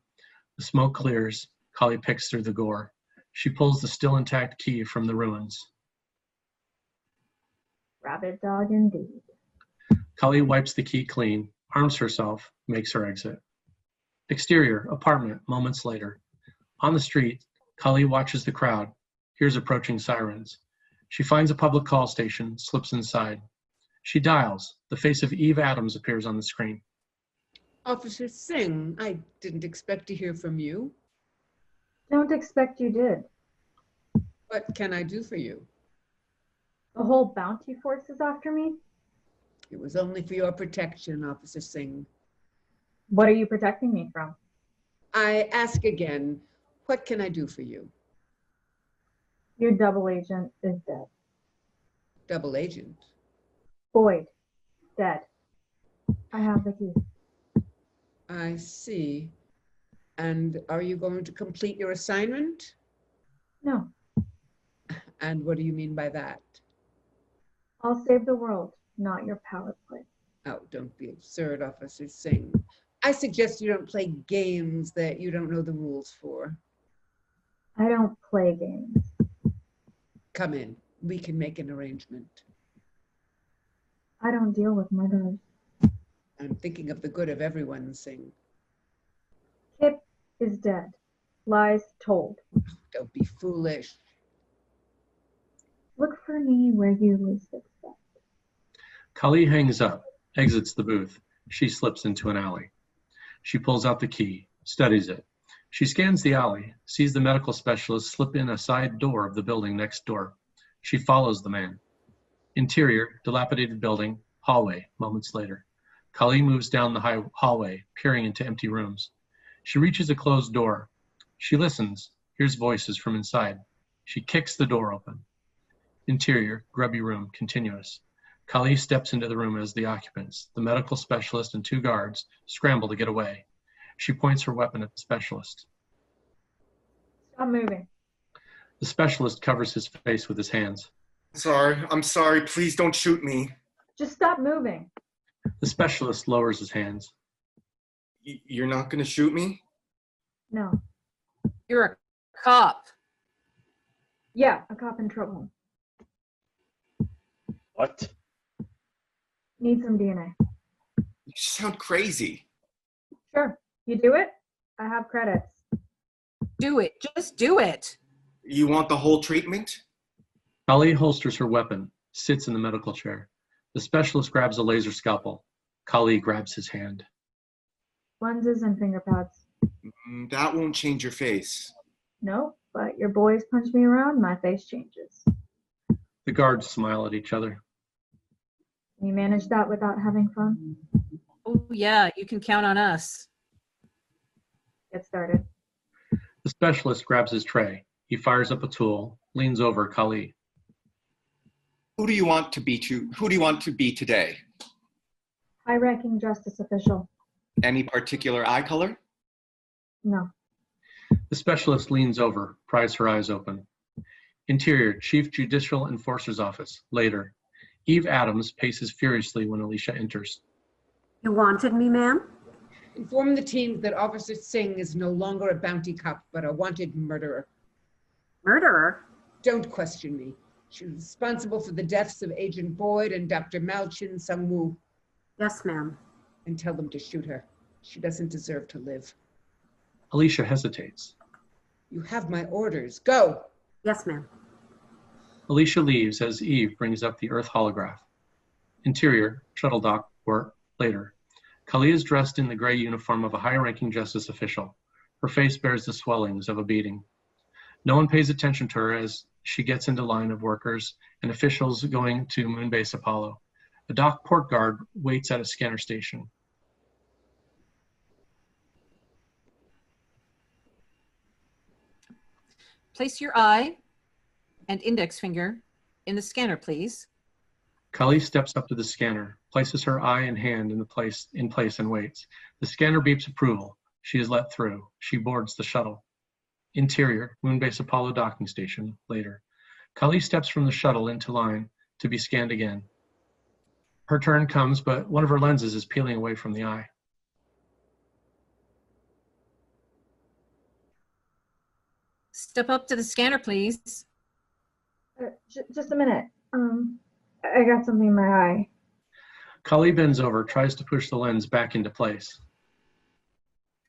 [SPEAKER 5] The smoke clears. Kali picks through the gore. She pulls the still intact key from the ruins.
[SPEAKER 2] Rabbit dog indeed.
[SPEAKER 5] Kali wipes the key clean, arms herself, makes her exit. Exterior, apartment, moments later. On the street, Kali watches the crowd, hears approaching sirens. She finds a public call station, slips inside, she dials. The face of Eve Adams appears on the screen.
[SPEAKER 13] Officer Singh, I didn't expect to hear from you.
[SPEAKER 2] Don't expect you did.
[SPEAKER 13] What can I do for you?
[SPEAKER 2] The whole bounty force is after me?
[SPEAKER 13] It was only for your protection, Officer Singh.
[SPEAKER 6] What are you protecting me from?
[SPEAKER 13] I ask again, what can I do for you?
[SPEAKER 6] Your double agent is dead.
[SPEAKER 13] Double agent.
[SPEAKER 6] Boyd, dead. I have the key.
[SPEAKER 13] I see. And are you going to complete your assignment?
[SPEAKER 6] No,
[SPEAKER 13] And what do you mean by that?
[SPEAKER 6] I'll save the world, not your power play.
[SPEAKER 13] Oh, don't be absurd, Officer Singh. I suggest you don't play games that you don't know the rules for.
[SPEAKER 6] I don't play games.
[SPEAKER 13] Come in. We can make an arrangement.
[SPEAKER 6] I don't deal with murderers.
[SPEAKER 13] I'm thinking of the good of everyone, Singh.
[SPEAKER 6] Kip is dead. Lies told.
[SPEAKER 13] Don't be foolish.
[SPEAKER 6] Look for me where you least expect.
[SPEAKER 5] Kali hangs up, exits the booth. She slips into an alley. She pulls out the key, studies it. She scans the alley, sees the medical specialist slip in a side door of the building next door. She follows the man. Interior, dilapidated building, hallway, moments later. Kali moves down the high hallway, peering into empty rooms. She reaches a closed door. She listens, hears voices from inside. She kicks the door open. Interior, grubby room, continuous. Kali steps into the room as the occupants, the medical specialist and two guards, scramble to get away. She points her weapon at the specialist.
[SPEAKER 6] Stop moving.
[SPEAKER 5] The specialist covers his face with his hands.
[SPEAKER 9] Sorry, I'm sorry. Please don't shoot me.
[SPEAKER 6] Just stop moving.
[SPEAKER 5] The specialist lowers his hands.
[SPEAKER 9] Y- You're not going to shoot me?
[SPEAKER 6] No.
[SPEAKER 4] You're a cop.
[SPEAKER 6] Yeah, a cop in trouble.
[SPEAKER 19] What?
[SPEAKER 6] Need some DNA.
[SPEAKER 9] You sound crazy.
[SPEAKER 6] Sure. You do it? I have credits.
[SPEAKER 4] Do it. Just do it.
[SPEAKER 9] You want the whole treatment?
[SPEAKER 5] Kali holsters her weapon, sits in the medical chair. The specialist grabs a laser scalpel. Kali grabs his hand.
[SPEAKER 6] Lenses and finger pads.
[SPEAKER 9] Mm, That won't change your face.
[SPEAKER 6] No, but your boys punch me around, my face changes.
[SPEAKER 5] The guards smile at each other.
[SPEAKER 6] Can you manage that without having fun?
[SPEAKER 4] Oh, yeah, you can count on us.
[SPEAKER 6] Get started.
[SPEAKER 5] The specialist grabs his tray. He fires up a tool, leans over Kali.
[SPEAKER 9] Who do you want to be to? Who do you want to be today?
[SPEAKER 6] High ranking justice official.
[SPEAKER 9] Any particular eye color?
[SPEAKER 6] No.
[SPEAKER 5] The specialist leans over, pries her eyes open. Interior, Chief Judicial Enforcer's Office, later. Eve Adams paces furiously when Alicia enters.
[SPEAKER 20] You wanted me, ma'am?
[SPEAKER 13] Inform the teams that Officer Singh is no longer a bounty cop, but a wanted murderer.
[SPEAKER 20] Murderer?
[SPEAKER 13] Don't question me. She's responsible for the deaths of Agent Boyd and Dr. Malchin Sangwoo.
[SPEAKER 20] Yes, ma'am.
[SPEAKER 13] And tell them to shoot her. She doesn't deserve to live.
[SPEAKER 5] Alicia hesitates.
[SPEAKER 13] You have my orders. Go.
[SPEAKER 20] Yes, ma'am.
[SPEAKER 5] Alicia leaves as Eve brings up the Earth holograph. Interior, shuttle dock, or later. Kali is dressed in the gray uniform of a high ranking justice official. Her face bears the swellings of a beating. No one pays attention to her as she gets into line of workers and officials going to Moonbase Apollo. A dock port guard waits at a scanner station.
[SPEAKER 4] Place your eye and index finger in the scanner, please.
[SPEAKER 5] Kali steps up to the scanner, places her eye and hand in the place in place and waits. The scanner beeps approval. She is let through. She boards the shuttle. Interior, Moonbase Apollo docking station, later. Kali steps from the shuttle into line to be scanned again. Her turn comes, but one of her lenses is peeling away from the eye.
[SPEAKER 4] Step up to the scanner, please.
[SPEAKER 6] Uh, j- just a minute. Um, I I got something in my eye.
[SPEAKER 5] Kali bends over, tries to push the lens back into place.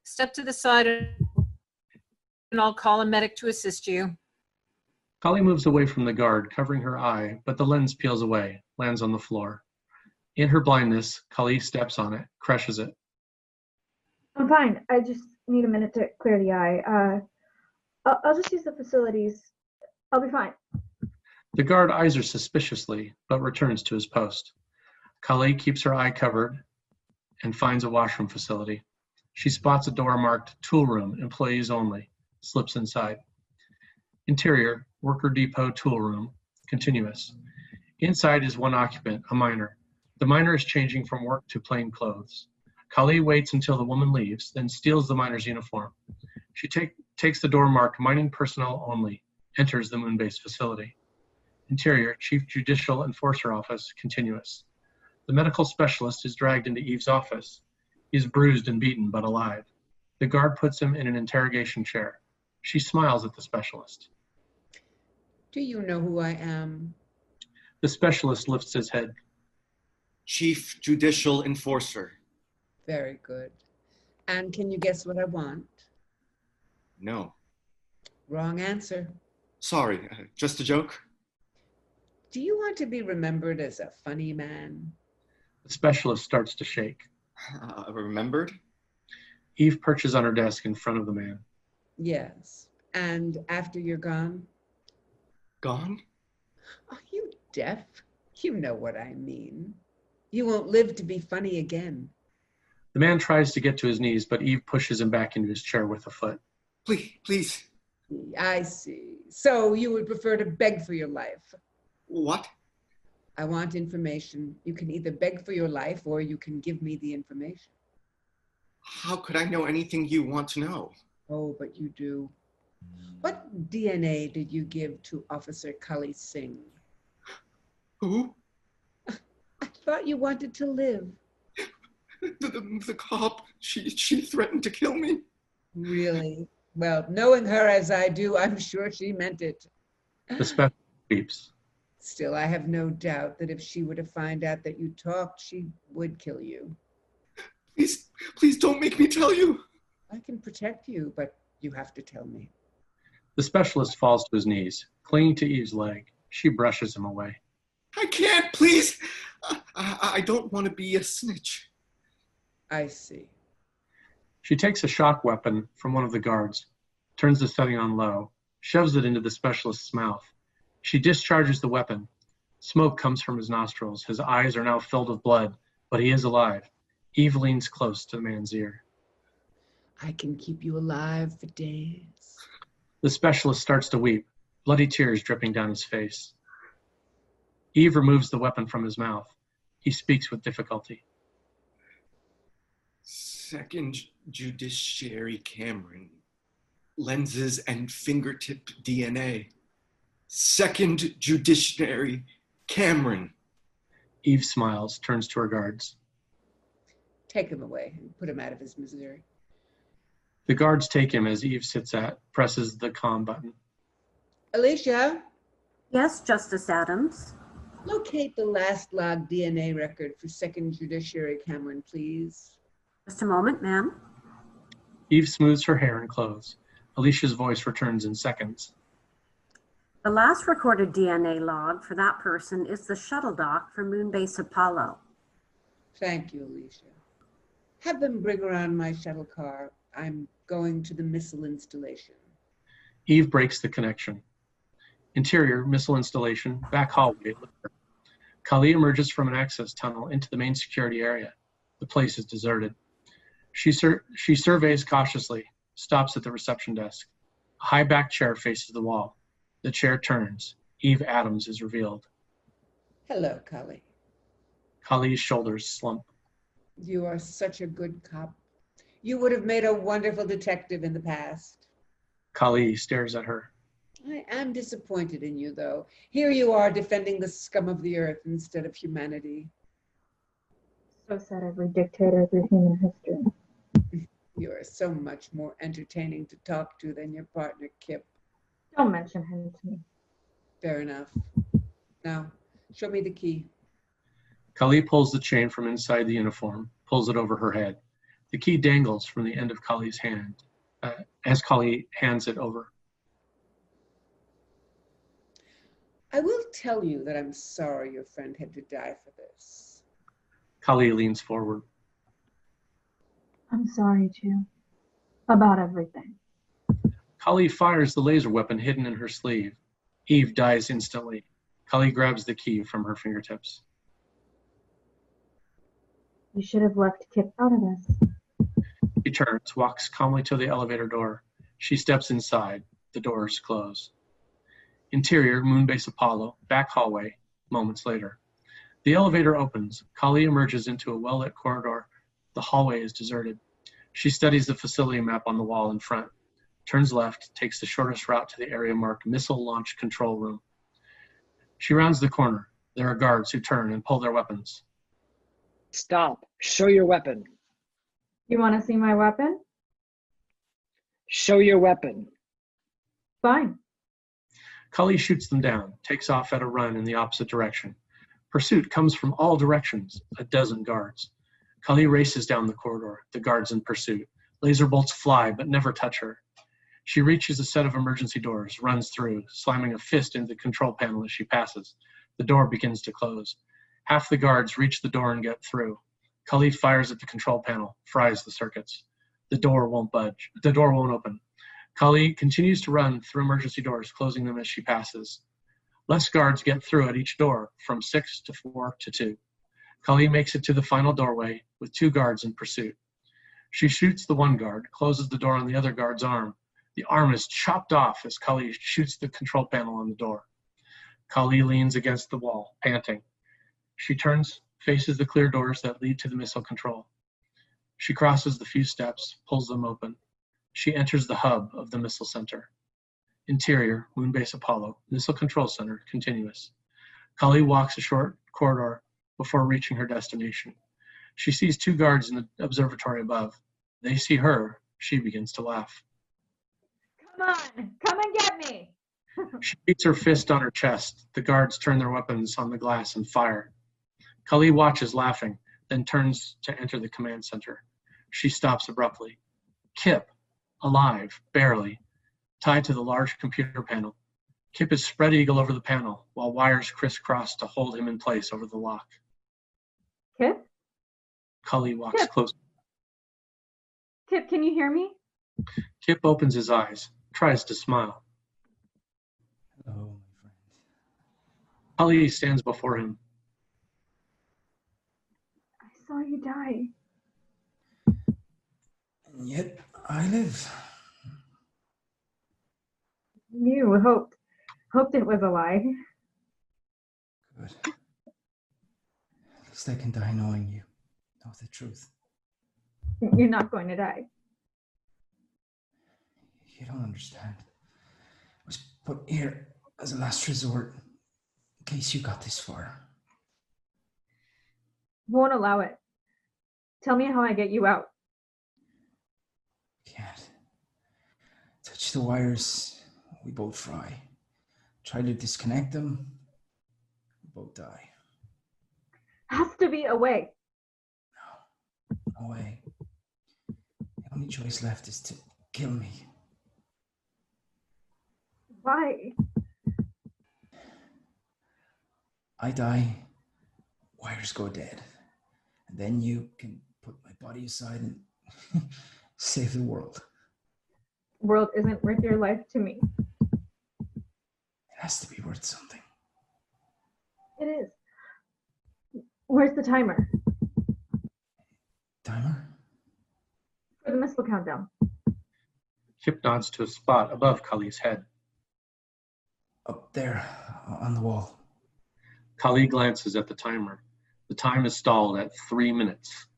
[SPEAKER 4] Step to the side and I'll call a medic to assist you.
[SPEAKER 5] Kali moves away from the guard, covering her eye, but the lens peels away, lands on the floor. In her blindness, Kali steps on it, crushes it.
[SPEAKER 6] I'm fine. I just need a minute to clear the eye. Uh, I'll, I'll just use the facilities. I'll be fine.
[SPEAKER 5] The guard eyes her suspiciously, but returns to his post. Kali keeps her eye covered and finds a washroom facility. She spots a door marked Tool Room, Employees Only, slips inside. Interior, Worker Depot Tool Room, continuous. Inside is one occupant, a miner. The miner is changing from work to plain clothes. Kali waits until the woman leaves, then steals the miner's uniform. She take, takes the door marked Mining Personnel Only, enters the moon base facility. Interior, Chief Judicial Enforcer Office, continuous. The medical specialist is dragged into Eve's office. He is bruised and beaten, but alive. The guard puts him in an interrogation chair. She smiles at the specialist.
[SPEAKER 13] Do you know who I am?
[SPEAKER 5] The specialist lifts his head.
[SPEAKER 9] Chief Judicial Enforcer.
[SPEAKER 13] Very good. And can you guess what I want?
[SPEAKER 9] No.
[SPEAKER 13] Wrong answer.
[SPEAKER 9] Sorry, uh, just a joke.
[SPEAKER 13] Do you want to be remembered as a funny man?
[SPEAKER 5] The specialist starts to shake.
[SPEAKER 9] Uh, remembered?
[SPEAKER 5] Eve perches on her desk in front of the man.
[SPEAKER 13] Yes. And after you're gone?
[SPEAKER 9] Gone?
[SPEAKER 13] Are you deaf? You know what I mean. You won't live to be funny again.
[SPEAKER 5] The man tries to get to his knees, but Eve pushes him back into his chair with a foot.
[SPEAKER 9] Please, please.
[SPEAKER 13] I see. So you would prefer to beg for your life?
[SPEAKER 9] What?
[SPEAKER 13] I want information. You can either beg for your life or you can give me the information.
[SPEAKER 9] How could I know anything you want to know?
[SPEAKER 13] Oh, but you do.
[SPEAKER 9] Mm.
[SPEAKER 13] What DNA did you give to Officer Kali Singh?
[SPEAKER 9] Who?
[SPEAKER 13] I thought you wanted to live.
[SPEAKER 9] The, the, the cop, she, she threatened to kill me.
[SPEAKER 13] Really? Well, knowing her as I do, I'm sure she meant it.
[SPEAKER 5] The specialist beeps.
[SPEAKER 13] Still, I have no doubt that if she were to find out that you talked, she would kill you.
[SPEAKER 9] Please, please don't make me tell you.
[SPEAKER 13] I can protect you, but you have to tell me.
[SPEAKER 5] The specialist falls to his knees, clinging to Eve's leg. She brushes him away.
[SPEAKER 9] I can't, please. I, I, I don't want to be a snitch.
[SPEAKER 13] I see.
[SPEAKER 5] She takes a shock weapon from one of the guards, turns the setting on low, shoves it into the specialist's mouth. She discharges the weapon. Smoke comes from his nostrils. His eyes are now filled with blood, but he is alive. Eve leans close to the man's ear.
[SPEAKER 13] I can keep you alive for days.
[SPEAKER 5] The specialist starts to weep, bloody tears dripping down his face. Eve removes the weapon from his mouth. He speaks with difficulty.
[SPEAKER 9] Second Judiciary Cameron. Lenses and fingertip DNA. Second Judiciary Cameron.
[SPEAKER 5] Eve smiles, turns to her guards.
[SPEAKER 13] Take him away and put him out of his misery.
[SPEAKER 5] The guards take him as Eve sits at, presses the com button.
[SPEAKER 13] Alicia,
[SPEAKER 15] Yes, Justice Adams.
[SPEAKER 13] locate the last log DNA record for Second Judiciary Cameron, please.
[SPEAKER 15] Just a moment, ma'am.
[SPEAKER 5] Eve smooths her hair and clothes. Alicia's voice returns in seconds.
[SPEAKER 15] The last recorded DNA log for that person is the shuttle dock for Moonbase Apollo.
[SPEAKER 13] Thank you, Alicia. Have them bring around my shuttle car. I'm going to the missile installation.
[SPEAKER 5] Eve breaks the connection. Interior, missile installation, back hallway. Kali emerges from an access tunnel into the main security area. The place is deserted. She, sur- she surveys cautiously, stops at the reception desk. A high back chair faces the wall. The chair turns. Eve Adams is revealed.
[SPEAKER 13] Hello, Cully.
[SPEAKER 5] Kali's shoulders slump.
[SPEAKER 13] You are such a good cop. You would have made a wonderful detective in the past.
[SPEAKER 5] Kali stares at her.
[SPEAKER 13] I am disappointed in you, though. Here you are defending the scum of the earth instead of humanity.
[SPEAKER 2] So said every dictator through human history.
[SPEAKER 13] You are so much more entertaining to talk to than your partner, Kip.
[SPEAKER 2] Don't mention him to me.
[SPEAKER 13] Fair enough. Now, show me the key.
[SPEAKER 5] Kali pulls the chain from inside the uniform, pulls it over her head. The key dangles from the end of Kali's hand uh, as Kali hands it over.
[SPEAKER 13] I will tell you that I'm sorry your friend had to die for this.
[SPEAKER 5] Kali leans forward.
[SPEAKER 2] I'm sorry, too. About everything.
[SPEAKER 5] Kali fires the laser weapon hidden in her sleeve. Eve dies instantly. Kali grabs the key from her fingertips.
[SPEAKER 2] You should have left Kip out of this.
[SPEAKER 5] She turns, walks calmly to the elevator door. She steps inside. The doors close. Interior, Moonbase Apollo, back hallway, moments later. The elevator opens. Kali emerges into a well lit corridor. The hallway is deserted. She studies the facility map on the wall in front, turns left, takes the shortest route to the area marked Missile Launch Control Room. She rounds the corner. There are guards who turn and pull their weapons.
[SPEAKER 18] Stop. Show your weapon.
[SPEAKER 2] You want to see my weapon?
[SPEAKER 18] Show your weapon.
[SPEAKER 2] Fine.
[SPEAKER 5] Cully shoots them down, takes off at a run in the opposite direction. Pursuit comes from all directions, a dozen guards. Cully races down the corridor, the guards in pursuit. Laser bolts fly, but never touch her. She reaches a set of emergency doors, runs through, slamming a fist into the control panel as she passes. The door begins to close. Half the guards reach the door and get through. Cully fires at the control panel, fries the circuits. The door won't budge. The door won't open. Cully continues to run through emergency doors, closing them as she passes. Less guards get through at each door, from six to four to two. Cully makes it to the final doorway with two guards in pursuit. She shoots the one guard, closes the door on the other guard's arm. The arm is chopped off as Cully shoots the control panel on the door. Cully leans against the wall, panting. She turns, faces the clear doors that lead to the missile control. She crosses the few steps, pulls them open. She enters the hub of the missile center. Interior, Moonbase Apollo, Missile Control Center, continuous. Kali walks a short corridor before reaching her destination. She sees two guards in the observatory above. They see her. She begins to laugh.
[SPEAKER 2] Come on, come and get me.
[SPEAKER 5] She beats her fist on her chest. The guards turn their weapons on the glass and fire. Kali watches, laughing, then turns to enter the command center. She stops abruptly. Kip, alive, barely, tied to the large computer panel. Kip is spread eagle over the panel, while wires crisscross to hold him in place over the lock.
[SPEAKER 2] Kip?
[SPEAKER 5] Cully walks
[SPEAKER 2] Kip.
[SPEAKER 5] close.
[SPEAKER 2] Kip, can you hear me?
[SPEAKER 5] Kip opens his eyes, tries to smile.
[SPEAKER 7] Hello.
[SPEAKER 5] Cully stands before him.
[SPEAKER 2] I saw you die.
[SPEAKER 7] And yet I live.
[SPEAKER 2] You hoped. Hoped it was a lie.
[SPEAKER 7] Good. At least I can die knowing you. Know the truth.
[SPEAKER 2] You're not going to die.
[SPEAKER 7] You don't understand. I was put here as a last resort in case you got this far.
[SPEAKER 2] Won't allow it. Tell me how I get you out.
[SPEAKER 7] Can't. Touch the wires, we both fry. Try to disconnect them, we both die.
[SPEAKER 2] Has to be a way.
[SPEAKER 7] No way. The only choice left is to kill me.
[SPEAKER 2] Why?
[SPEAKER 7] I die, wires go dead. And then you can put my body aside and save the world.
[SPEAKER 2] World isn't worth your life to me.
[SPEAKER 7] It has to be worth something.
[SPEAKER 2] It is. Where's the timer?
[SPEAKER 7] Timer?
[SPEAKER 2] For the missile countdown.
[SPEAKER 5] Kip nods to a spot above Cully's head.
[SPEAKER 7] Up there, o- on the wall.
[SPEAKER 5] Kali glances at the timer. The time is stalled at three minutes.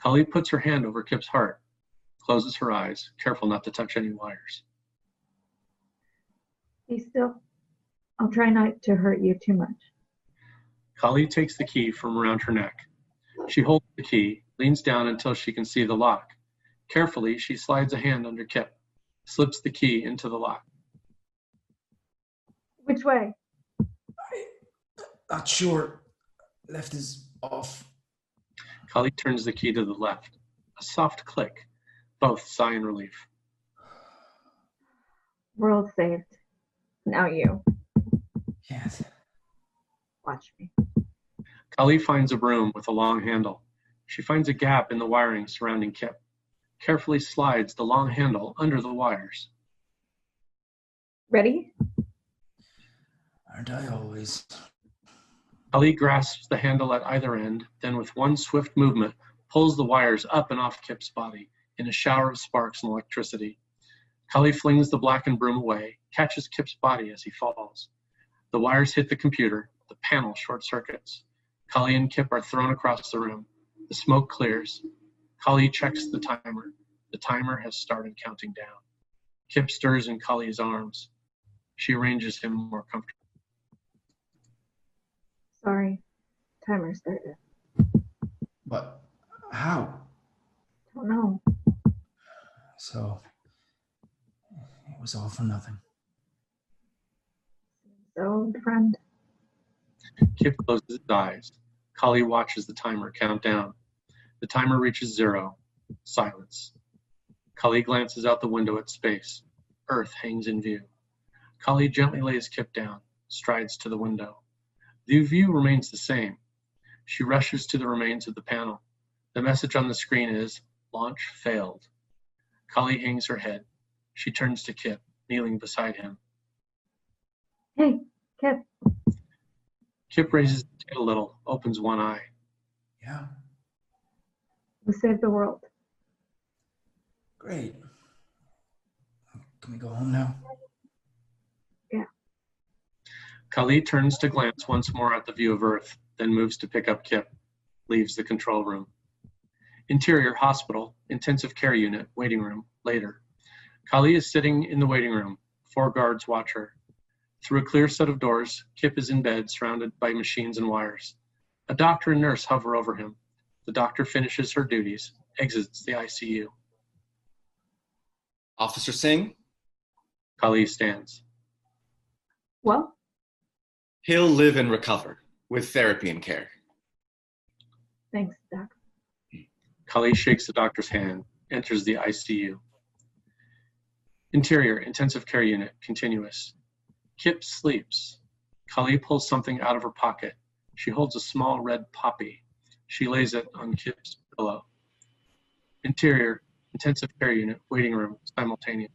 [SPEAKER 5] Kali puts her hand over Kip's heart, closes her eyes, careful not to touch any wires.
[SPEAKER 2] Be still. I'll try not to hurt you too much.
[SPEAKER 5] Kali takes the key from around her neck. She holds the key, leans down until she can see the lock. Carefully, she slides a hand under Kip, slips the key into the lock.
[SPEAKER 2] Which way?
[SPEAKER 7] Not sure. Left is off.
[SPEAKER 5] Kali turns the key to the left. A soft click. Both sigh in relief.
[SPEAKER 2] World saved. Now you.
[SPEAKER 7] Yes.
[SPEAKER 2] Watch me.
[SPEAKER 5] Kali finds a broom with a long handle. She finds a gap in the wiring surrounding Kip, carefully slides the long handle under the wires.
[SPEAKER 2] Ready?
[SPEAKER 7] Aren't I always?
[SPEAKER 5] Kali grasps the handle at either end, then with one swift movement, pulls the wires up and off Kip's body in a shower of sparks and electricity. Cully flings the blackened broom away, catches Kip's body as he falls. The wires hit the computer, the panel short circuits. Cully and Kip are thrown across the room. The smoke clears. Cully checks the timer. The timer has started counting down. Kip stirs in Cully's arms. She arranges him more comfortably.
[SPEAKER 2] Sorry, timer started.
[SPEAKER 7] But how?
[SPEAKER 2] Don't know.
[SPEAKER 7] So it was all for nothing.
[SPEAKER 2] So, friend.
[SPEAKER 5] Kip closes his eyes. Kali watches the timer count down. The timer reaches zero. Silence. Kali glances out the window at space. Earth hangs in view. Kali gently lays Kip down, strides to the window. The view remains the same. She rushes to the remains of the panel. The message on the screen is launch failed. Kali hangs her head. She turns to Kip, kneeling beside him.
[SPEAKER 2] Hey, Kip.
[SPEAKER 5] Kip raises his head a little, opens one eye.
[SPEAKER 7] Yeah.
[SPEAKER 2] We saved the world.
[SPEAKER 7] Great. Can we go home now?
[SPEAKER 2] Yeah.
[SPEAKER 5] Kali turns to glance once more at the view of Earth, then moves to pick up Kip, leaves the control room. Interior hospital, intensive care unit, waiting room, later. Kali is sitting in the waiting room. Four guards watch her. Through a clear set of doors, Kip is in bed, surrounded by machines and wires. A doctor and nurse hover over him. The doctor finishes her duties, exits the ICU.
[SPEAKER 9] Officer Singh,
[SPEAKER 5] Kali stands.
[SPEAKER 2] Well,
[SPEAKER 9] he'll live and recover with therapy and care.
[SPEAKER 2] thanks, Doc.
[SPEAKER 5] Kali shakes the doctor's hand, enters the ICU. Interior, intensive care unit, continuous. Kip sleeps. Kali pulls something out of her pocket. She holds a small red poppy. She lays it on Kip's pillow. Interior, intensive care unit, waiting room, simultaneous.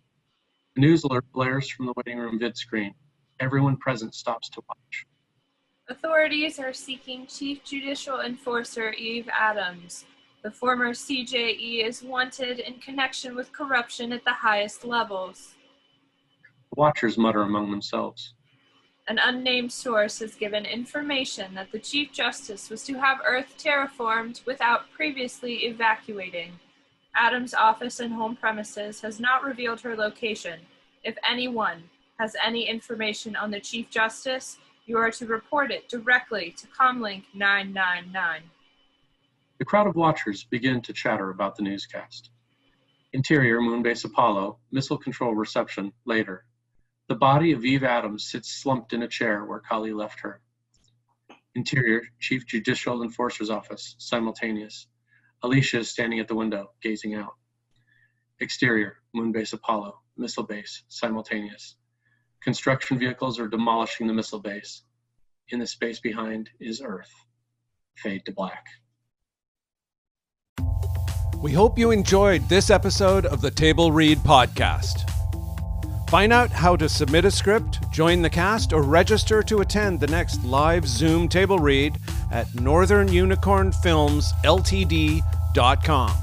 [SPEAKER 5] A news alert blares from the waiting room vid screen. Everyone present stops to watch.
[SPEAKER 11] Authorities are seeking Chief Judicial Enforcer Eve Adams. The former CJE is wanted in connection with corruption at the highest levels.
[SPEAKER 5] The watchers mutter among themselves.
[SPEAKER 11] An unnamed source has given information that the Chief Justice was to have Earth terraformed without previously evacuating. Adams' office and home premises has not revealed her location. If anyone has any information on the Chief Justice, you are to report it directly to Comlink 999.
[SPEAKER 5] The crowd of watchers begin to chatter about the newscast. Interior Moonbase Apollo, missile control reception, later. The body of Eve Adams sits slumped in a chair where Kali left her. Interior Chief Judicial Enforcer's Office, simultaneous. Alicia is standing at the window, gazing out. Exterior Moonbase Apollo, missile base, simultaneous. Construction vehicles are demolishing the missile base. In the space behind is Earth. Fade to black.
[SPEAKER 1] We hope you enjoyed this episode of the Table Read Podcast. Find out how to submit a script, join the cast, or register to attend the next live Zoom table read at northernunicornfilmsltd.com.